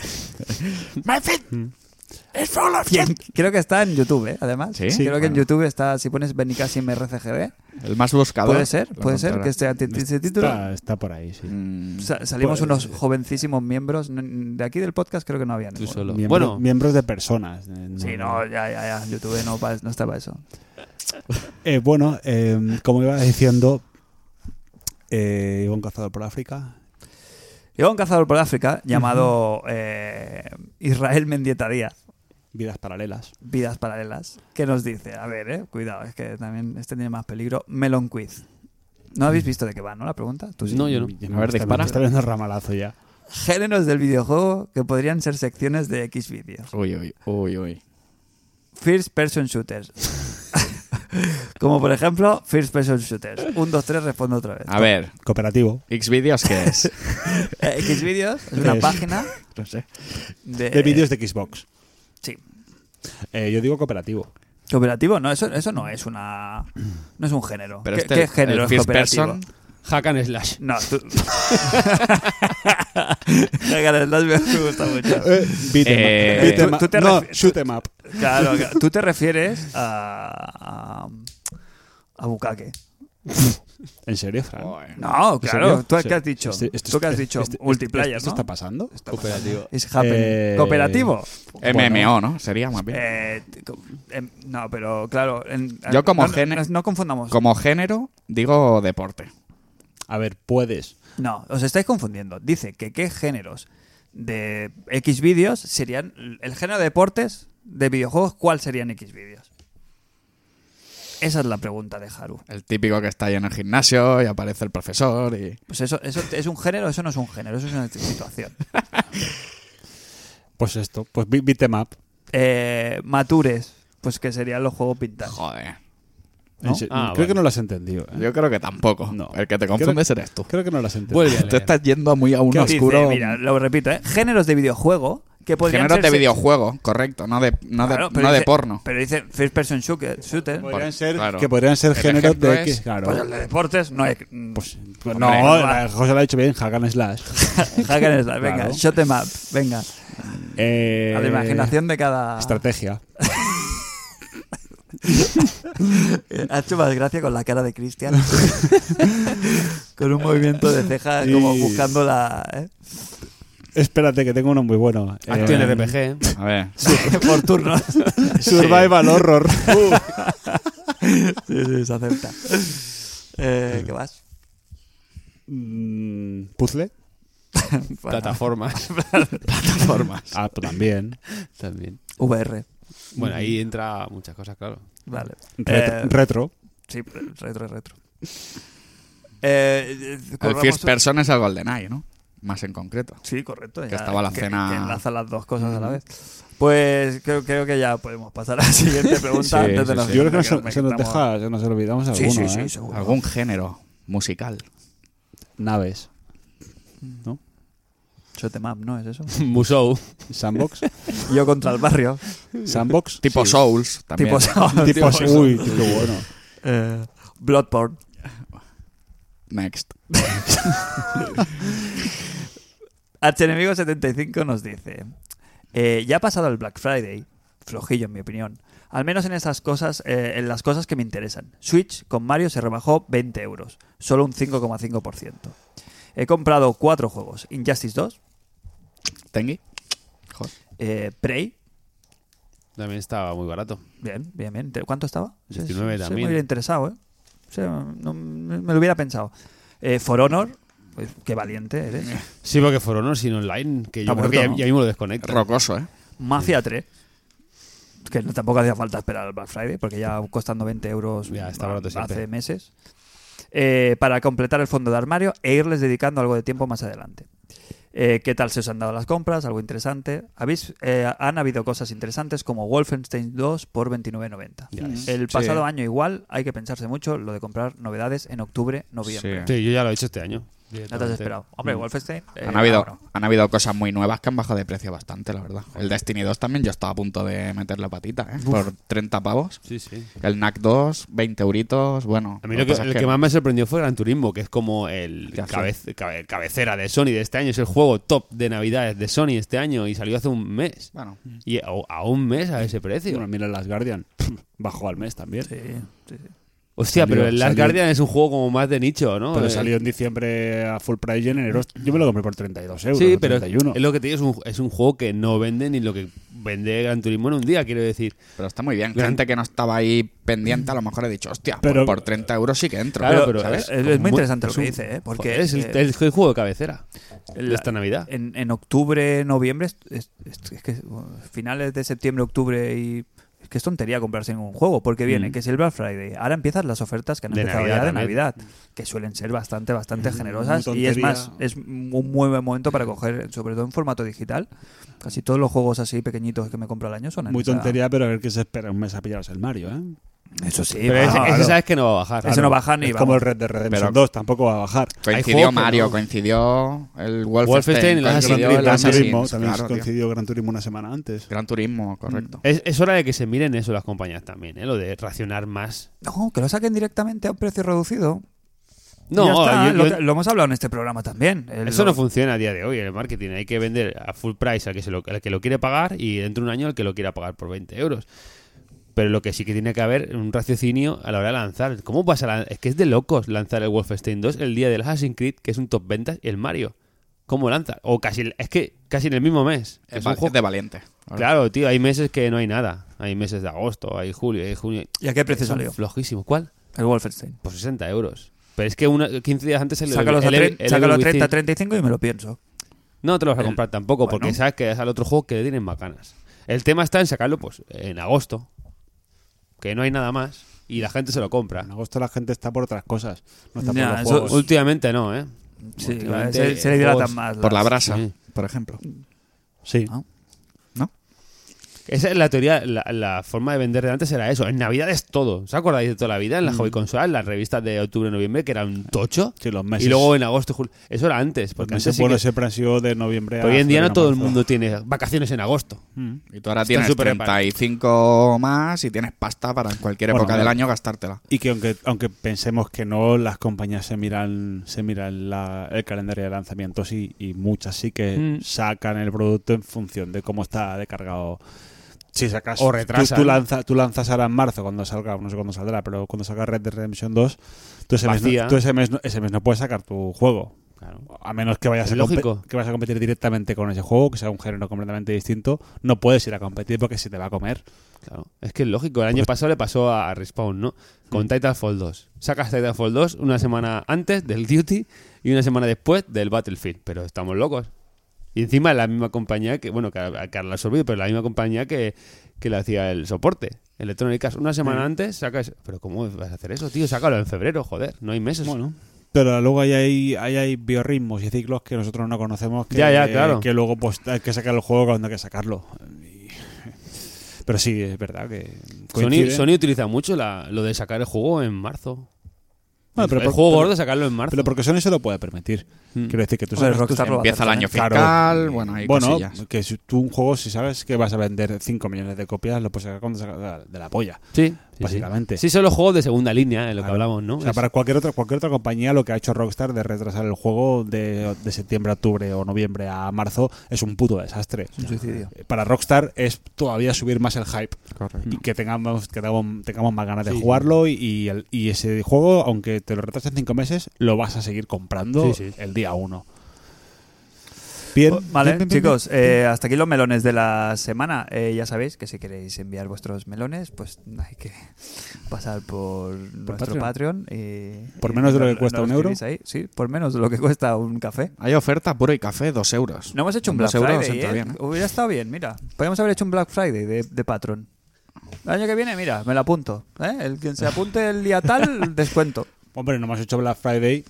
D: My feet is full of
B: Bien, Creo que está en YouTube, ¿eh? además.
D: Sí,
B: Creo que en
D: bueno.
B: YouTube está, si pones Benicassim RCGB,
D: El más buscado.
B: puede ser,
D: Lo
B: puede ser
D: encontrarás.
B: que esté ante- ese título.
C: Está, está por ahí, sí.
D: Mm,
B: Sa- salimos
C: Pues-
B: unos jovencísimos miembros n- de aquí del podcast, creo que no había
E: Tú
B: ninguno.
E: solo.
C: Miembro-
E: bueno,
C: Miembros de personas. eh,
B: Sí, no, ya, ya, ya, YouTube no, pa- no está para eso.
C: Eh, bueno, eh, como iba diciendo, eh, iba un cazador por África.
B: Iba un cazador por África llamado eh, Israel Mendieta Díaz,
C: Vidas paralelas.
B: Vidas Paralelas, que nos dice, a ver, eh, cuidado, es que también este tiene más peligro, Melon Quiz. ¿No habéis visto de qué va, no, la pregunta? ¿Tú sí?
E: No, yo no.
C: Mm, Ya
D: A ver,
C: está-
D: dispara.
C: Está viendo el ramalazo ya.
B: Géneros del videojuego que podrían ser secciones de X vídeos.
D: Uy, uy, uy, uy.
B: First Person Shooters. Como por ejemplo, First Person Shooters. Un, dos, tres, respondo otra vez.
D: A ver,
C: Cooperativo.
D: Xvideos, ¿qué es?
B: Eh, Xvideos es una
C: Es-
B: página
C: No sé.
B: de,
C: De vídeos de Xbox.
B: Sí.
C: Eh, yo digo cooperativo.
B: Cooperativo, no, eso, eso no es una. No es un género.
D: Pero
B: ¿Qué,
D: este,
B: qué género
D: el
B: es
D: first
B: cooperativo?
D: person,
E: Hack and slash.
B: No, tú. Claro, el Last Beat me gusta mucho.
C: Eh, beat 'em
D: Eh,
C: up. Beat 'em
B: tú-
C: up.
B: tú te
C: no,
B: refi-
C: shoot 'em up.
B: Claro, claro. tú te refieres a. a, a bucaque.
C: ¿En serio, Fran?
D: Joder.
B: No, claro.
C: ¿En serio?
B: ¿Tú
C: Sí.
B: qué has dicho?
C: Este- esto
B: ¿Tú qué has
C: es-
B: dicho?
C: este- este-
B: Multiplayer,
C: ¿Esto
B: ¿no?
C: está pasando?
E: Cooperativo.
B: It's happening.
C: Eh,
B: ¿Cooperativo?
D: MMO, ¿no? Sería más bien.
B: Eh, t- co- em, no, pero claro. en-
D: Yo como
B: no- no,
D: gene-
B: no, no confundamos.
D: Como género, digo deporte.
C: A ver, puedes.
B: No, os estáis confundiendo. Dice que qué géneros de X vídeos serían. El género de deportes de videojuegos, ¿cuál serían X vídeos? Esa es la pregunta de Haru.
D: El típico que está ahí en el gimnasio y aparece el profesor y...
B: Pues eso, eso es un género, eso no es un género, eso es una situación.
C: Pues esto. Pues beat- beat 'em up.
B: Eh, matures, pues que serían los juegos pintados.
D: Joder.
C: En
B: ¿No?
C: serio,
E: Ah,
C: creo
E: vale.
C: que no lo has entendido. ¿eh?
D: Yo creo que tampoco.
C: No.
D: El que te confundes
C: Creo-
D: eres tú.
C: Creo que no lo has entendido.
E: Vuelve a
D: Te
E: leer.
D: estás yendo muy a un
B: Dice,
D: oscuro...
B: mira, lo repito, ¿eh? géneros de videojuego que podrían
D: Géneros
B: ser
D: de
B: se-
D: videojuego, correcto. No de, no de,
B: Claro,
D: no
B: pero
D: de
B: dice-
D: porno.
B: Pero dice first person shooter, shooter,
D: Podrían
C: Por-
D: ser- claro.
C: Que podrían ser
D: El
C: géneros
D: ejemplo
C: de...
D: es-
C: que- claro.
B: pues el de deportes no es mm,
C: Pues, pues
B: Hombre, no
C: no, la- José lo ha dicho bien, hack and slash.
B: hack and slash, venga,
C: Claro.
B: shot em up, venga,
C: Eh,
B: a la imaginación de cada
C: Estrategia.
B: eh, ha hecho más gracia con la cara de Cristian con un movimiento de ceja
C: Y-
B: como buscando la ¿eh?
C: Espérate, que tengo uno muy
B: Ah,
C: bueno.
E: Acción
C: Eh,
E: RPG.
D: A ver.
B: por turnos
C: Survival Horror.
B: sí, sí, se acepta eh, ¿qué más?
C: Mm, ¿Puzzle?
B: Bueno,
E: Plataformas
D: Plataformas.
C: Ah, pues también.
E: también.
B: VR
E: Bueno, ahí entra muchas cosas, claro.
B: vale Eh,
C: Ret- retro.
B: Sí, retro, retro. Eh, eh,
D: El
B: corramos-
D: first person es el GoldenEye, ¿no? Más en concreto.
B: Sí, correcto.
D: que estaba la cena-
B: Que enlaza las dos cosas a la vez. Pues creo, creo que ya podemos pasar a la siguiente pregunta.
D: Sí,
B: antes
D: sí,
B: de nos-
D: sí.
C: Yo creo que
B: de
C: nos-
B: nos
C: se nos
B: metamos-
C: deja, se nos olvidamos
B: Sí,
C: alguno,
B: sí, sí,
C: ¿eh?
B: seguro.
D: Algún género musical.
C: Naves.
B: Shotemap, ¿no es eso?
E: Musou.
C: Sandbox.
B: Yo contra el barrio.
C: Sandbox.
D: Tipo Souls también.
B: Tipo
C: Tipo,
B: Tipo
C: uy, qué bueno.
B: eh, Bloodborne.
D: Next.
B: Archenemigo75 nos dice: eh, Ya ha pasado el Black Friday, flojillo en mi opinión. Al menos en esas cosas, eh, en las cosas que me interesan. Switch con Mario se rebajó 20 euros, solo un 5,5%. He comprado cuatro juegos: Injustice 2,
D: Tengi.
B: eh, Prey.
E: También estaba muy barato.
B: Bien, bien, bien. ¿Te- ¿Cuánto estaba? Sí,
E: 19
B: sí, sí,
E: también.
B: me hubiera interesado, ¿eh? Sí, no- me me lo hubiera pensado. Eh, For Honor, pues, qué valiente eres.
E: Sí, porque For Honor sin online, que
B: Está
E: yo creo
B: muerto,
E: que ya,
B: ¿no?
E: ya mismo lo desconecta.
D: Rocoso, ¿eh?
B: Mafia 3. Que no- tampoco hacía falta esperar al Black Friday, porque ya costando 20 euros
E: Ya, está
B: ah,
E: barato siempre.
B: hace meses. Eh, para completar el fondo de armario e irles dedicando algo de tiempo más adelante. Eh, ¿Qué tal se os han dado las compras? ¿Algo interesante? ¿Habéis, eh, han habido cosas interesantes como Wolfenstein 2 por 29.90.
E: Ya ves.
B: El
D: Mm. Sí.
B: pasado año igual, hay que pensarse mucho lo de comprar novedades en octubre, noviembre.
E: Sí, Mm. yo ya lo he hecho este año.
B: No te has esperado. Hombre, Wolfenstein... eh,
D: Han habido,
B: vámonos.
D: han habido cosas muy nuevas que han bajado de precio bastante, la verdad. El Destiny 2 también yo estaba a punto de meter la patita, ¿eh? Por 30 pavos.
E: Sí, sí.
D: El NAC 2, 20 euritos, bueno.
E: A mí lo que,
D: pasa es
E: el que más me sorprendió fue Gran Turismo, que es como el
D: Ya sé.
E: cabez- cabe- cabecera de Sony de este año. Es el juego top de Navidades de Sony este año y salió hace un mes.
D: Bueno,
E: Y a, a un mes a ese precio.
C: Bueno, mira Las Guardian. Bajó al mes también.
B: Sí, sí, sí.
E: Hostia,
C: Salió-
E: pero el Last
C: salió-
E: Guardian es un juego como más de nicho, ¿no?
C: Pero
E: Eh,
C: salió en diciembre a full price y en enero. Yo me lo compré por 32 euros.
E: Sí,
C: o
E: pero
C: 31.
E: es lo que te digo, es un, es un juego que no vende ni lo que vende Gran Turismo en un día, quiero decir.
D: Pero está muy bien.
E: Gran-
D: Gente que no estaba ahí pendiente, a lo mejor he dicho, hostia, pues
C: Pero-
D: por 30 euros sí que entro.
E: Claro, pero-
D: pero,
B: Es,
D: ¿sabes?
B: es
E: Como
B: muy interesante
E: muy-
B: lo que dice, ¿eh? Porque
E: Joder, es el,
B: eh,
E: es el juego de cabecera
B: el-
E: de esta Navidad.
B: en, en octubre, noviembre, es, es- es- es que bueno, finales de septiembre, octubre y es que es tontería comprarse en un juego porque viene que es el Black Friday. Ahora empiezan las ofertas que han
E: Mm. De
B: empezado
E: Navidad
B: ya de
E: también. Mm,
B: Navidad, que suelen ser bastante, bastante generosas
C: muy
B: y es
C: tontería.
B: más, es un muy buen momento para coger, sobre todo en formato digital. Casi todos los juegos así pequeñitos que me compro al año son en
C: Muy
B: esa-
C: tontería, pero a ver qué se espera un mes a pillaros el Mario, ¿eh?
B: Eso sí,
E: pero ese,
B: ah, claro.
E: ese sabes que no va a bajar.
B: Ese no baja ni
C: es
B: vamos.
C: como el Red Dead Redemption
D: Pero-
C: 2, tampoco va a bajar.
E: Hay
D: Coincidió
E: juegos que
D: Mario,
E: no.
D: coincidió el
E: Wolfenstein
D: Wolfenstein,
E: y la
C: Gran
E: sí,
D: coincidió
C: Turismo-
D: el
C: Gran Turismo,
D: Assassin's,
C: también
D: claro, tío.
C: coincidió Gran Turismo una semana antes.
D: Gran Turismo, correcto.
E: Es, es hora de que se miren eso las compañías también, ¿eh? lo de racionar más.
B: No, que lo saquen directamente a un precio reducido.
E: No,
B: Ya está,
E: yo-
B: lo,
E: yo-
B: que- lo hemos hablado en este programa también. El-
E: eso no funciona a día de hoy en el marketing. Hay que vender a full price al que, se lo, al que lo quiere pagar y dentro de un año al que lo quiera pagar por 20 euros. Pero lo que sí que tiene que haber un raciocinio a la hora de lanzar. ¿Cómo pasa? Es que es de locos lanzar el Wolfenstein 2 el día del Assassin's Creed, que es un top ventas, y el Mario. ¿Cómo lanza? O casi, es que casi en el mismo mes. que
D: Es,
E: es un
D: va-
E: juego-
D: es de valiente.
E: Claro, tío, hay meses que no hay nada. Hay meses de agosto, hay julio, hay junio.
B: ¿Y a qué precio
E: Son
B: salió?
E: Flojísimo. ¿Cuál?
B: El Wolfenstein.
E: Pues 60 euros. Pero es que una, 15 días antes salió el-
B: Sácalos a,
E: el-
B: tre-
E: el
B: sácalo a
E: Evil
B: 30,
E: Within.
B: 35 y me lo pienso.
E: No te lo vas a
B: El-
E: comprar tampoco,
B: Bueno.
E: porque sabes que es al otro juego que le tienen bacanas. El tema está en sacarlo pues en agosto, que no hay nada más, y la gente se lo compra.
C: En agosto la gente está por otras cosas. No está
B: Ya,
C: por los
B: eso-
C: juegos.
E: Últimamente no, ¿eh?
B: Sí,
E: Últimamente,
B: se, se le
E: eh,
B: hidratan
E: juegos
B: más.
D: Por la
B: las-
D: brasa,
E: Sí.
D: por ejemplo.
C: Sí.
B: ¿no?
E: Esa es la teoría, la, la forma de vender de antes era eso. En Navidad es todo. ¿Os acordáis de toda la vida? En la hobby consola, en las revistas de octubre, noviembre, que era un tocho.
C: Mm. Sí, los meses.
E: Y luego en agosto, julio. Eso era antes.
C: Los
E: Porque
C: meses
E: antes sí que-
C: buenos siempre han sido de noviembre a
E: Pero hoy en día no
C: febrero,
E: todo el
C: marzo.
E: mundo tiene vacaciones en agosto.
D: Y tú ahora
E: Está
D: tienes
E: súper
D: 35 más y tienes pasta para en cualquier
C: Bueno,
D: época del
C: mira.
D: año gastártela.
C: Y que aunque, aunque pensemos que no, las compañías se miran, se miran la- el calendario de lanzamientos y, y muchas sí que
E: Mm.
C: sacan el producto en función de cómo está decargado. Si sacas,
E: O
C: tú-
E: retrasan.
C: Tú, lanza- tú lanzas ahora en marzo cuando salga, no sé cuándo saldrá, pero cuando salga Red Dead Redemption 2, tú ese, mes
E: Vacía.
C: no, tú ese mes no- ese mes no puedes sacar tu juego.
E: Claro.
C: A menos que vayas,
E: Es
C: a compe-
E: lógico.
C: que vayas a competir directamente con ese juego, que sea un género completamente distinto, no puedes ir a competir porque se te va a comer.
E: Claro. Es que es lógico.
C: Pues-
E: El año pasado le pasó a Respawn, ¿no?
C: Mm.
E: Con Titanfall 2. Sacas Titanfall 2 una semana antes del Duty y una semana después del Battlefield. Pero estamos locos. Y encima es la misma compañía que, bueno, que a- que la ha absorbido, pero la misma compañía que, que le hacía el soporte. Electronic Arts. Una semana antes sacas. Pero ¿cómo vas a hacer eso, tío? Sácalo en febrero, joder. No hay meses.
C: Bueno. Pero luego ahí hay, ahí hay biorritmos y ciclos que nosotros no conocemos que,
E: Ya, ya, claro.
C: que luego pues hay que sacar el juego cuando hay que sacarlo. Y- Pero sí, es verdad que
E: Sony,
C: coincide.
E: Sony utiliza mucho la- lo de sacar el juego en marzo.
C: Bueno,
E: el,
C: pero
E: el
C: por-
E: juego
C: pero-
E: gordo sacarlo en marzo.
C: Pero porque Sony se lo puede permitir.
E: Mm.
C: Quiero decir que tú
B: Hombre,
C: sabes
B: Rockstar lo va a
D: Empieza el
B: hacer
D: año
B: también.
D: fiscal, bueno, hay
C: ¿eh? bueno,
D: cosillas.
C: que si tú un juego, si sabes que vas a vender 5 millones de copias, lo puedes sacar cuando saca de la- de la polla.
E: Sí, sí,
C: Básicamente.
E: Sí, son los juegos de segunda línea, es lo que
C: Claro.
E: hablamos, ¿no?
C: O sea,
E: Es-
C: para cualquier otra, cualquier otra compañía, lo que ha hecho Rockstar de retrasar el juego de, de septiembre a octubre o noviembre a marzo es un puto desastre.
B: Un suicidio.
C: eh, Para Rockstar es todavía subir más el hype
D: Correcto.
C: y
B: Mm.
C: que tengamos, que tengamos, tengamos más ganas de
E: Sí.
C: jugarlo y, y el- y ese juego, aunque te lo retrasen cinco meses, lo vas a seguir comprando
E: Sí, sí.
C: el día uno. Bien,
B: Oh, Vale,
C: bien, bien, bien,
B: chicos, eh, hasta aquí los melones de la semana. Eh, ya sabéis que si queréis enviar vuestros melones, pues hay que pasar por, nuestro Patreon. y-
C: ¿Por
B: y
C: menos de lo que
B: no-
C: cuesta
B: no
C: un euro?
B: escribís ahí. Sí, por menos de lo que cuesta un café.
D: Hay oferta puro y café, 2 euros.
B: No hemos hecho un
D: Con
B: Black
D: dos euros
B: Friday,
D: entra
B: ¿eh?
D: bien, ¿eh?
B: Hubiera estado bien, mira. Podríamos haber hecho un Black Friday de, de Patron. El año que viene, mira, me lo apunto. ¿eh? El quien se apunte el día tal, descuento.
C: Hombre, no hemos hecho Black Friday,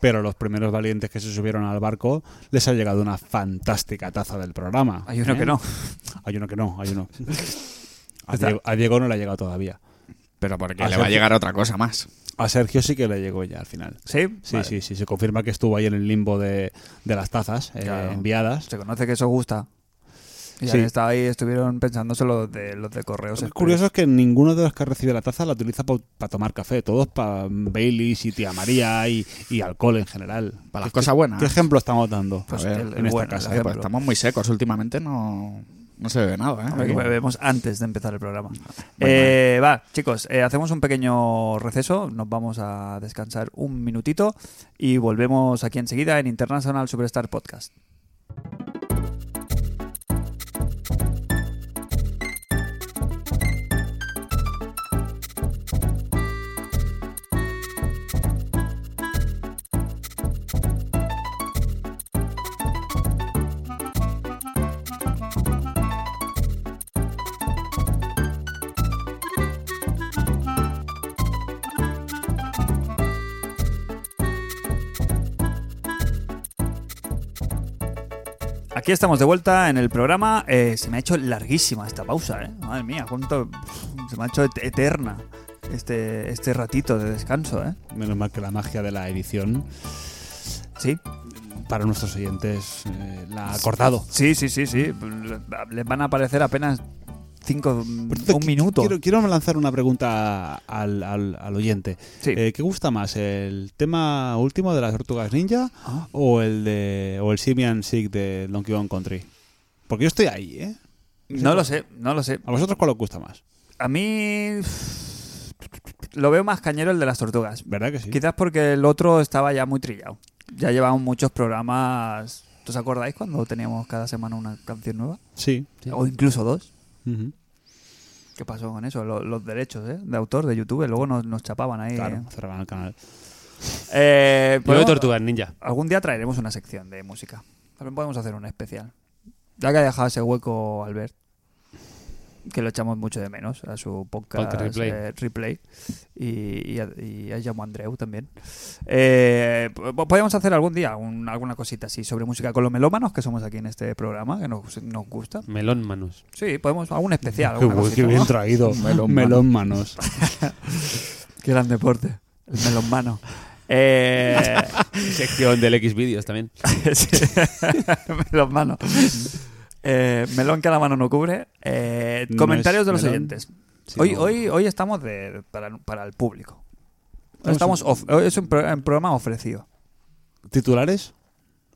C: pero los primeros valientes que se subieron al barco les ha llegado una fantástica taza del programa.
B: Hay uno
C: ¿eh?
B: que no.
C: Hay uno que no, hay uno. A,
B: Está-
C: Diego, a Diego no le ha llegado todavía.
D: Pero porque
C: Ah,
D: le
C: sí.
D: va a llegar otra cosa más.
C: A Sergio sí que le llegó ya al final.
B: ¿Sí?
C: Sí,
B: Vale.
C: sí, sí. Se confirma que estuvo ahí en el limbo de, de las tazas eh,
B: Claro.
C: enviadas.
B: Se conoce que eso gusta. Y
C: Sí.
B: han estado ahí, estuvieron pensándoselo los de, los de correos. este.
C: Lo
B: express.
C: curioso es que ninguno de los que recibe la taza la utiliza para tomar café. Todos para Baileys y tía María y, y alcohol en general.
D: Para las
C: ¿Qué-
D: cosas buenas.
C: ¿Qué ejemplo estamos dando?
B: Pues
D: A ver,
B: el- el
C: en esta
B: bueno, el
C: casa,
D: Joder,
B: ejemplo.
D: pues estamos muy secos últimamente, no... No se bebe nada, ¿eh?
B: Lo que bebemos antes de empezar el programa. Eh, va, chicos, eh, hacemos un pequeño receso, nos vamos a descansar un minutito y volvemos aquí enseguida en International Superstar Podcast. Aquí estamos de vuelta en el programa. Eh, se me ha hecho larguísima esta pausa, ¿eh? Madre mía, cuánto. Se me ha hecho et- eterna este, este ratito de descanso, ¿eh?
C: Menos mal que la magia de la edición
B: Sí,
C: para nuestros oyentes eh, la ha cortado.
B: sí, sí, sí, sí. Les van a aparecer apenas cinco. un
C: qui-
B: minuto.
C: Quiero, quiero lanzar una pregunta al, al- al oyente.
B: Sí.
C: Eh, ¿Qué gusta más, el tema último de las tortugas ninja
B: Ah.
C: o el de o el Simian Sig de Donkey Kong Country? Porque yo estoy ahí, ¿eh?
B: No lo sé, no lo sé.
C: ¿A vosotros cuál os gusta más?
B: A mí. Lo veo más cañero el de las tortugas.
C: ¿Verdad que sí?
B: Quizás porque el otro estaba ya muy trillado. Ya llevamos muchos programas. ¿Os acordáis cuando teníamos cada semana una canción nueva?
C: Sí.
B: O incluso dos.
C: Ujú.
B: ¿Qué pasó con eso? Lo- Los, derechos ¿eh? de autor de YouTube. Luego nos, nos chapaban ahí.
C: Claro,
B: ¿eh?
C: cerraban el canal.
B: Eh,
E: Yo veo
B: podemos-
E: Tortugas Ninja.
B: Algún día traeremos una sección de música. También podemos hacer una especial. Ya que ha dejado ese hueco Albert, que lo echamos mucho de menos a su podcast,
E: Podcast Replay.
B: eh, Replay, y, y a, y a Jaume Andreu también. Eh, po- podemos hacer algún día un- alguna cosita así sobre música con los melómanos que somos aquí en este programa, que nos, nos gusta.
E: Melón Manus.
B: Sí, podemos algún especial.
C: Qué,
B: alguna
C: bu-
B: cosita,
C: qué
B: ¿no?
C: bien traído. Melón, manos.
B: Qué gran deporte, el melómano. Eh,
E: Sección del X vídeos también.
B: Sí. melón mano. Eh, melón que a la mano no cubre. Eh,
C: No
B: comentarios
C: es
B: de los
C: melón,
B: oyentes.
C: sino-
B: Hoy, hoy, hoy estamos de, para, para el público. Hoy
C: Estamos
B: Estamos off- hoy es un, pro- un programa ofrecido.
C: ¿Titulares?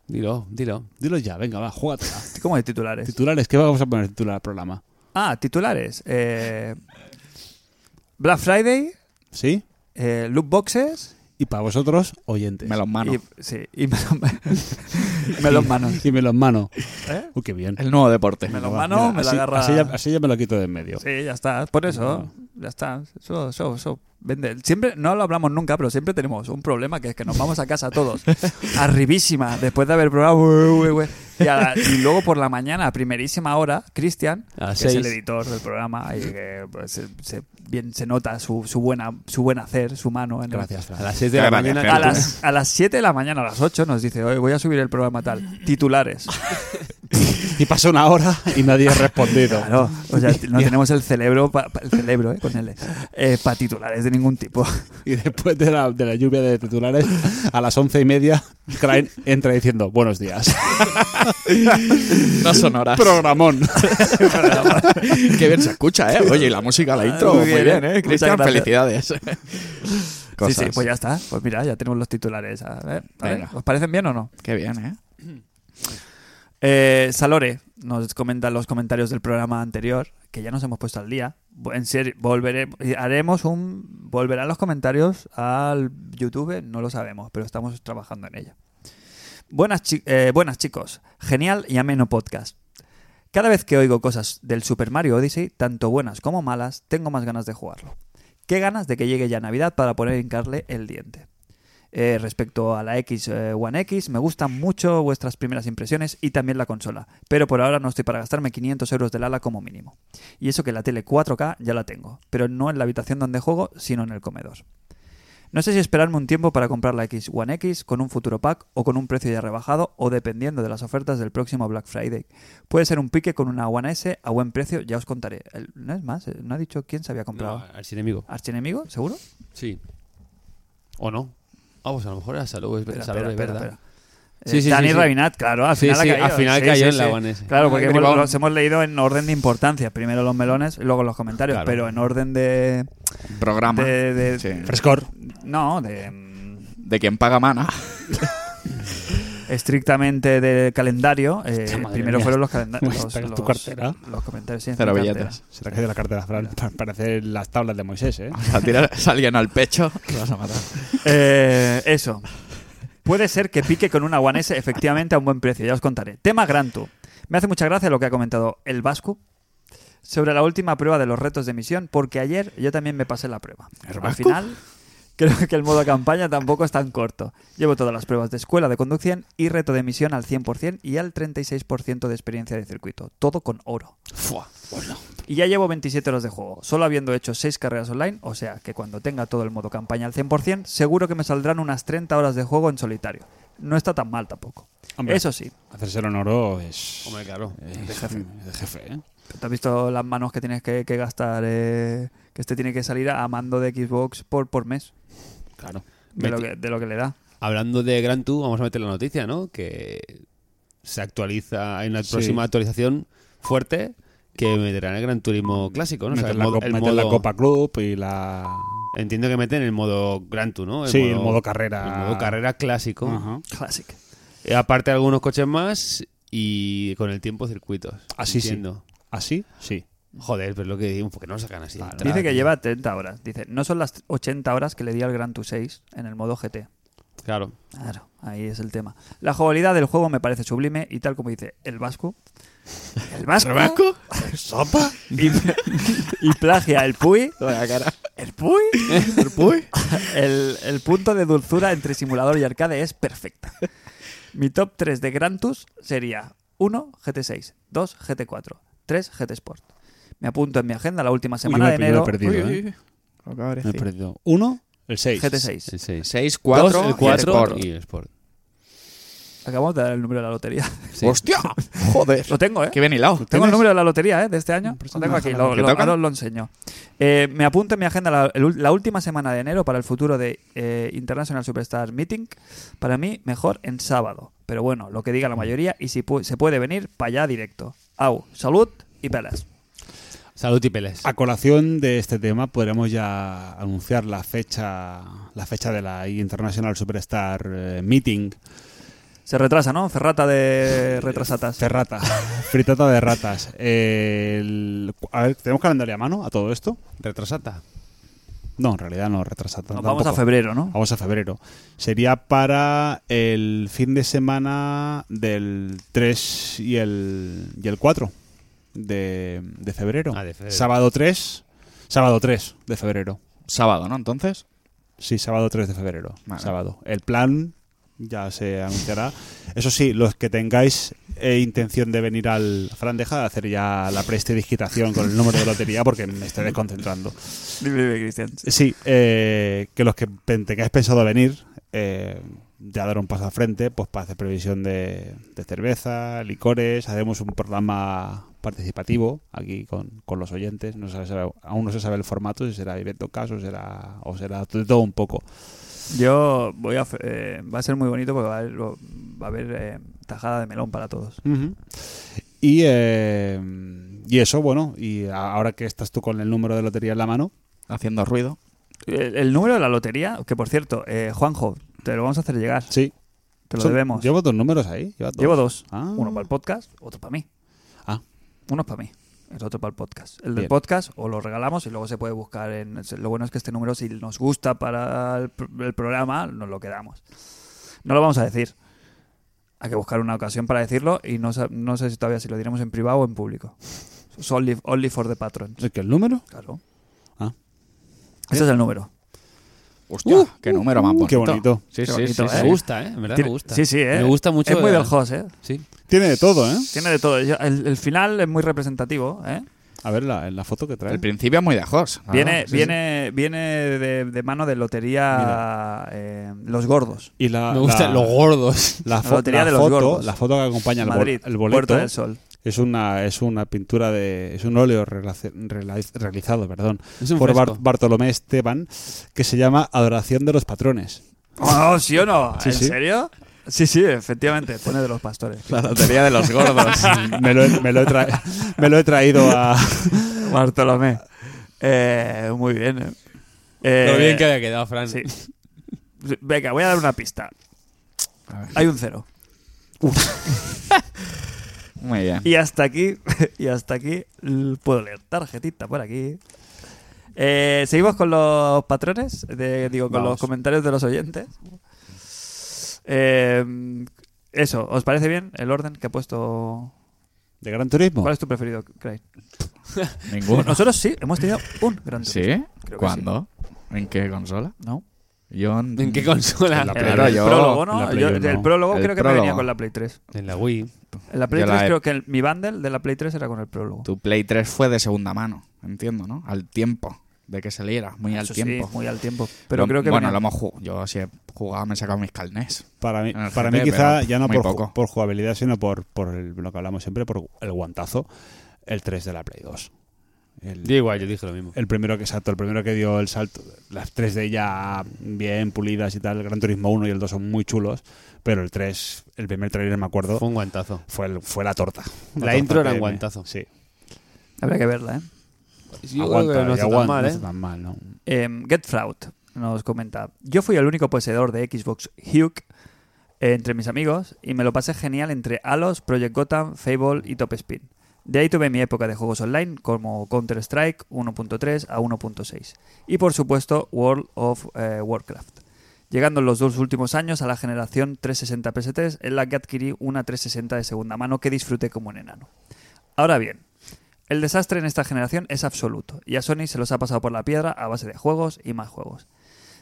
E: Dilo, dilo.
C: Dilo ya, venga, va, júgatela.
B: ¿Cómo de titulares?
C: ¿Titulares? ¿Qué vamos a poner titular al programa?
B: ah, titulares. Eh, Black Friday,
C: ¿Sí?
B: eh, loot boxes
C: Y para vosotros, oyentes.
D: Me los mano.
B: y, sí, y melón, melón manos.
C: Y me los mano.
B: ¿Eh?
C: Uy, qué bien.
D: El nuevo deporte.
B: Melón
C: Va,
B: mano,
C: mira,
B: me la
C: así,
B: agarra.
C: Así ya, así ya me lo quito de en medio.
B: Sí, ya está. Por eso, ya está. Eso, eso, eso. Vende. Siempre, no lo hablamos nunca, pero siempre tenemos un problema que es que nos vamos a casa todos, arribísima, después de haber probado. ue, ue, ue. Y, a la- y luego por la mañana, a primerísima hora, Cristian,
E: A
B: que es
E: seis.
B: el editor del programa, y que pues, se, se- bien se nota su, su buena, su buen hacer, su mano. En el-
C: Gracias,
E: A
C: Fran.
E: las 6 de la
D: Gracias,
E: mañana.
B: a las, a las 7 de la mañana, a las 8, nos dice: Hoy voy a subir el programa tal. Titulares.
C: Y pasa una hora y nadie ha respondido.
B: Claro, o sea, no tenemos el cerebro, pa- pa- el cerebro, eh, con L, eh, para titulares de ningún tipo.
C: Y después de la, de la lluvia de titulares, a las once y media, Crane entra diciendo buenos días.
D: No son horas.
C: Programón.
D: Qué bien se escucha, ¿eh? Oye, y la música, la intro,
B: Muy
D: muy
B: bien,
D: bien,
B: ¿eh?
D: ¿eh?
B: Muchas
D: Cristian,
B: gracias.
D: felicidades.
B: Sí,
D: Cosas.
B: sí, pues ya está. Pues mira, ya tenemos los titulares. A ver, a ver,
D: Venga.
B: ¿os parecen bien o no?
D: Qué bien, ¿eh?
B: Eh, Salore nos comenta los comentarios del programa anterior, que ya nos hemos puesto al día. En serio, volveremos, haremos un... Volverán los comentarios al YouTube, no lo sabemos, pero estamos trabajando en ello. Buenas, chi- eh, buenas chicos, genial y ameno podcast. Cada vez que oigo cosas del Super Mario Odyssey, tanto buenas como malas, tengo más ganas de jugarlo. Qué ganas de que llegue ya Navidad para poner hincarle el diente. Eh, respecto a la X eh, One X, me gustan mucho vuestras primeras impresiones y también la consola, pero por ahora no estoy para gastarme 500 euros del ala como mínimo. Y eso que la tele 4K ya la tengo, pero no en la habitación donde juego, sino en el comedor. No sé si esperarme un tiempo para comprar la X One X con un futuro pack o con un precio ya rebajado o dependiendo de las ofertas del próximo Black Friday. Puede ser un pique con una One S a buen precio, ya os contaré. El- no es más, eh, no ha dicho quién se había comprado.
E: No, archienemigo.
B: ¿Archienemigo? ¿Seguro?
E: Sí. ¿O no. Ah, pues a lo mejor era Salud, es,
B: Espera,
E: Salud,
B: espera,
E: es
B: espera,
E: verdad.
B: espera.
E: Sí,
B: Eh,
E: sí,
B: Dani
E: sí, sí.
B: Rabinat, claro, al
E: Sí,
B: final
E: sí,
B: ha caído.
E: al final cayó en la One S.
B: Claro, porque
D: Ah,
B: hemos,
D: Gribón.
B: los hemos leído en orden de importancia. Primero los melones, luego los comentarios,
E: Claro.
B: pero en orden de...
D: Programa.
B: de, de-
D: Sí.
C: Frescor.
B: No, de... mm,
D: De quien paga mana.
B: estrictamente del calendario, eh,
C: Hostia, madre
B: primero
C: mía.
B: fueron los calendarios.
C: Pues,
B: Los,
C: pero tu
B: los-
C: cartera.
B: los comentarios, sí,
D: Cero
B: mi
D: billetes.
B: cartera.
C: Será que de la cartera, Fran, para parecer las tablas de Moisés, ¿eh?
D: Hasta tiras a alguien al pecho, lo vas a matar.
B: Eh, eso. Puede ser que pique con una One S efectivamente a un buen precio, ya os contaré. Tema Gran Tour. Me hace mucha gracia lo que ha comentado el Vasco sobre la última prueba de los retos de misión, porque ayer yo también me pasé la prueba. Al final, creo que el modo campaña tampoco es tan corto. Llevo todas las pruebas de escuela de conducción y reto de misión al 100% y al 36% de experiencia de circuito. Todo con oro. Y ya llevo 27 horas de juego, solo habiendo hecho 6 carreras online, o sea que cuando tenga todo el modo campaña al 100%, seguro que me saldrán unas 30 horas de juego en solitario. No está tan mal tampoco.
C: Hombre.
B: Eso sí,
C: Hacerse el honor o es.
E: Hombre, claro.
C: es-
B: de jefe.
C: de jefe, ¿eh?
B: ¿te has visto las manos que tienes que, que gastar? eh, que este tiene que salir a mando de Xbox por, por mes,
C: Claro.
B: de lo,
E: Meti-
B: que, de lo que le da.
E: Hablando de Gran Tour, vamos a meter la noticia, ¿no? Que se actualiza, hay una
C: Sí.
E: próxima actualización fuerte que meterán el Gran Turismo clásico, ¿no? O sea,
C: Meter
E: el
C: la,
E: modo-
C: co-
E: el
C: meter la
E: modo-
C: Copa Club y la.
E: Entiendo que meten el modo Gran Tour, ¿no?
C: sí, el modo carrera.
E: el modo carrera clásico.
C: Ajá.
B: Classic.
E: Eh, Aparte algunos coches más y con el tiempo circuitos.
C: Así sí.
E: entiendo.
C: Así, ¿Ah, sí.
E: Joder, pero es lo que digo, ¿por qué no lo sacan así? Tra-
B: Dice que lleva 30 horas. Dice, no son las 80 horas que le di al Gran Tour 6 en el modo GT.
E: Claro.
B: Claro, ahí es el tema. La jugabilidad del juego me parece sublime y tal como dice el vasco. El vasco.
C: ¿Sopa?
B: Y, y plagia el Puy. El Puy. El Puy. El, punto de dulzura entre simulador y arcade es perfecta. Mi top 3 de Grantus sería 1 GT6, 2 GT4, 3 GT Sport. Me apunto en mi agenda la última semana
C: me-
B: de
C: yo me he
B: enero.
C: perdido,
B: Uy,
C: ¿eh?
B: uy, uy.
D: Lo acabo de
C: Me he
D: decir.
C: perdido. Uno, el 6.
B: GT6.
E: El 6.
D: 6, 4,
E: el 4 y el Sport.
B: Acabamos de dar el número de la lotería.
E: Sí.
D: ¡Hostia! ¡Joder!
B: Lo tengo, ¿eh?
D: ¡Qué bien hilado!
B: Tengo el número de la lotería ¿eh? de este año. Lo tengo aquí, lo,
D: ¿Que
B: lo,
D: tocan?
B: ahora os lo enseño. Eh, me apunto en mi agenda la, el ul- la última semana de enero para el futuro de eh, International Superstar Meeting. Para mí, mejor en sábado. Pero bueno, lo que diga la mayoría y si pu- se puede venir, para allá directo. Au, salud y pelas.
E: Salud y peles.
C: A colación de este tema, podremos ya anunciar la fecha, la fecha de la International Superstar eh, Meeting.
B: Se retrasa, ¿no? Ferrata de retrasatas.
C: Ferrata, fritata de ratas. Eh, el- a ver, ¿tenemos calendario a mano a todo esto?
E: Retrasata.
C: No, en realidad no, retrasata.
B: Nos vamos a
C: tampoco.
B: febrero, ¿no?
C: Vamos a febrero. Sería para el fin de semana del 3 y el, y el 4 de, de febrero.
E: Ah, de febrero.
C: Sábado 3. Sábado 3 de febrero.
D: Sábado, ¿no? Entonces.
C: Sí, sábado 3 de febrero.
D: Vale.
C: Sábado. El plan ya se anunciará. Eso sí, los que tengáis eh, intención de venir al Fran, deja de hacer ya la prestidigitación con el número de lotería porque me estoy desconcentrando.
B: Dime, dime, Cristian.
C: Sí, eh, que los que pen- tengáis pensado venir, eh, ya dar un paso al frente, pues para hacer previsión de, de cerveza, licores, hacemos un programa participativo aquí con, con los oyentes, no se sabe- aún no se sabe el formato, si será evento caso, será, o será de todo un poco.
B: Yo voy a. fe- eh, va a ser muy bonito porque va a haber, lo- va a haber eh, tajada de melón para todos.
C: Y, eh, y eso, bueno, y a- ahora que estás tú con el número de lotería en la mano,
D: Haciendo ruido.
B: El, el número de la lotería, que por cierto, eh, Juanjo, te lo vamos a hacer llegar.
C: sí.
B: Te lo
C: Son-
B: debemos.
C: Llevo dos números ahí. Lleva dos.
B: Llevo dos.
C: Ah.
B: Uno para el podcast, otro para mí.
C: Ah.
B: Uno es para mí, el otro para el podcast. El del
C: Bien.
B: podcast o lo regalamos y luego se puede buscar en... Lo bueno es que este número, si nos gusta para el, pr- el programa, nos lo quedamos. No lo vamos a decir. Hay que buscar una ocasión para decirlo y no, sa- no sé si todavía si lo diremos en privado o en público. Es Only, only for the patrons.
C: ¿Es que el número?
B: Claro.
C: Ah.
B: Ese es el número.
D: ¡Hostia! ¡Qué número más
C: uh,
D: bonito!
C: qué bonito.
E: Sí,
B: Qué
E: sí,
B: bonito,
E: sí.
B: ¿eh?
E: Me gusta, ¿eh? En verdad
B: Tiene-
E: me gusta.
B: Sí, sí, eh.
E: Me gusta mucho.
B: Es muy
E: la-
B: del host, eh.
E: Sí.
C: Tiene de todo, ¿eh?
B: Tiene de todo. Yo- El, el final es muy representativo. ¿eh?
C: A ver la, la foto que trae.
D: El principio es muy de Jos. ¿no?
B: viene
D: Ah, Sí, sí.
B: viene, viene de, de mano de Lotería eh, Los Gordos.
C: y la,
E: Me gustan
C: Ah, la-
E: los gordos.
C: La,
B: La
C: fo-
B: lotería
C: la
B: de los
C: foto,
B: gordos.
C: la foto que acompaña el, bol-
B: Madrid,
C: el boleto
B: Puerta del Sol.
C: es una es una pintura de es un óleo relace- rela- realizado, perdón,
E: Es un
C: por Bar-
E: fresco.
C: Bartolomé Esteban que se llama Adoración de los patrones.
B: Oh, ¿Sí o no?
C: Sí,
B: ¿En
C: sí.
B: serio? Sí, sí, efectivamente. Pone de los pastores.
D: La lotería de los gordos.
C: Me lo, he- me lo he, tra- me lo he traído a
B: Bartolomé. Eh, muy bien. eh. Eh,
E: Lo bien que había quedado, Fran.
B: sí. Venga, voy a dar una pista. Hay un cero.
D: Muy bien.
B: Y hasta aquí, y hasta aquí, l- puedo leer tarjetita por aquí. Eh, Seguimos con los patrones, de- digo, con
C: Vamos.
B: los comentarios de los oyentes. Eh, eso, ¿os parece bien el orden que ha
D: Oh.
B: puesto?
C: ¿De Gran Turismo?
B: ¿Cuál es tu preferido, Craig?
D: Ninguno.
B: Nosotros sí, hemos tenido un gran turismo.
D: ¿Sí?
B: Creo que
D: ¿Cuándo? ¿En qué consola?
B: ¿No?
D: Yo en,
E: ¿En qué consola?
C: En la
B: El,
C: Play
B: el
C: yo-
B: prólogo, ¿no?
C: la Play
B: Yo-
C: yo no.
B: El prólogo
D: El
B: creo que me venía
D: prólogo.
B: con la Play 3.
E: En la Wii.
B: En la Play
D: Yo la
B: 3
D: he-
B: creo que el- mi bundle de la Play 3 era con el prólogo.
D: Tu Play 3 fue de segunda mano, entiendo, ¿no? Al tiempo de que saliera, muy al
B: Ah, Eso sí,
D: tiempo.
B: muy al tiempo. Pero
D: Lo-
B: creo que
D: bueno,
B: venía-
D: lo hemos jugado. Yo si he jugado me he sacado mis calnés.
C: Para mí,
D: En el
C: para
D: GP,
C: mí quizá
D: pero
C: ya no
D: muy
C: por,
D: poco.
C: ju- por jugabilidad, sino por, por el- lo que hablamos siempre, por el guantazo, el 3 de la Play 2. El,
E: Yo igual, yo dije lo mismo.
C: el primero que exacto, el primero que dio el salto, las 3 de ella bien pulidas y tal, el Gran Turismo 1 y el 2 son muy chulos, pero el 3, el primer trailer me acuerdo,
E: Fue un guantazo.
C: fue, el- fue la torta.
E: La
C: torta
E: intro era
C: que
E: un
C: me-
E: guantazo.
C: Sí.
B: Habrá que verla, ¿eh?
E: Yo
C: Aguanta,
E: creo que no
C: y
E: está tan
C: aguanta,
E: mal,
C: no
E: ¿eh?
C: está tan mal, ¿no?
B: Em, Getfraud nos comenta: Yo fui el único poseedor de Xbox Hugh eh, entre mis amigos y me lo pasé genial entre Halos, Project Gotham, Fable y Top Spin. De ahí tuve mi época de juegos online como Counter-Strike 1.3 a 1.6 y por supuesto World of eh, Warcraft. Llegando en los dos últimos años a la generación 360 PS3 en la que adquirí una 360 de segunda mano que disfruté como un enano. Ahora bien, el desastre en esta generación es absoluto y a Sony se los ha pasado por la piedra a base de juegos y más juegos.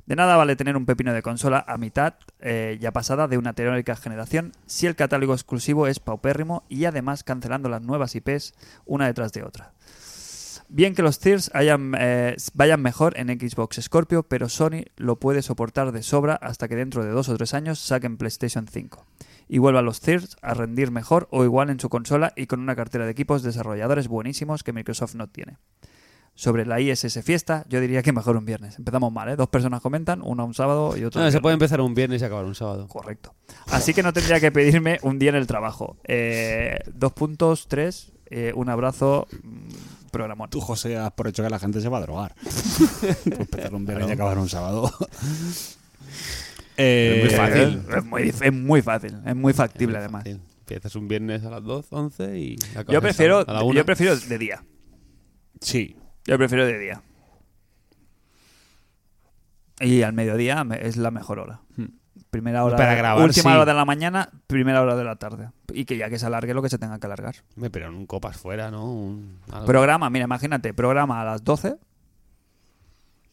B: De nada vale tener un pepino de consola a mitad eh, ya pasada de una teórica generación si el catálogo exclusivo es paupérrimo y además cancelando las nuevas IPs una detrás de otra. Bien que los tiers hayan, eh, vayan mejor en Xbox Scorpio, pero Sony lo puede soportar de sobra hasta que dentro de dos o tres años saquen PlayStation 5 y vuelva a los tiers a rendir mejor o igual en su consola y con una cartera de equipos desarrolladores buenísimos que Microsoft no tiene. Sobre la ISS Fiesta, yo diría que mejor un viernes. Empezamos mal, ¿eh? Dos personas comentan, una un sábado y otra
E: No,
B: un
E: se
B: viernes.
E: puede empezar un viernes y acabar un sábado.
B: Correcto. Así que no tendría que pedirme un día en el trabajo. Eh, dos puntos, tres, eh, un abrazo, mm, programón.
C: Tú, José, has por hecho que la gente se va a drogar. Pues empezar un viernes y acabar un sábado. Eh,
E: Es muy fácil.
B: Es muy, dif- es muy fácil, es muy factible además.
E: Fácil. Empiezas un viernes a las 2, 11 y acabas
B: Yo
E: el
B: prefiero,
E: sábado a la una.
B: yo prefiero de día.
C: Sí,
B: Yo prefiero de día. Y al mediodía me- es la mejor hora. Primera hora,
E: Hmm. Para
B: de-
E: grabar,
B: última
E: sí.
B: hora de la mañana, primera hora de la tarde. Y que ya que se alargue lo que se tenga que alargar.
E: Me pero un copas fuera, ¿no? Un- algo.
B: Programa, mira, imagínate, programa a las 12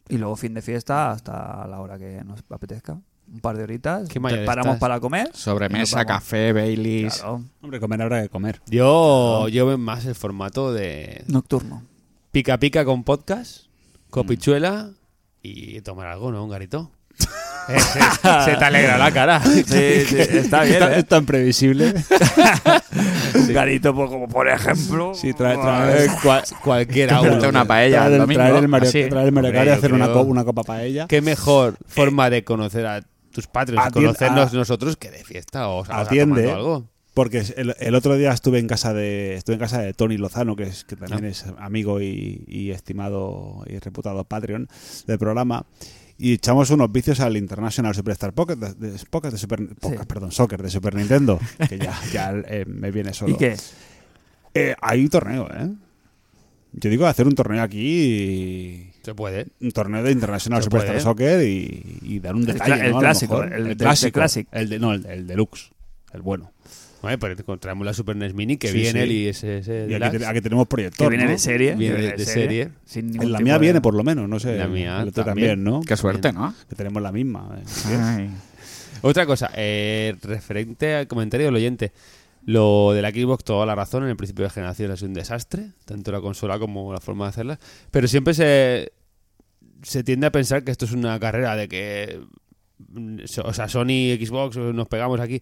B: y luego fin de fiesta hasta la hora que nos apetezca. Un par de horitas,
E: Qué mayor
B: te paramos
E: estás.
B: para comer. Y
D: Sobremesa,
B: nos vamos.
D: café, Baileys.
B: Claro,
C: hombre, comer habrá que comer.
E: Yo, yo veo más el formato de
B: nocturno.
E: pica pica con podcast,
C: Mm.
E: copichuela y tomar algo, ¿no? Un garito. Eh, se, se te alegra la cara.
B: Sí, sí, está
C: Es
B: bien.
C: tan-
B: ¿eh?
C: es tan previsible.
B: Un Garito, pues, como por ejemplo.
C: Sí, trae,
E: Eh,
C: trae,
E: cual- cualquier agua.
D: Ponte una paella
C: traer
D: el
C: el,
D: domingo.
C: traer el Mario,
D: así.
C: traer el Mario
E: Ah, Hombre,
C: Kart y
E: yo
C: hacer una,
E: creo-
C: co- una copa paella.
E: Qué mejor forma de conocer a tus padres,
C: Atien-
E: conocernos
C: a-
E: nosotros que de fiesta o sea,
C: Atiende.
E: tomando algo.
C: Porque el, el otro día estuve en casa de estuve en casa de Tony Lozano, que es que también
E: Ah.
C: es amigo y, y estimado y reputado Patreon del programa. Y echamos unos vicios al International Superstar Pocket de, de- Pocket de Super Pocket, perdón, Soccer de Super Nintendo, que ya, ya, eh, me viene solo.
B: ¿Y qué?
C: Eh, hay un torneo, ¿eh? Yo digo hacer un torneo aquí,
E: Se puede.
C: un torneo de International
E: Se
C: Superstar
E: puede.
C: Soccer y, y dar un
B: ¿eh? El
C: detalle.
B: cla-
C: ¿no?
B: el
C: A lo
B: clásico,
C: mejor.
B: el de- de
C: clásico,
B: Classic.
C: el de, no, el, el deluxe, el bueno.
E: Vale, pero pues encontramos la Super NES Mini que
C: Sí, sí.
E: viene él y ese, ese
C: Y aquí,
E: deluxe.
C: te- aquí tenemos proyector.
B: Que viene
C: ¿no?
B: de serie.
E: Viene de- de serie.
B: Sin
C: En
B: ningún
C: la
B: tipo
C: mía
B: de-
C: viene por lo menos, no sé.
E: La mía
C: el otro
E: también.
C: también, ¿no?
D: Qué suerte, ¿no?
C: Que tenemos la misma. eh.
D: Ay.
E: Otra cosa, eh, referente al comentario del oyente. Lo de la Xbox, toda la razón, en el principio de generación ha sido un desastre, tanto la consola como la forma de hacerla. Pero siempre se, se tiende a pensar que esto es una carrera de que. mm, so- O sea, Sony, Xbox, eh, nos pegamos aquí.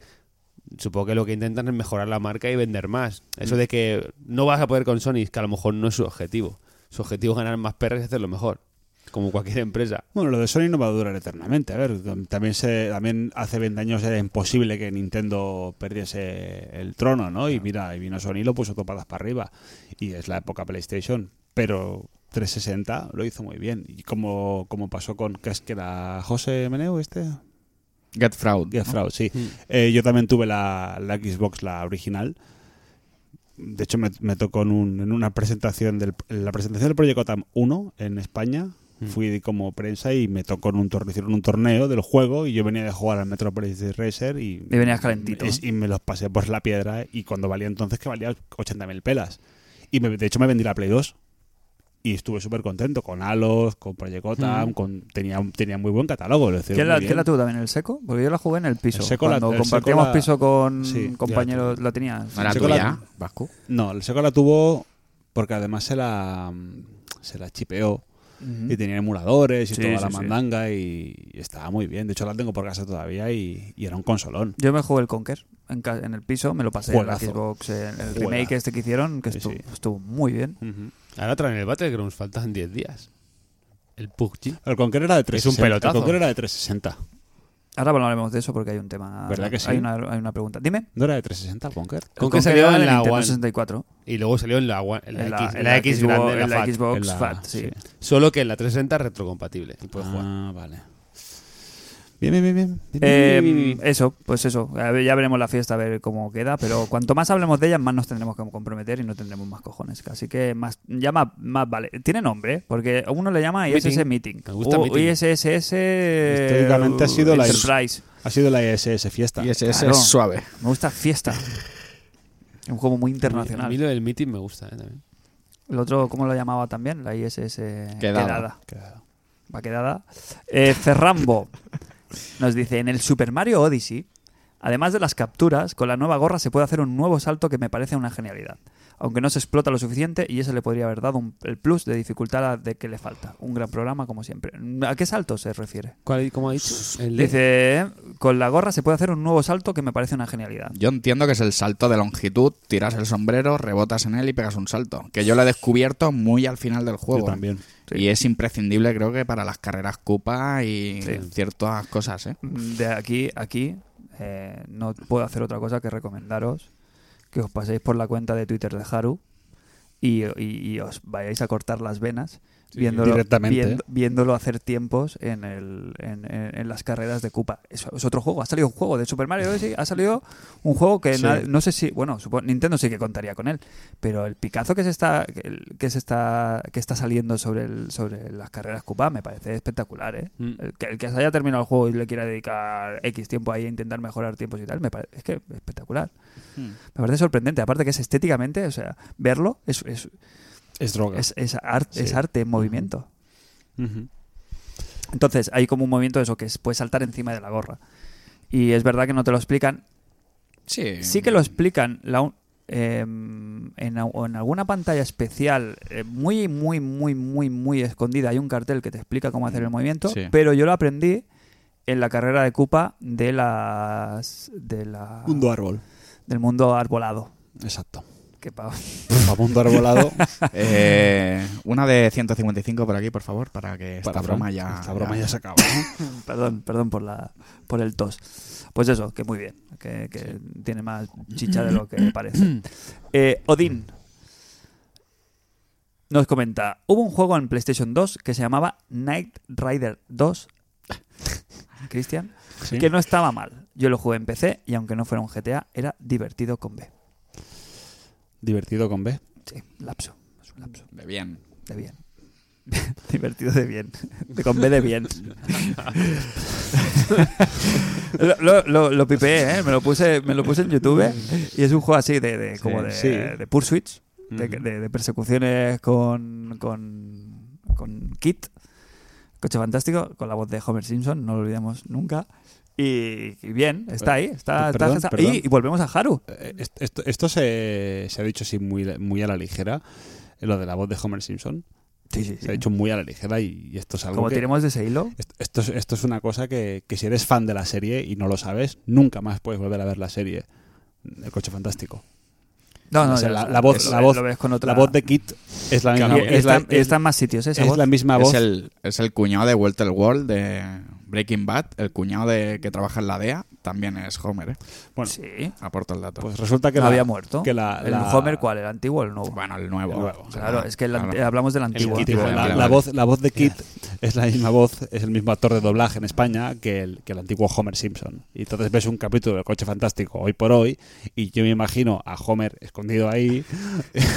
E: Supongo que lo que intentan es mejorar la marca y vender más. Eso de que no vas a poder con Sony, que a lo mejor no es su objetivo. Su objetivo es ganar más perras y hacerlo mejor, como cualquier empresa.
C: Bueno, lo de Sony no va a durar eternamente. A ver, tam- también se, también hace 20 años era imposible que Nintendo perdiese el trono, ¿no? Y mira, y vino Sony y lo puso topadas para arriba. Y es la época PlayStation. Pero 360 lo hizo muy bien. Y como, como pasó con, ¿qué es que era José Meneu este?
D: Get Fraud.
C: Get
D: ¿no?
C: Fraud, sí.
B: Mm.
C: Eh, yo también tuve la, la Xbox, la original. De hecho, me, me tocó en, un- en una presentación del, en la presentación del proyecto TAM 1 en España.
B: Mm.
C: Fui como prensa y me tocó en un torneo, hicieron un torneo del juego y yo venía de jugar al Metropolis Racer y,
B: Y venías calentito,
C: es-
B: ¿no?
C: y me los pasé por la piedra y cuando valía entonces que valía 80.000 pelas. Y me- de hecho me vendí la Play 2 y estuve súper contento con Halos, con Project Gotham, con, tenía, tenía muy buen catálogo. lo decía,
B: ¿Quién
C: muy
B: Mm. la,
C: bien.
B: quién la tuvo también? ¿El seco? Porque yo la jugué en el piso.
C: El Seco la-
B: Cuando
C: el Seco
B: compartíamos
C: la-
B: piso con
C: Sí,
B: compañeros, la tenía.
D: ¿No era
C: Sí, chocolate.
D: tuya, Vasco?
C: No, el Seco la tuvo porque además se la se la chipeó y tenía emuladores y
B: Sí,
C: toda
B: sí,
C: la
B: sí.
C: mandanga y, y estaba muy bien. De hecho la tengo por casa todavía y, y era un consolón.
B: Yo me jugué el Conquer en, ca- en el piso, me lo pasé
C: Juegazo.
B: en la Xbox, en el
C: Juegazo.
B: remake este que hicieron, que
C: Sí,
B: estuvo,
C: sí. Mm.
B: estuvo muy bien.
E: Ahora traen el Battlegrounds, faltan 10 días. El PUBG.
C: El Conquer era de
E: Es un
C: 360.
E: pelotazo.
C: El Conquer era de 360.
B: Ahora hablaremos de eso porque hay un tema.
C: ¿Verdad que sí?
B: Hay una, hay una pregunta. Dime.
C: ¿No era de 360 el Conquer?
B: El
E: Conquer
B: Conquer
E: salió
B: era
E: en
B: de
E: la
B: Nintendo
E: One.
B: 64.
E: Y luego salió en la, One- en la
B: En
E: X, en
B: en
E: la X grande, en la
B: en la
E: Fat.
B: Xbox
C: en la-
B: Fat, sí.
C: sí.
E: Solo que en la 360 es retrocompatible. y puedes jugar.
C: Ah, vale. Bien, bien, bien, bien. bien,
B: Eh,
C: bien,
E: Em,
C: bien, bien.
B: eso, pues eso. A ver, ya veremos la fiesta a ver cómo queda, pero cuanto más hablemos de ella, más nos tendremos que comprometer y no tendremos más cojones. Así que más, ya más, más vale. Tiene nombre, ¿eh? porque a uno le llama ISS Meeting. Uh,
E: Me gusta
B: o
E: Meeting.
B: ISSS.
C: Históricamente ha sido la-
B: Enterprise.
C: Ha sido la ISS fiesta.
D: Y ese, ese
B: Claro.
D: es suave.
B: Me gusta fiesta. Es un juego muy
E: A mí
B: internacional.
E: lo del meeting me gusta. eh, también.
B: El otro, ¿cómo lo llamaba también? La ISS
D: Quedada.
C: Quedado.
B: va quedada. Eh, Ferrambo nos dice, en el Super Mario Odyssey, además de las capturas, con la nueva gorra se puede hacer un nuevo salto que me parece una genialidad. Aunque no se explota lo suficiente y eso le podría haber dado un- el plus de dificultad a- de que le falta. Un gran programa como siempre. ¿A qué salto se refiere?
E: ¿Cuál- ¿Cómo ha dicho? El de-
B: Dice, con la gorra se puede hacer un nuevo salto que me parece una genialidad.
D: Yo entiendo que es el salto de longitud, tiras el sombrero, rebotas en él y pegas un salto. Que yo lo he descubierto muy al final del
C: Yo
D: juego.
C: también.
D: Y es imprescindible, creo que, para las carreras Cupa y
B: Sí.
D: ciertas cosas, ¿eh?
B: de aquí aquí eh, no puedo hacer otra cosa que recomendaros que os paséis por la cuenta de Twitter de Haru y, y- y os vayáis a cortar las venas viéndolo,
C: directamente.
B: viendo- viéndolo hacer tiempos en, el, en, en- en las carreras de Cupa. Eso es otro juego. Ha salido un juego de Super Mario Odyssey. Ha salido un juego que
C: Sí.
B: na- no sé si. Bueno, supo- Nintendo sí que contaría con él. Pero el picazo que se está, que, el- que se está, que está saliendo sobre, el, sobre las carreras Cupa me parece espectacular. ¿eh?
E: Mm.
B: El, que, el que se haya terminado el juego y le quiera dedicar X tiempo ahí a intentar mejorar tiempos y tal, me parece es que espectacular. Me parece sorprendente. Aparte que es estéticamente, o sea, verlo es, es,
C: Es droga.
B: es, es art-
C: Sí.
B: es arte en movimiento.
C: Ujú.
B: Entonces, hay como un movimiento de eso, que es puedes saltar encima de la gorra. Y es verdad que no te lo explican.
D: Sí.
B: Sí que lo explican la un- eh, en, au- en alguna pantalla especial, eh, muy, muy, muy, muy, muy escondida. Hay un cartel que te explica cómo hacer el movimiento,
D: Sí.
B: pero yo lo aprendí en la carrera de Cupa de las. De la,
E: Ah.
C: Mundo árbol.
B: del mundo arbolado.
C: Exacto.
B: Que pa-
C: A mundo arbolado.
D: Eh, una de 155 por aquí, por favor, para que esta
C: Para
D: broma
C: Fran,
D: ya.
C: Esta broma ya se acaba.
B: perdón, perdón por la por el tos. Pues eso, que muy bien, que, que tiene más chicha de lo que parece. Eh, Odín nos comenta, hubo un juego en PlayStation 2 que se llamaba Night Rider 2. Cristian,
C: Sí.
B: que no estaba mal. Yo lo jugué en PC y aunque no fuera un GTA, era divertido con B.
C: Divertido con B.
B: Sí, lapso, es un lapso
D: De bien.
B: de bien. Divertido de bien. De con B de bien. lo, lo, lo- lo pipeé, ¿eh? Me lo, puse, me lo puse en YouTube y es un juego así de, de- como
C: Sí,
B: de,
C: sí.
B: de pursuits, de, de- de persecuciones con, con, con Kit, Coche Fantástico, con la voz de Homer Simpson, no lo olvidemos nunca. Y, y bien, está ahí. Está, está-
C: Perdón,
B: está-
C: perdón.
B: y, y volvemos a Haru.
C: Eh, est- Esto, esto se, se ha dicho así muy, muy a la ligera. eh, Lo de la voz de Homer Simpson.
B: Sí, sí, sí.
C: Se ha dicho muy a la ligera y, y esto es algo
B: Como
C: que-
B: tenemos de ese hilo.
C: Esto, esto es, esto es una cosa que, que si eres fan de la serie y no lo sabes, nunca más puedes volver a ver la serie. mm, El coche fantástico.
B: No, no,
C: O sea,
B: ya
C: la,
B: lo-
C: la voz,
B: lo-
C: la, voz,
B: lo ves con otra-
C: la voz de Kit es la
B: Y-
C: misma.
B: y
C: es
B: está-
C: la-
B: está,
C: es-
B: en más sitios esa
C: es
B: voz.
C: la misma
D: Es
C: voz.
D: el, es el cuñado de Walter Wall de Breaking Bad, el cuñado de que trabaja en la DEA, también es Homer, ¿eh?
C: Bueno,
B: Sí.
D: Aporto el dato.
C: pues resulta que
B: no
C: la-
B: había muerto.
C: Que la,
B: ¿El
C: la-
B: Homer cuál? ¿El antiguo o el nuevo?
D: bueno, el nuevo.
C: el nuevo.
D: O sea,
B: claro, es que el ante-
D: claro.
B: hablamos del antiguo.
D: Kitty,
C: Tipo,
D: Vale,
C: la,
D: vale,
C: la
D: vale.
C: voz, la voz de Kit es la misma voz, es el mismo actor de doblaje en España que el, que el antiguo Homer Simpson. Y entonces ves un capítulo del Coche Fantástico hoy por hoy y yo me imagino a Homer escondido ahí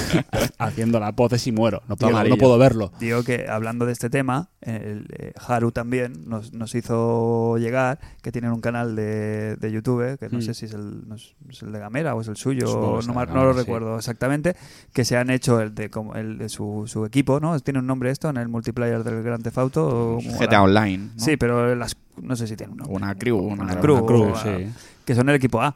C: haciendo la voz y muero. No puedo,
D: Amarillo.
C: no puedo verlo.
B: Digo que hablando de este tema, el, eh, Haru también nos, nos hizo llegar que tienen un canal de, de YouTube, que no
C: Mm.
B: sé si es el, no es- es el de Gamera o es el suyo,
C: Supongo que es
B: no,
C: el
B: ma-
C: de
B: no lo
C: Gamera, sí.
B: recuerdo exactamente, que se han hecho el de, como el de su, su equipo, ¿no? ¿Tiene un nombre esto en el multiplayer del Grand Theft Auto? o
C: Hmm.
B: como
D: GTA
B: la-
D: Online. ¿no?
B: Sí, pero las, no sé si tiene un nombre.
D: Una crew. Una,
B: Una
C: Cruz,
B: Cruz,
C: Cruz,
B: bueno.
C: sí.
B: que son el equipo A.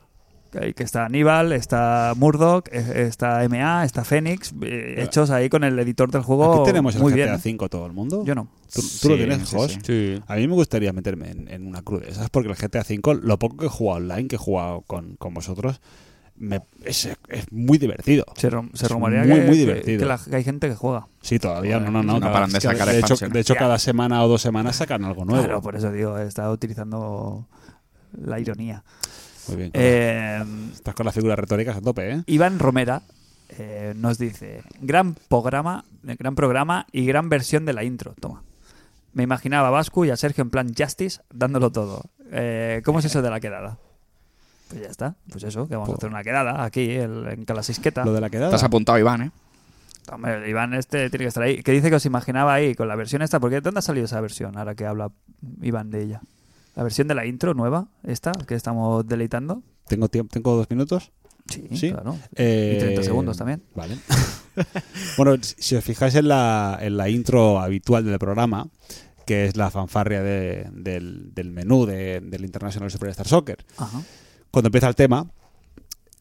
B: Que ahí- que está Aníbal, está Murdoch, eh, está MA, está Fénix, eh, hechos ahí con el editor del juego.
C: Aquí tenemos el
B: muy
C: GTA
B: bien. ¿eh?
C: 5 todo el mundo.
B: Yo no.
C: ¿Tú, tú lo
D: Sí,
C: tienes,
D: sí,
C: Jos?
D: sí.
E: Sí.
C: A mí me gustaría meterme en, en una cruz de esas porque el GTA V, lo poco que he jugado online, que he jugado con, con vosotros, me- es, es muy divertido.
B: Se, rom- se
C: Es
B: rumorea
C: muy,
B: que,
C: muy
B: que-
C: divertido.
B: que la- que hay gente que juega.
C: Sí, todavía no, no, no.
D: No
C: cada-
D: paran de
C: es que
D: sacar
C: de hecho,
D: expansiones.
C: de hecho,
B: Ya.
C: cada semana o dos semanas sacan algo nuevo.
B: Claro, pues, por eso digo, está utilizando la ironía.
C: Muy bien.
B: Eh,
C: Estás con las figuras retóricas a tope, ¿eh?
B: Iván Romera eh, nos dice, gran programa, eh, gran programa y gran versión de la intro. Toma. Me imaginaba a Vascu y a Sergio en plan Justice dándolo todo. Eh, ¿Cómo es eso de la quedada? Pues ya está, pues eso, que vamos a hacer una quedada aquí el- en Calasisqueta.
C: Lo de la quedada.
D: Estás apuntado, Iván, ¿eh?
B: Hombre, el Iván este tiene que estar ahí. Que dice que os imaginaba ahí con la versión esta. ¿Por qué dónde ha salido esa versión ahora que habla Iván de ella? ¿La versión de la intro nueva, esta, que estamos deleitando?
C: ¿Tengo, tiempo, ¿Tengo dos minutos?
B: Sí,
C: Sí.
B: claro.
C: Eh,
B: Y 30 segundos también.
C: Vale. bueno, si- si os fijáis en la, en la intro habitual del programa, que es la fanfarria de- del, del menú de- del International Superstar Soccer,
B: Ajá.
C: cuando empieza el tema,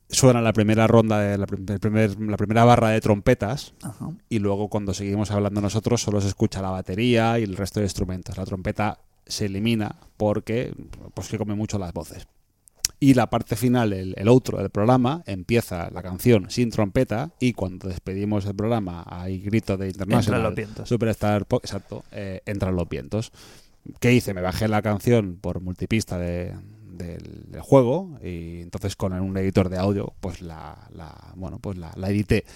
C: suena la primera ronda, de la, prim- el primer- la primera barra de trompetas,
B: Ajá.
C: y luego cuando seguimos hablando nosotros solo se escucha la batería y el resto de instrumentos. La trompeta se elimina porque pues que come mucho las voces. Y la parte final, el, el outro del programa, empieza la canción sin trompeta y cuando despedimos el programa hay grito de International
B: los vientos.
C: Superstar Po- exacto, eh, entran los vientos. ¿Qué hice? Me bajé la canción por multipista de- del, del juego y entonces con un editor de audio pues la, la- bueno pues la- la edité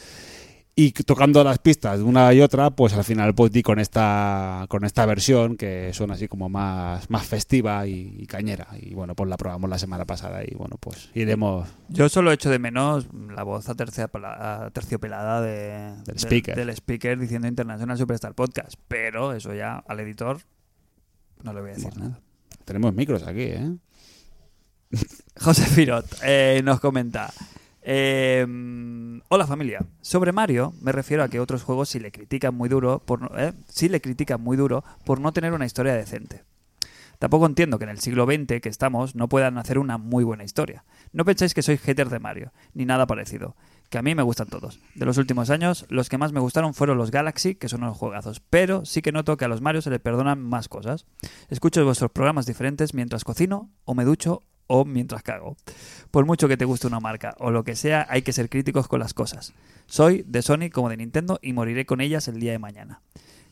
C: y tocando las pistas de una y otra, pues al final pues di con esta con esta versión que suena así como más, más festiva y, y cañera. Y bueno, pues la probamos la semana pasada y bueno, pues iremos
B: Yo solo echo de menos la voz aterciopela- aterciopelada de,
C: Del speaker.
B: del speaker diciendo International Superstar Podcast. Pero eso ya al editor no le voy a decir nada.
C: Tenemos micros aquí, ¿eh?
B: José Firot eh, nos comenta. eh, Hola familia, sobre Mario me refiero a que otros juegos sí le critican muy duro por no, eh, sí le critican muy duro por no tener una historia decente. Tampoco entiendo que en el siglo XX que estamos no puedan hacer una muy buena historia. No penséis que soy hater de Mario, ni nada parecido, que a mí me gustan todos. De los últimos años, los que más me gustaron fueron los Galaxy, que son unos juegazos, pero sí que noto que a los Mario se les perdonan más cosas. Escucho vuestros programas diferentes mientras cocino, o me ducho, o mientras cago. Por mucho que te guste una marca o lo que sea, hay que ser críticos con las cosas. Soy de Sony como de Nintendo y moriré con ellas el día de mañana.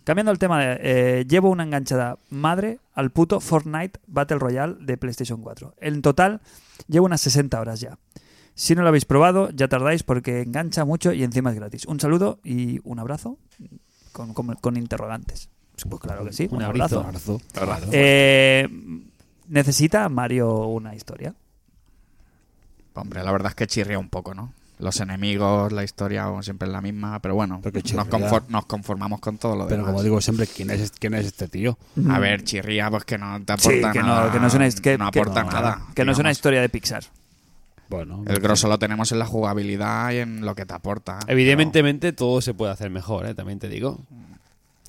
B: Cambiando el tema, de, eh, llevo una enganchada madre al puto Fortnite Battle Royale de PlayStation 4. En total, llevo unas 60 horas ya. Si no lo habéis probado, ya tardáis porque engancha mucho y encima es gratis. Un saludo y un abrazo con, con- con interrogantes. Pues claro que sí, un, abrazo. Eh, ¿Necesita Mario una historia?
D: Hombre, la verdad es que chirría un poco, ¿no? Los enemigos, la historia, como siempre es la misma, pero bueno,
C: Pero que
D: nos,
C: chirría.
D: confor- nos conformamos con todo lo
C: Pero
D: demás.
C: como digo siempre, ¿quién es, quién es este tío?
D: A ver, chirría, pues que no te
B: Sí,
D: aporta
B: que
D: nada.
B: no, que no es una, his- que,
D: no
B: que-
D: aporta nada.
B: Que no es una
D: digamos.
B: historia de Pixar.
C: Bueno,
D: El grosso lo tenemos en la jugabilidad y en lo que te aporta.
E: Evidentemente todo se puede hacer mejor, ¿eh? también te digo.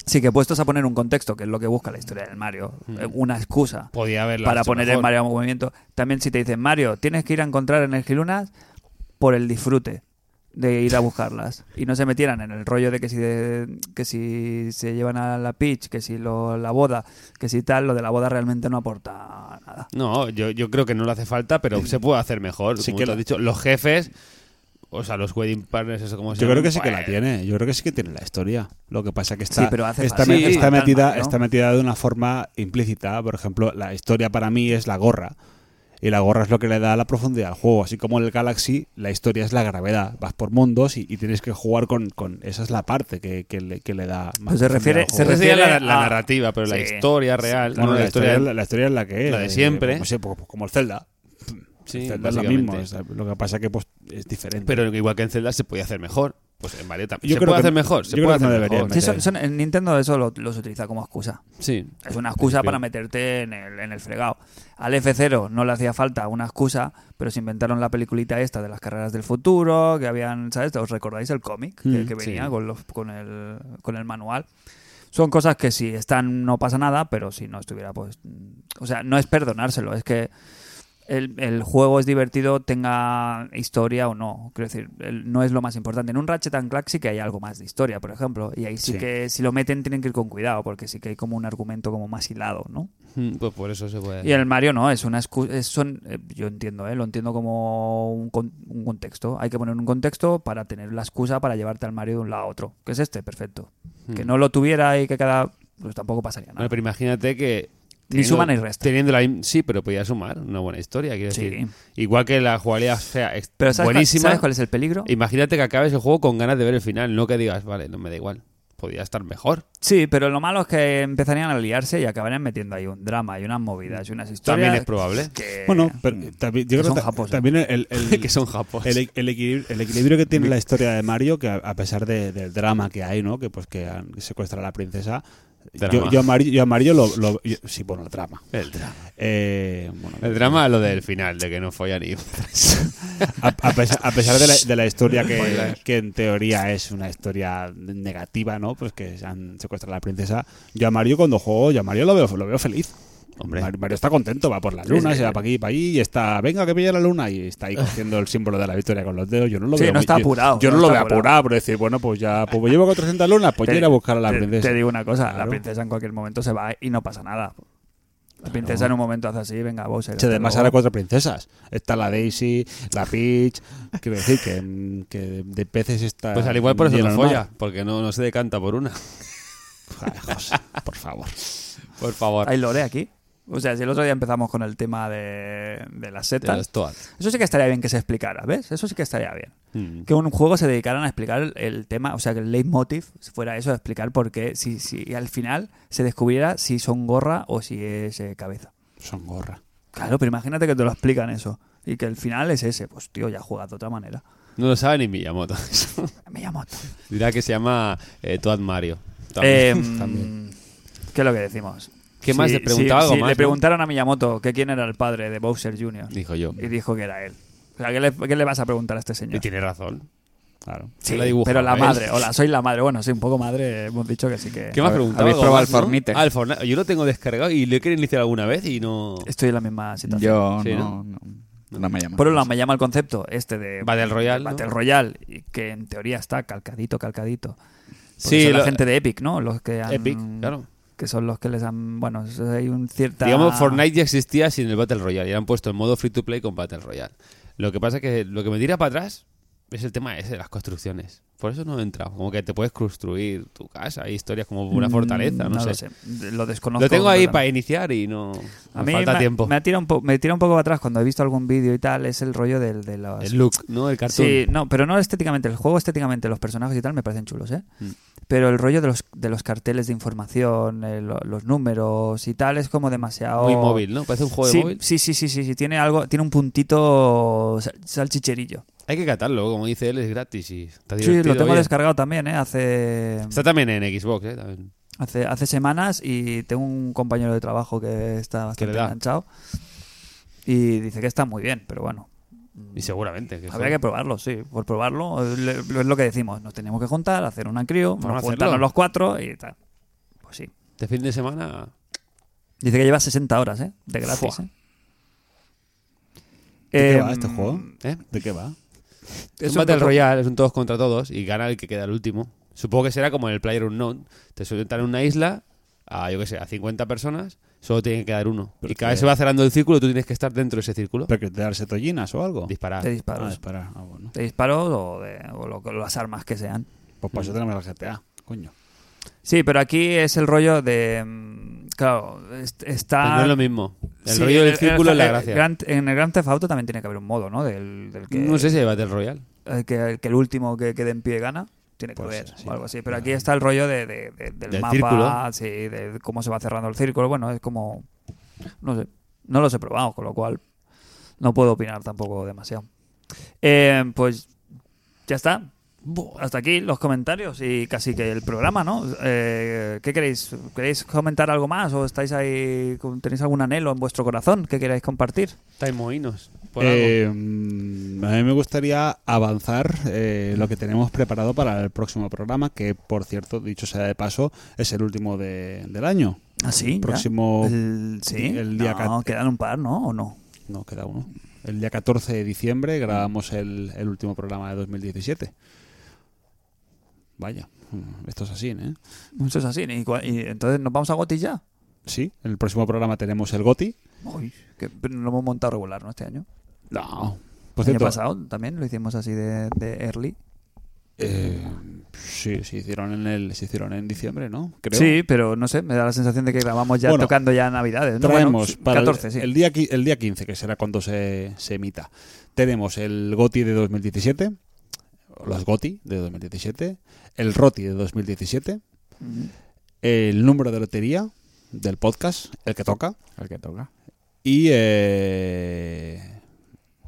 B: Sí, que puestos a poner un contexto, que es lo que busca la historia del Mario, eh, una excusa
E: Podía haberlo
B: para
E: hecho
B: poner el
E: mejor.
B: Mario en movimiento. También si te dicen, Mario, tienes que ir a encontrar energilunas por el disfrute de ir a buscarlas y no se metieran en el rollo de que si que si se llevan a la pitch que si lo, la boda que si tal lo de la boda realmente no aporta nada
E: No, yo, yo creo que no le hace falta, pero se puede hacer mejor.
C: Sí
E: como
C: que
E: tú
C: la-
E: has dicho, los jefes, o sea, los wedding partners, eso como se
C: yo creo
E: llaman,
C: que sí que la
E: pues,
C: tiene, yo creo que sí que tiene la historia. Lo que pasa que está,
B: Sí, pero hace
C: está,
B: falta-
C: me-
B: sí,
C: está
B: falta
C: metida,
B: alma, ¿no?
C: está metida de una forma implícita. Por ejemplo, la historia para mí es la gorra. Y la gorra es lo que le da la profundidad al juego. Así como en el Galaxy, la historia es la gravedad. Vas por mundos y, y tienes que jugar con, con. Esa es la parte que, que le, que le da más.
B: Pues se
C: profundidad
B: refiere-
C: al juego.
B: se
E: Esa sería la, la
B: a-
E: narrativa, pero la
B: Sí.
E: historia real.
C: Claro,
E: bueno,
C: la, historia, es la- la historia es la que es.
E: la de
C: eh,
E: siempre.
C: pues sí, pues- pues como el Zelda.
E: sí,
C: Zelda es lo mismo.
E: básicamente.
C: es- lo que pasa es que pues, es diferente.
E: Pero igual que en Zelda se podía hacer mejor. Pues en Mario también.
C: Yo
E: se
C: creo
E: puede
C: que-
E: hacer mejor.
C: yo
E: Se
C: creo
E: puede
C: que no
E: hacer
C: deberían
E: mejor.
B: Sí,
C: meter.
B: son- son- en Nintendo eso lo- los utiliza como excusa.
E: Sí.
B: Es una excusa
E: Sí.
B: para meterte en el, en el fregado. Al F0 no le hacía falta una excusa, pero se inventaron la peliculita esta de las carreras del futuro, que habían, ¿sabes? ¿Os recordáis el cómic que,
C: Mm,
B: que venía
E: sí.
B: con, los, con, el, con el manual? Son cosas que si están no pasa nada, pero si no estuviera, pues... mm, O sea, no es perdonárselo, es que el, el juego es divertido, tenga historia o no. Quiero decir, el- no es lo más importante. En un Ratchet and Clank sí que hay algo más de historia, por ejemplo. Y ahí sí,
C: Sí.
B: que si lo meten tienen que ir con cuidado, porque sí que hay como un argumento como más hilado, ¿no?
E: Mm, Pues por eso se puede.
B: Y el Mario no, es una excu- es- son, eh, yo entiendo, ¿eh? lo entiendo como un, con- un contexto. Hay que poner un contexto para tener la excusa para llevarte al Mario de un lado a otro. Que es este, perfecto. Que no lo tuviera y que cada... Pues tampoco pasaría nada.
E: Bueno, pero imagínate que.
B: Ni
E: teniendo-
B: suma ni resta.
E: Teniendo la, im- sí, pero podía sumar una buena historia. Quiero
B: Sí.
E: decir, igual que la jugabilidad sea ex-
B: Pero ¿sabes, cuál-
E: buenísima.
B: ¿sabes cuál es el peligro?
E: Imagínate que acabes el juego con ganas de ver el final, no que digas, vale, no me da igual. Podría estar mejor.
B: Sí, pero lo malo es que empezarían a liarse y acabarían metiendo ahí un drama y unas movidas y unas historias.
E: También es probable.
B: que-
C: Bueno, pero también, yo
B: que
C: creo
B: son
C: ta-
B: japos, ¿eh?
C: también el, el-
E: eh, que son japos.
C: el, e-, el equilibrio, el equilibrio que tiene la historia de Mario, que a, a pesar de- del drama que hay, ¿no? Que pues que han- que secuestra a la princesa. Yo,
E: Drama.
C: yo a Mario, yo a Mario lo, lo- yo- sí, bueno, el drama.
E: El drama.
C: Eh, bueno,
E: El drama es lo del final, de que no follan y...
C: Ah, a, a pesar, a pesar de, la, de la historia que, que en teoría es una historia negativa, ¿no? Pues que se han secuestrado a la princesa. Yo a Mario cuando juego, yo a Mario lo veo, lo veo feliz.
E: Hombre.
C: Mar- Mario está contento, va por la luna, se va para aquí y para allí, y está, venga que pilla la luna, y está ahí cogiendo el símbolo de la victoria con los dedos. Yo no lo
B: Sí,
C: veo
B: no
C: muy-
B: está
C: yo-
B: apurado,
C: Yo no,
B: no
C: lo
B: está
C: veo apurado, pero decir, bueno, pues ya, pues me llevo 400 lunas, pues ya iré a buscar a la
B: te-
C: princesa.
B: Te digo una cosa, la
C: Claro.
B: princesa en cualquier momento se va y no pasa nada. La princesa en un momento hace así, venga, Bowser.
C: Che,
B: hasta
C: además
B: luego.
C: ahora cuatro princesas. Está la Daisy, la Peach. Quiero decir que, mm, que de- de peces está.
E: Pues al igual por eso
C: lleno
E: no
C: el mar.
E: folla, porque no, no se decanta por una.
C: Joder, José, por favor.
E: Por favor.
B: ¿Hay lore aquí? O sea, si el otro día empezamos con el tema de, de las
E: De
B: setas,
E: los Toad.
B: eso sí que estaría bien que se explicara, ¿ves? Eso sí que estaría bien.
E: Mm.
B: que un juego se dedicaran a explicar el, el tema, o sea, que el leitmotiv fuera eso, explicar por qué, si, si y al final se descubriera si son gorra o si es eh, cabeza.
C: Son gorra.
B: Claro, pero imagínate que te lo explican eso y que el final es ese, pues tío, ya juegas de otra manera.
E: No lo sabe ni Miyamoto.
B: Me llamo.
E: Dirá que se llama eh, Toad Mario.
B: Eh,
E: También.
B: mm, ¿Qué es lo que decimos?
E: ¿Qué más? Le preguntaba algo
B: si
E: más,
B: Le
E: ¿no?
B: preguntaron a Miyamoto que quién era el padre de Bowser Jr.
E: Dijo yo.
B: y dijo que era él. O sea, ¿qué le, qué le vas a preguntar a este
E: Y
B: señor?
E: tiene razón.
C: Claro.
B: Sí,
E: la dibujaba,
B: pero la
E: ¿eh?
B: madre, hola, soy la madre. Bueno, sí, un poco madre, hemos dicho que sí que...
E: ¿Qué más
D: Habe-
E: preguntaba?
D: habéis
E: ¿Algo
D: probado
E: más,
D: el
E: no?
D: Fortnite.
E: Ah, el Fortnite. Yo lo tengo descargado y lo he querido iniciar alguna vez y no...
B: Estoy en la misma situación.
D: Yo
E: Sí,
D: no, no, no me llama.
B: Por un lado me llama el concepto este de
E: Battle Royale, ¿no?
B: Battle Royale, y que en teoría está calcadito, calcadito.
E: Sí,
B: Sí, la
E: lo-
B: gente de Epic, ¿no? Los que han-
E: Epic, claro.
B: Que son los que les han, bueno, eso hay un cierta
E: Digamos, Fortnite ya existía sin el Battle Royale y han puesto en modo free to play con Battle Royale. Lo que pasa es que lo que me tira para atrás es el tema ese de las construcciones. Por eso no he entrado. Como que te puedes construir tu casa, hay historias como una
B: Mm,
E: fortaleza, no, sé.
B: Lo, sé. Lo desconozco.
E: Lo tengo ahí para
B: completamente.
E: iniciar y no.
B: A
E: me
B: mí
E: falta
B: me,
E: tiempo.
B: Me tira, un po- me tira un poco para atrás cuando he visto algún vídeo y tal, es el rollo del de los
E: El look, ¿no? El cartoon.
B: Sí, no, pero no estéticamente. El juego estéticamente, los personajes y tal me parecen chulos, ¿eh?
E: Mm.
B: Pero el rollo de los, de los carteles de información, eh, lo- los números y tal es como demasiado...
E: Muy móvil, ¿no? Parece un juego
B: sí,
E: de móvil.
B: sí, sí, sí, sí, sí, tiene algo, tiene un puntito sal- salchicherillo.
E: Hay que catarlo, como dice él, es gratis y está
B: Sí,
E: divertido.
B: lo tengo
E: oye.
B: descargado también, ¿eh? Hace,
E: Está también en Xbox, ¿eh? También.
B: hace, hace semanas y tengo un compañero de trabajo que está bastante
E: le da.
B: enganchado y dice que está muy bien, pero bueno, mm,
E: Y seguramente. Que
B: Habría que probarlo, sí. Por probarlo, eh, le- lo- es lo que decimos. Nos tenemos que juntar, hacer una crío,
E: Vamos a
B: nos
E: hacerlo.
B: juntarnos los cuatro y tal. Pues sí.
E: De este fin de semana.
B: Dice que lleva 60 horas, ¿eh? De gratis,
E: Fua.
B: ¿eh?
C: ¿De qué
B: Em,
C: va este juego?
E: ¿eh?
C: ¿De qué va?
E: Es
B: Es un
E: un Battle
B: poco-
E: Royale, es un todos contra todos y gana el que queda el último. Supongo que será como en el Player Unknown. Te sueltan en una isla a, yo qué sé, a 50 personas, solo tiene que quedar uno.
C: Pero
E: y cada
C: que-
E: vez se va cerrando el círculo, tú tienes que estar dentro de ese círculo.
C: ¿Pero que te darse tollinas o algo?
E: Disparar.
B: De
C: Ah,
B: disparos.
C: disparar. Ah, bueno.
B: De disparos o de o lo- o las armas que sean.
C: Pues para eso tenemos la GTA, coño.
B: Sí, pero aquí es el rollo de. mm, Claro, est-
E: Pero no
B: está.
E: es lo mismo. El
B: Sí,
E: rollo
B: en
E: del
B: en
E: círculo es
B: el-
E: la gracia.
B: el Grand- en el Grand Theft Auto también tiene que haber un modo, ¿no? Del, del que,
E: No sé si hay Battle Royale.
B: eh, que, que el último que quede en pie gana. Tiene que
E: Puede
B: haber,
E: ser, sí.
B: o algo así. Pero aquí está el rollo de, de- de- del,
E: Del
B: mapa,
E: círculo.
B: sí, de cómo se va cerrando el círculo. Bueno, es como. No sé. No los he probado, con lo cual no puedo opinar tampoco demasiado. Eh, pues ya está. Hasta aquí los comentarios y casi que el programa, ¿no? Eh, ¿Qué queréis? ¿Queréis comentar algo más o estáis ahí? con- ¿Tenéis algún anhelo en vuestro corazón que queráis compartir?
E: Taimoinos.
C: Eh, mm, a mí me gustaría avanzar eh, lo que tenemos preparado para el próximo programa, que por cierto, dicho sea de paso, es el último de- del año.
B: ¿Ah, sí? ¿Ya?
C: Próximo-
B: El, sí.
C: el día
B: no,
C: cat-
B: quedan un par, ¿no? ¿O no?
C: No, queda uno. El día 14 de diciembre grabamos el, el último programa de 2017. Vaya, mm, esto es así, ¿eh?
B: Eso es así. ¿Y, cua- y entonces nos vamos a Gotis ya?
C: Sí, en el próximo programa tenemos el GOTI.
B: Uy, que pero lo hemos montado regular, ¿no? Este año.
C: No. Por
B: el año
C: cierto,
B: pasado también lo hicimos así de, de early.
C: eh, sí, se hicieron en el, se hicieron en diciembre, ¿no? Creo.
B: Sí, pero no sé, me da la sensación de que grabamos ya
C: Bueno,
B: tocando ya Navidades. ¿no? Bueno,
C: Traemos para el-
B: 14,
C: el,
B: sí.
C: día, qui- el día 15, que será cuando se, se emita. Tenemos el GOTI de 2017, o los GOTI de 2017, el ROTI de 2017, el número de lotería del podcast, el que toca,
D: El que toca.
C: y, eh,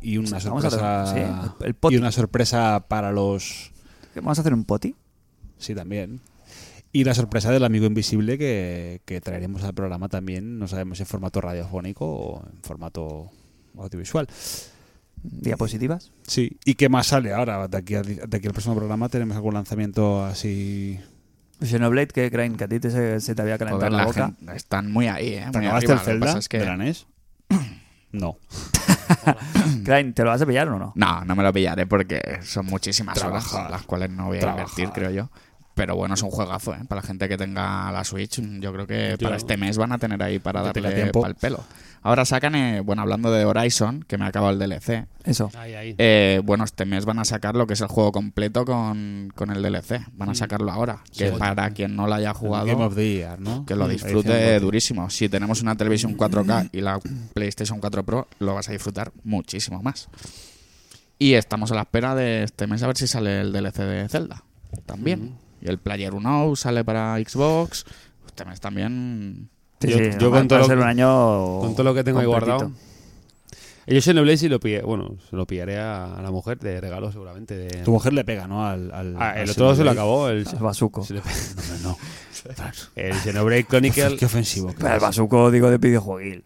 C: y una
B: Sí, vamos a
C: sorpresa
B: hacer- sí, el poti.
C: y una sorpresa para los
B: ¿Vamos a hacer un poti?
C: sí también y la sorpresa del amigo invisible que, que traeremos al programa también no sabemos si en formato radiofónico o en formato audiovisual
B: ¿Diapositivas?
C: Sí, ¿y qué más sale ahora? De aquí, a- de aquí al próximo programa tenemos algún lanzamiento así.
B: Xenoblade, que creen que a ti te, se, se te había calentado
D: Joder,
B: la,
D: la
B: boca.
D: gente- están muy ahí, ¿eh?
C: ¿Te
D: Muy arriba,
C: acabaste el
D: lo que
C: Zelda
D: pasa es que-
C: de la NES? No.
B: Crane, ¿te lo vas a pillar o no?
D: No, no me lo pillaré porque son muchísimas
C: Trabajar.
D: horas las cuales no voy a
C: Trabajar.
D: invertir, creo yo. Pero bueno, es un juegazo, ¿eh? Para la gente que tenga la Switch, yo creo que
E: Yo-
D: para este mes van a tener ahí para
C: Que tenga
D: darle
C: tiempo.
D: pa'l pelo. Ahora sacan, eh, bueno, hablando de Horizon, que me acaba el DLC,
B: Eso.
E: Ahí, ahí.
D: eh, bueno, este mes van a sacar lo que es el juego completo con, con el DLC. Van a sacarlo ahora. Que
E: Sí.
D: para quien no lo haya jugado,
C: Mm. Game of the Year, ¿no?
D: que lo disfrute durísimo. Si tenemos una televisión 4K y la PlayStation 4 Pro, lo vas a disfrutar muchísimo más. Y estamos a la espera de este mes a ver si sale el DLC de Zelda. También. Y el Player 1 sale para Xbox. Este mes también.
B: Sí,
E: Yo-
B: sí,
E: yo
B: va,
E: con todo
B: va a
E: lo-
B: ser un año
E: Con todo lo que tengo ahí
B: completito.
E: guardado. Eh, Yo Xenoblade sí lo pillé. Bueno, se lo pillaré a, a la mujer de regalo seguramente. de-
C: Tu mujer le pega, ¿no? Al, al-
E: Ah, el
C: al
E: otro se lo
C: Xenoblade.
E: acabó. El,
B: El basuco.
E: se le-
C: Hombre, no.
E: el Xenoblade
C: Qué,
E: Chronicle.
C: qué ofensivo. que
B: Pero el
C: es.
B: basuco, digo, de videojueguil.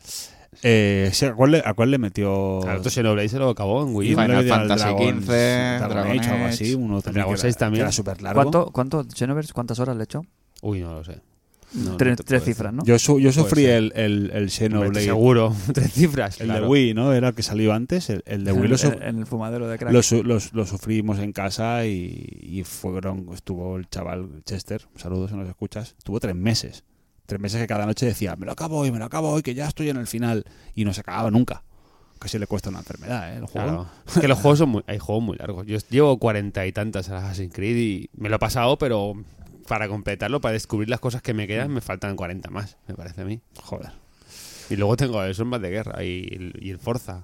C: Eh, sí, ¿a, cuál le, a cuál le metió?
E: Al otro Xenoblade se lo acabó en Wii U.
D: Final
C: le metió al
D: Fantasy
C: Dragon-
D: XV,
C: Dragon
D: Dragon
C: Age o algo
D: Age.
C: así, uno también
E: Dragon
C: que
E: Age
C: era-
E: también.
C: que era súper largo.
B: ¿Cuánto, cuánto, Xenoverse, ¿Cuántas horas le echó?
E: Uy, no lo sé. No, no
B: tres
E: te puedo
B: tres
E: decir.
B: cifras, ¿no?
C: Yo, su- yo sufrí
E: ser.
C: el, el, el
E: Hombre,
C: Xenoblade.
E: Seguro. Tres cifras.
C: El
E: claro.
C: de Wii, ¿no? Era el que salió antes. El, el de Wii lo,
B: en,
C: su-
B: en- en el fumadero de crack.
C: lo, su- lo- lo sufrimos en casa y, y fueron, estuvo el chaval Chester, saludos si nos escuchas, estuvo tres meses. Tres meses que cada noche decía, me lo acabo hoy, me lo acabo hoy, que ya estoy en el final. Y no se acababa nunca. Casi le cuesta una enfermedad, ¿eh? El juego.
E: Claro. Es que los juegos son muy, hay juegos muy largos. Yo llevo cuarenta y tantas a Assassin's Creed y me lo he pasado, pero para completarlo, para descubrir las cosas que me quedan, me faltan 40 más, me parece a mí.
C: Joder.
E: Y luego tengo el Sombras de Guerra y el, y el Forza.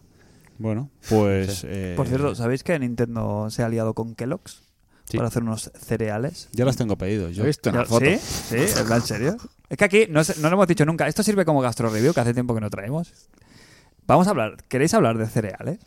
C: Bueno, pues... eh,
B: Por cierto, ¿sabéis que Nintendo se ha aliado con Kellogg's
E: Sí.
B: para hacer unos cereales?
C: Ya los tengo pedidos. Yo.
D: Yo he visto una
B: Ya-
D: foto.
B: ¿Sí? ¿Sí? ¿En serio? Es que aquí no, se- no lo hemos dicho nunca. Esto sirve como gastro review, que hace tiempo que no traemos. Vamos a hablar. ¿Queréis hablar de cereales?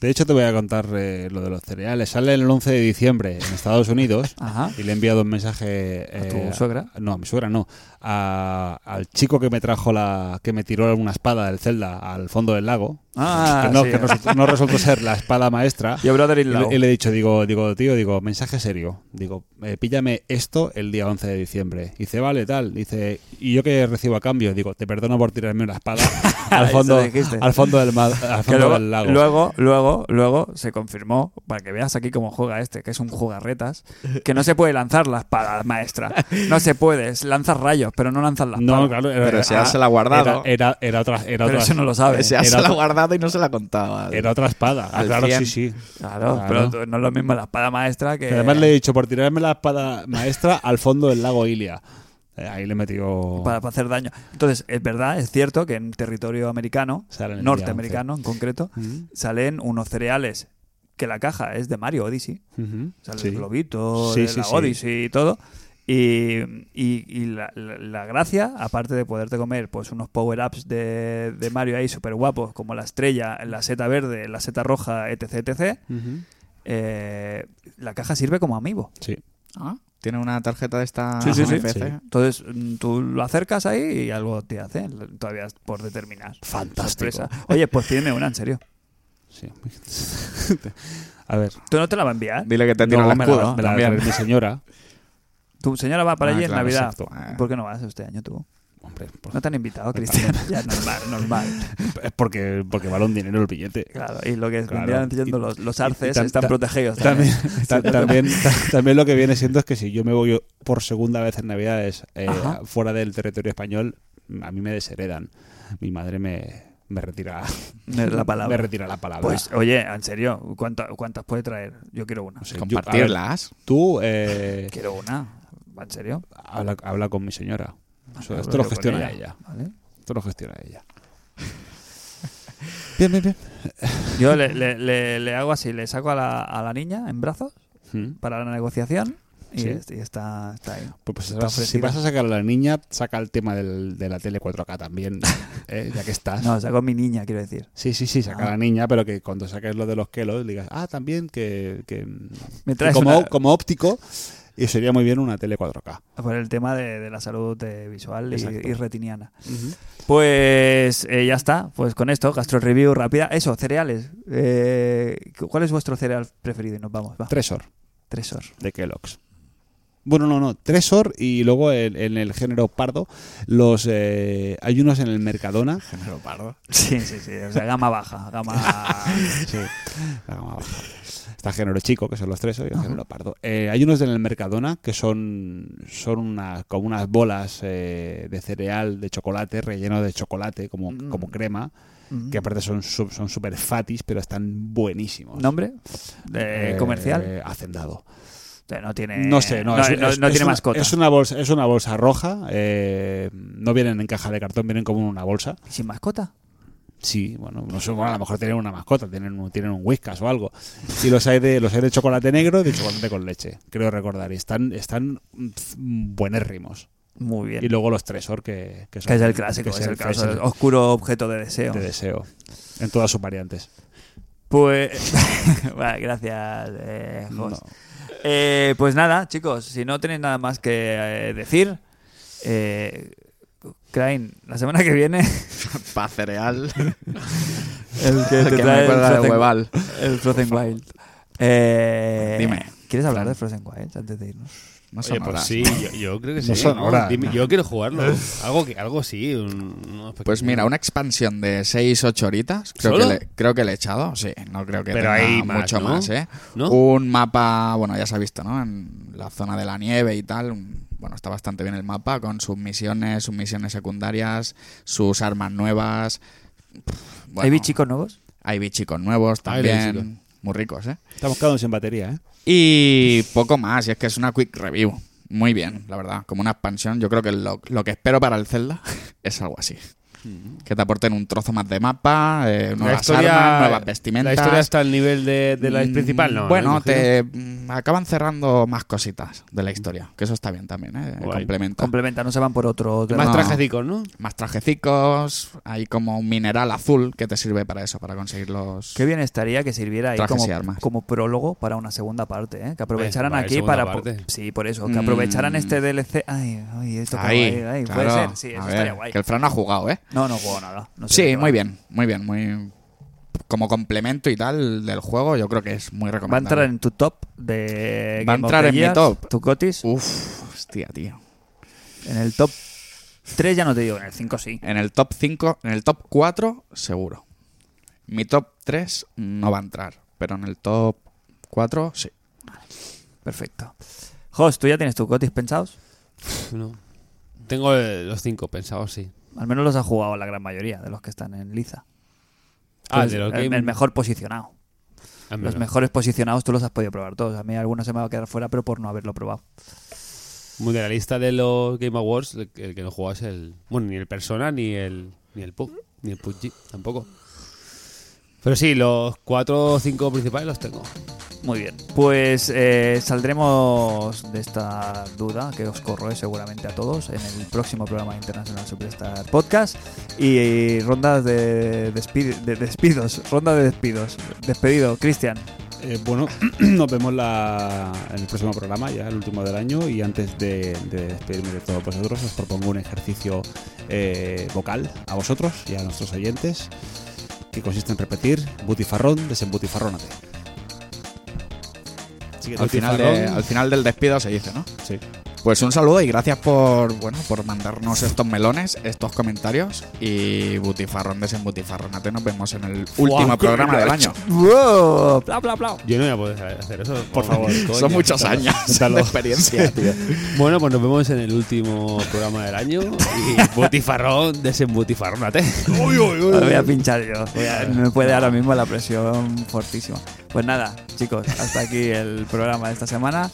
C: De hecho, te voy a contar eh, lo de los cereales. Sale el 11 de diciembre en Estados Unidos
B: Ajá.
C: y le he enviado un mensaje...
B: ¿A tu
C: eh,
B: suegra?
C: No, a mi suegra no. A- al chico que me trajo la... que me tiró una espada del Zelda al fondo del lago.
B: Ah,
C: que no,
B: sí.
C: que resultó, no resultó ser la espada maestra.
B: Yo, brother
C: Y
B: in law.
C: le, y le he dicho, digo, digo, tío, digo, mensaje serio. Digo, eh, píllame esto el día 11 de diciembre. Dice, vale, tal. Dice, ¿y yo qué recibo a cambio? Digo, te perdono por tirarme una espada al
B: Eso
C: fondo,
B: dijiste.
C: al fondo del, ma- al
B: Que
C: fondo
B: luego,
C: del lago.
B: luego, luego, luego se confirmó, para que veas aquí cómo juega este, que es un jugarretas, que no se puede lanzar la espada maestra. No se puede, es- lanzas rayos, pero no lanzas la espada.
C: no, claro, era,
D: Ah, Pero si
C: era-
D: ya se la ha guardado.
C: Era, era, era otra,
B: pero
C: era otra,
B: eso no lo sabes.
D: Se ha
C: Era
D: se la
C: otro-
D: guardado y no se la contaba.
C: era otra espada. Ah,
D: Al Eh.
C: claro,
D: 100.
C: sí, sí.
B: Claro, pero
C: Claro.
B: tú- no es lo mismo la espada maestra que.
C: Que Además le he dicho, por tirarme la espada maestra al fondo del lago Ilia. Eh, ahí le metió.
B: para, para hacer daño. Entonces, es verdad, es cierto que en territorio americano,
C: Salen el día
B: norteamericano en concreto, salen unos cereales que la caja es de Mario Odyssey.
C: Ujú,
B: Sale
C: sí.
B: el globito,
C: Sí,
B: de
C: sí,
B: la
C: sí.
B: Odyssey y todo. Y, y- y la, la- la gracia, aparte de poderte comer pues unos power-ups de, de Mario ahí súper guapos, como la estrella, la seta verde, la seta roja, etc., etc.,
C: Ujú.
B: eh, la caja sirve como amigo.
C: Sí.
D: Ah, tiene una tarjeta de esta
C: Ah, Sí, sí, sí.
D: NFC.
C: Sí.
B: Entonces mm, tú lo acercas ahí y algo te hace, l- todavía es por determinar.
C: Fantástico.
B: Sorpresa. Oye, pues tiene una, en serio.
C: Sí. a ver.
B: ¿Tú no te la vas a enviar?
D: Dile que te
C: no,
D: tira el
C: me la-
D: escudo.
C: me la va
D: Ah,
C: a
D: también.
C: traer mi señora.
B: Tu señora va para
D: Ah,
B: allí en
D: claro,
B: Navidad.
D: exacto. Ah.
B: ¿Por qué no vas este año tú?
C: Hombre, por-
B: No te han invitado,
C: Pues
B: Cristian. ya, normal, normal.
C: es porque, porque vale un dinero el billete.
B: Claro, y lo que
C: Claro.
B: vendrían diciendo los, los arces
C: tam-
B: están
C: tam-
B: protegidos también.
C: También, ta- también, ta- también lo que viene siendo es que si yo me voy por segunda vez en Navidades eh,
B: Ajá.
C: fuera del territorio español, a mí me desheredan. Mi madre me, me retira
B: La
C: Me
B: palabra.
C: retira la palabra.
B: Pues, oye, en serio, ¿cuánta- ¿cuántas puede traer? Yo quiero una.
C: No sé, yo- a ver,
D: Compartirlas.
C: tú eh,
B: Quiero una. ¿Va ¿En serio?
C: habla, habla con mi señora. O sea, esto
B: Hablo
C: lo
B: yo
C: gestiona
B: con
C: ella.
B: ¿vale?
C: Esto lo gestiona ella. Bien, bien, bien.
B: Yo le, le- le- le hago así, le saco a la, a la niña en brazos
C: Mm.
B: para la negociación y,
C: Sí.
B: es- y está, está ahí.
C: Pues, pues,
B: Está
C: vas- si
B: ofrecida.
C: vas a sacar a la niña, saca el tema del- de la tele 4K también, eh, ya que estás.
B: No, saco a mi niña, quiero decir.
C: Sí, sí, sí, saca
B: Ah.
C: a la niña, pero que cuando saques lo de los kelos digas, ah, también que, que-
B: Me
C: que
B: traes
C: como,
B: una-
C: como óptico y sería muy bien una tele 4K.
B: Por el tema de, de la salud eh, visual y,
C: Exacto.
B: y retiniana. Pues eh, ya está. Pues con esto, gastro review rápida. Eso, cereales. Eh, ¿Cuál es vuestro cereal preferido? Y nos vamos, va.
C: Tresor
B: Tresor.
C: de Kellogg's. Bueno, no, no, Tresor y luego en, en el género pardo los eh, hay unos en el Mercadona.
D: Género pardo.
B: Sí, sí, sí. O sea, gama baja. Gama.
C: Sí, la gama baja. Ah, Está el género chico, que son los Tresor, y el género pardo. Eh, hay unos en el Mercadona que son, son una- como unas bolas eh, de cereal, de chocolate, relleno de chocolate, como,
B: Mm.
C: como crema.
B: Mm.
C: que aparte son su- son súper fatis, pero están buenísimos.
B: ¿Nombre? Eh,
C: Eh,
B: comercial.
C: eh, hacendado.
B: O sea, no tiene.
C: No sé, no, es- es-
B: no
C: es
B: tiene
C: una-
B: mascota.
C: Es una bolsa, es una bolsa roja. eh, no vienen en caja de cartón, vienen como en una bolsa.
B: ¿Y sin mascota?
C: Sí, bueno, no sé, bueno, a lo mejor tienen una mascota, tienen un, tienen un whiskas o algo. Y los hay de los hay de chocolate negro, de chocolate con leche, creo recordar. Y están están pf, buenérrimos.
B: Muy bien.
C: Y luego los Tresor que, que son-
B: que es el clásico, Oh,
C: que
B: es el
C: que
B: caso.
C: el
B: Oscuro objeto de deseo.
C: de deseo en todas sus variantes.
B: Pues. Vale, gracias, eh, Jos.
C: No.
B: Eh, pues nada, chicos, si no tenéis nada más que eh, decir, eh, Crane, la semana que viene,
D: Pa' cereal.
B: el
D: Que
B: que te
D: me
B: trae el
D: acuerda de
B: Frozen,
D: Hueval.
B: el Frozen Wild. Eh,
D: Dime.
B: ¿Quieres hablar de Frozen Wild antes de irnos?
D: No son
E: Oye, pues
D: horas.
E: sí, yo, yo creo que sí.
C: No son
E: ¿no?
C: horas.
E: Dime, yo quiero jugarlo. Algo, que, algo sí. un- unos
D: Pues
E: pequeños-
D: mira, una expansión de 6-8 horitas. Creo
E: ¿Solo?
D: que, le, creo que le he echado, sí. No creo que
E: Pero
D: tenga
E: hay más,
D: mucho
E: ¿no?
D: más, ¿eh?
E: ¿No?
D: Un mapa, bueno, ya se ha visto, ¿no? En la zona de la nieve y tal. un- Bueno, está bastante bien el mapa con sus misiones, sus misiones secundarias, sus armas nuevas. Pff, bueno,
B: ¿Hay bichicos nuevos?
D: hay bichicos nuevos
E: Ah, hay bichicos.
D: también. Muy ricos, ¿eh?
C: Estamos quedando sin batería, ¿eh?
D: Y poco más, y es que es una quick review. Muy bien, la verdad. Como una expansión, yo creo que lo, lo que espero para el Zelda es algo así.
B: Mm.
D: Que te aporten un trozo más de mapa, eh, nuevas armas, nuevas vestimentas.
E: La historia está al nivel de, de la
D: Mm,
E: principal, ¿no?
D: Bueno,
E: ¿no?
D: te mm, acaban cerrando más cositas de la historia, que eso está bien también, ¿eh?
E: Guay.
D: Complementa.
B: Complementa, no se van por otro.
E: Imagino. Más
D: no.
E: trajecicos, ¿no?
D: más trajecicos, hay como un mineral azul que te sirve para eso, para conseguir los...
B: Qué bien estaría que sirviera ahí
D: Trajes
B: como,
D: y armas.
B: como prólogo para una segunda parte, ¿eh? que aprovecharan
E: Eh, vale,
B: aquí
E: segunda
B: para...
E: parte.
B: po- Sí, por eso, que aprovecharan
D: Mm.
B: este DLC... Ay, ay, esto que
D: Ahí,
B: guay, ay,
D: claro.
B: puede ser, sí,
D: A
B: eso
D: ver,
B: estaría guay.
D: Que el Fran no ha jugado, ¿eh?
B: No, no juego nada. no sé de
D: Sí,
B: qué va.
D: muy bien, muy bien, muy... Como complemento y tal del juego, yo creo que es muy
B: ¿Va a
D: recomendable.
B: entrar en tu top de
D: Va a
B: Game of
D: entrar
B: the
D: en mi
B: Year,
D: top.
B: ¿Tu cotis?
D: Uf, hostia, tío.
B: En el top 3 ya no te digo, en el 5 sí.
D: En el top 5, en el top 4, seguro. Mi top 3 no va a entrar, pero en el top 4, sí.
B: Perfecto. Jos, ¿tú ya tienes tu cotis pensados?
E: No. Tengo eh, los cinco pensados, sí.
B: Al menos los ha jugado la gran mayoría de los que están en Liza.
E: Ah,
B: Entonces,
E: de los
B: Pues, el,
E: Game-
B: el mejor posicionado.
E: Ah,
B: Los
E: mira.
B: mejores posicionados tú los has podido probar todos. A mí algunos se me va a quedar fuera, pero por no haberlo probado.
E: de la lista de los Game Awards, el, que- el que no jugaba es el. Bueno, ni el Persona, ni el. Ni el PUB, ni el PUBG, tampoco. Pero sí, los cuatro o cinco principales los tengo.
B: Muy bien. Pues eh, saldremos de esta duda que os corroe seguramente a todos en el próximo programa de International Superstar Podcast y rondas de, despi- de despidos. Ronda de despidos. Despedido, Cristian.
C: Eh, bueno, nos vemos la- en el próximo programa, ya el último del año. Y antes de, de despedirme de todos vosotros, os propongo un ejercicio eh, vocal a vosotros y a nuestros oyentes, que consiste en repetir butifarrón, desembutifarrónate. Así que
D: Al final, de-
C: butifarrón-
D: al final del despido se dice, ¿no?
C: Sí.
D: Pues un saludo y gracias por, bueno, por mandarnos estos melones, estos comentarios y butifarrón desembutifarronate. Nos vemos en el último
E: qué
D: programa del año.
B: ¡Wow! ¡Bla, bla, bla!
E: Yo no voy a poder hacer eso. Por
C: favor.
D: Son muchos años de experiencia, tío.
E: Bueno, pues nos vemos en el último programa del año. Y butifarrón, desembutifarrónate.
B: Lo voy a pinchar yo. Voy a- me puede ahora mismo la presión fortísima. Pues nada, chicos, hasta aquí el programa de esta semana.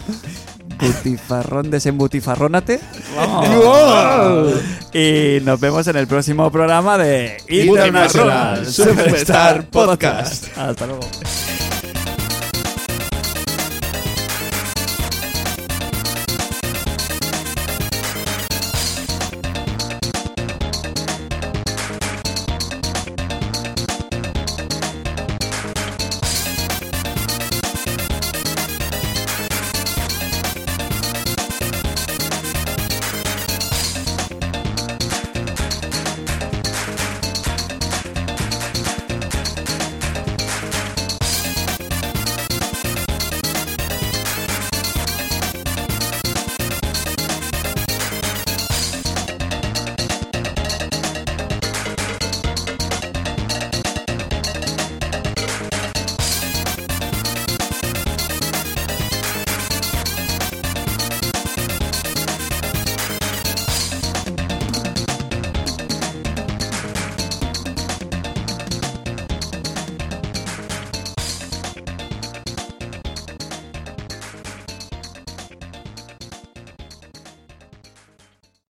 B: Butifarrón, desembutifarrónate. Vamos. y nos vemos en el próximo programa de
D: International
B: International Superstar
D: Superstar Podcast.
B: Podcast. Hasta luego.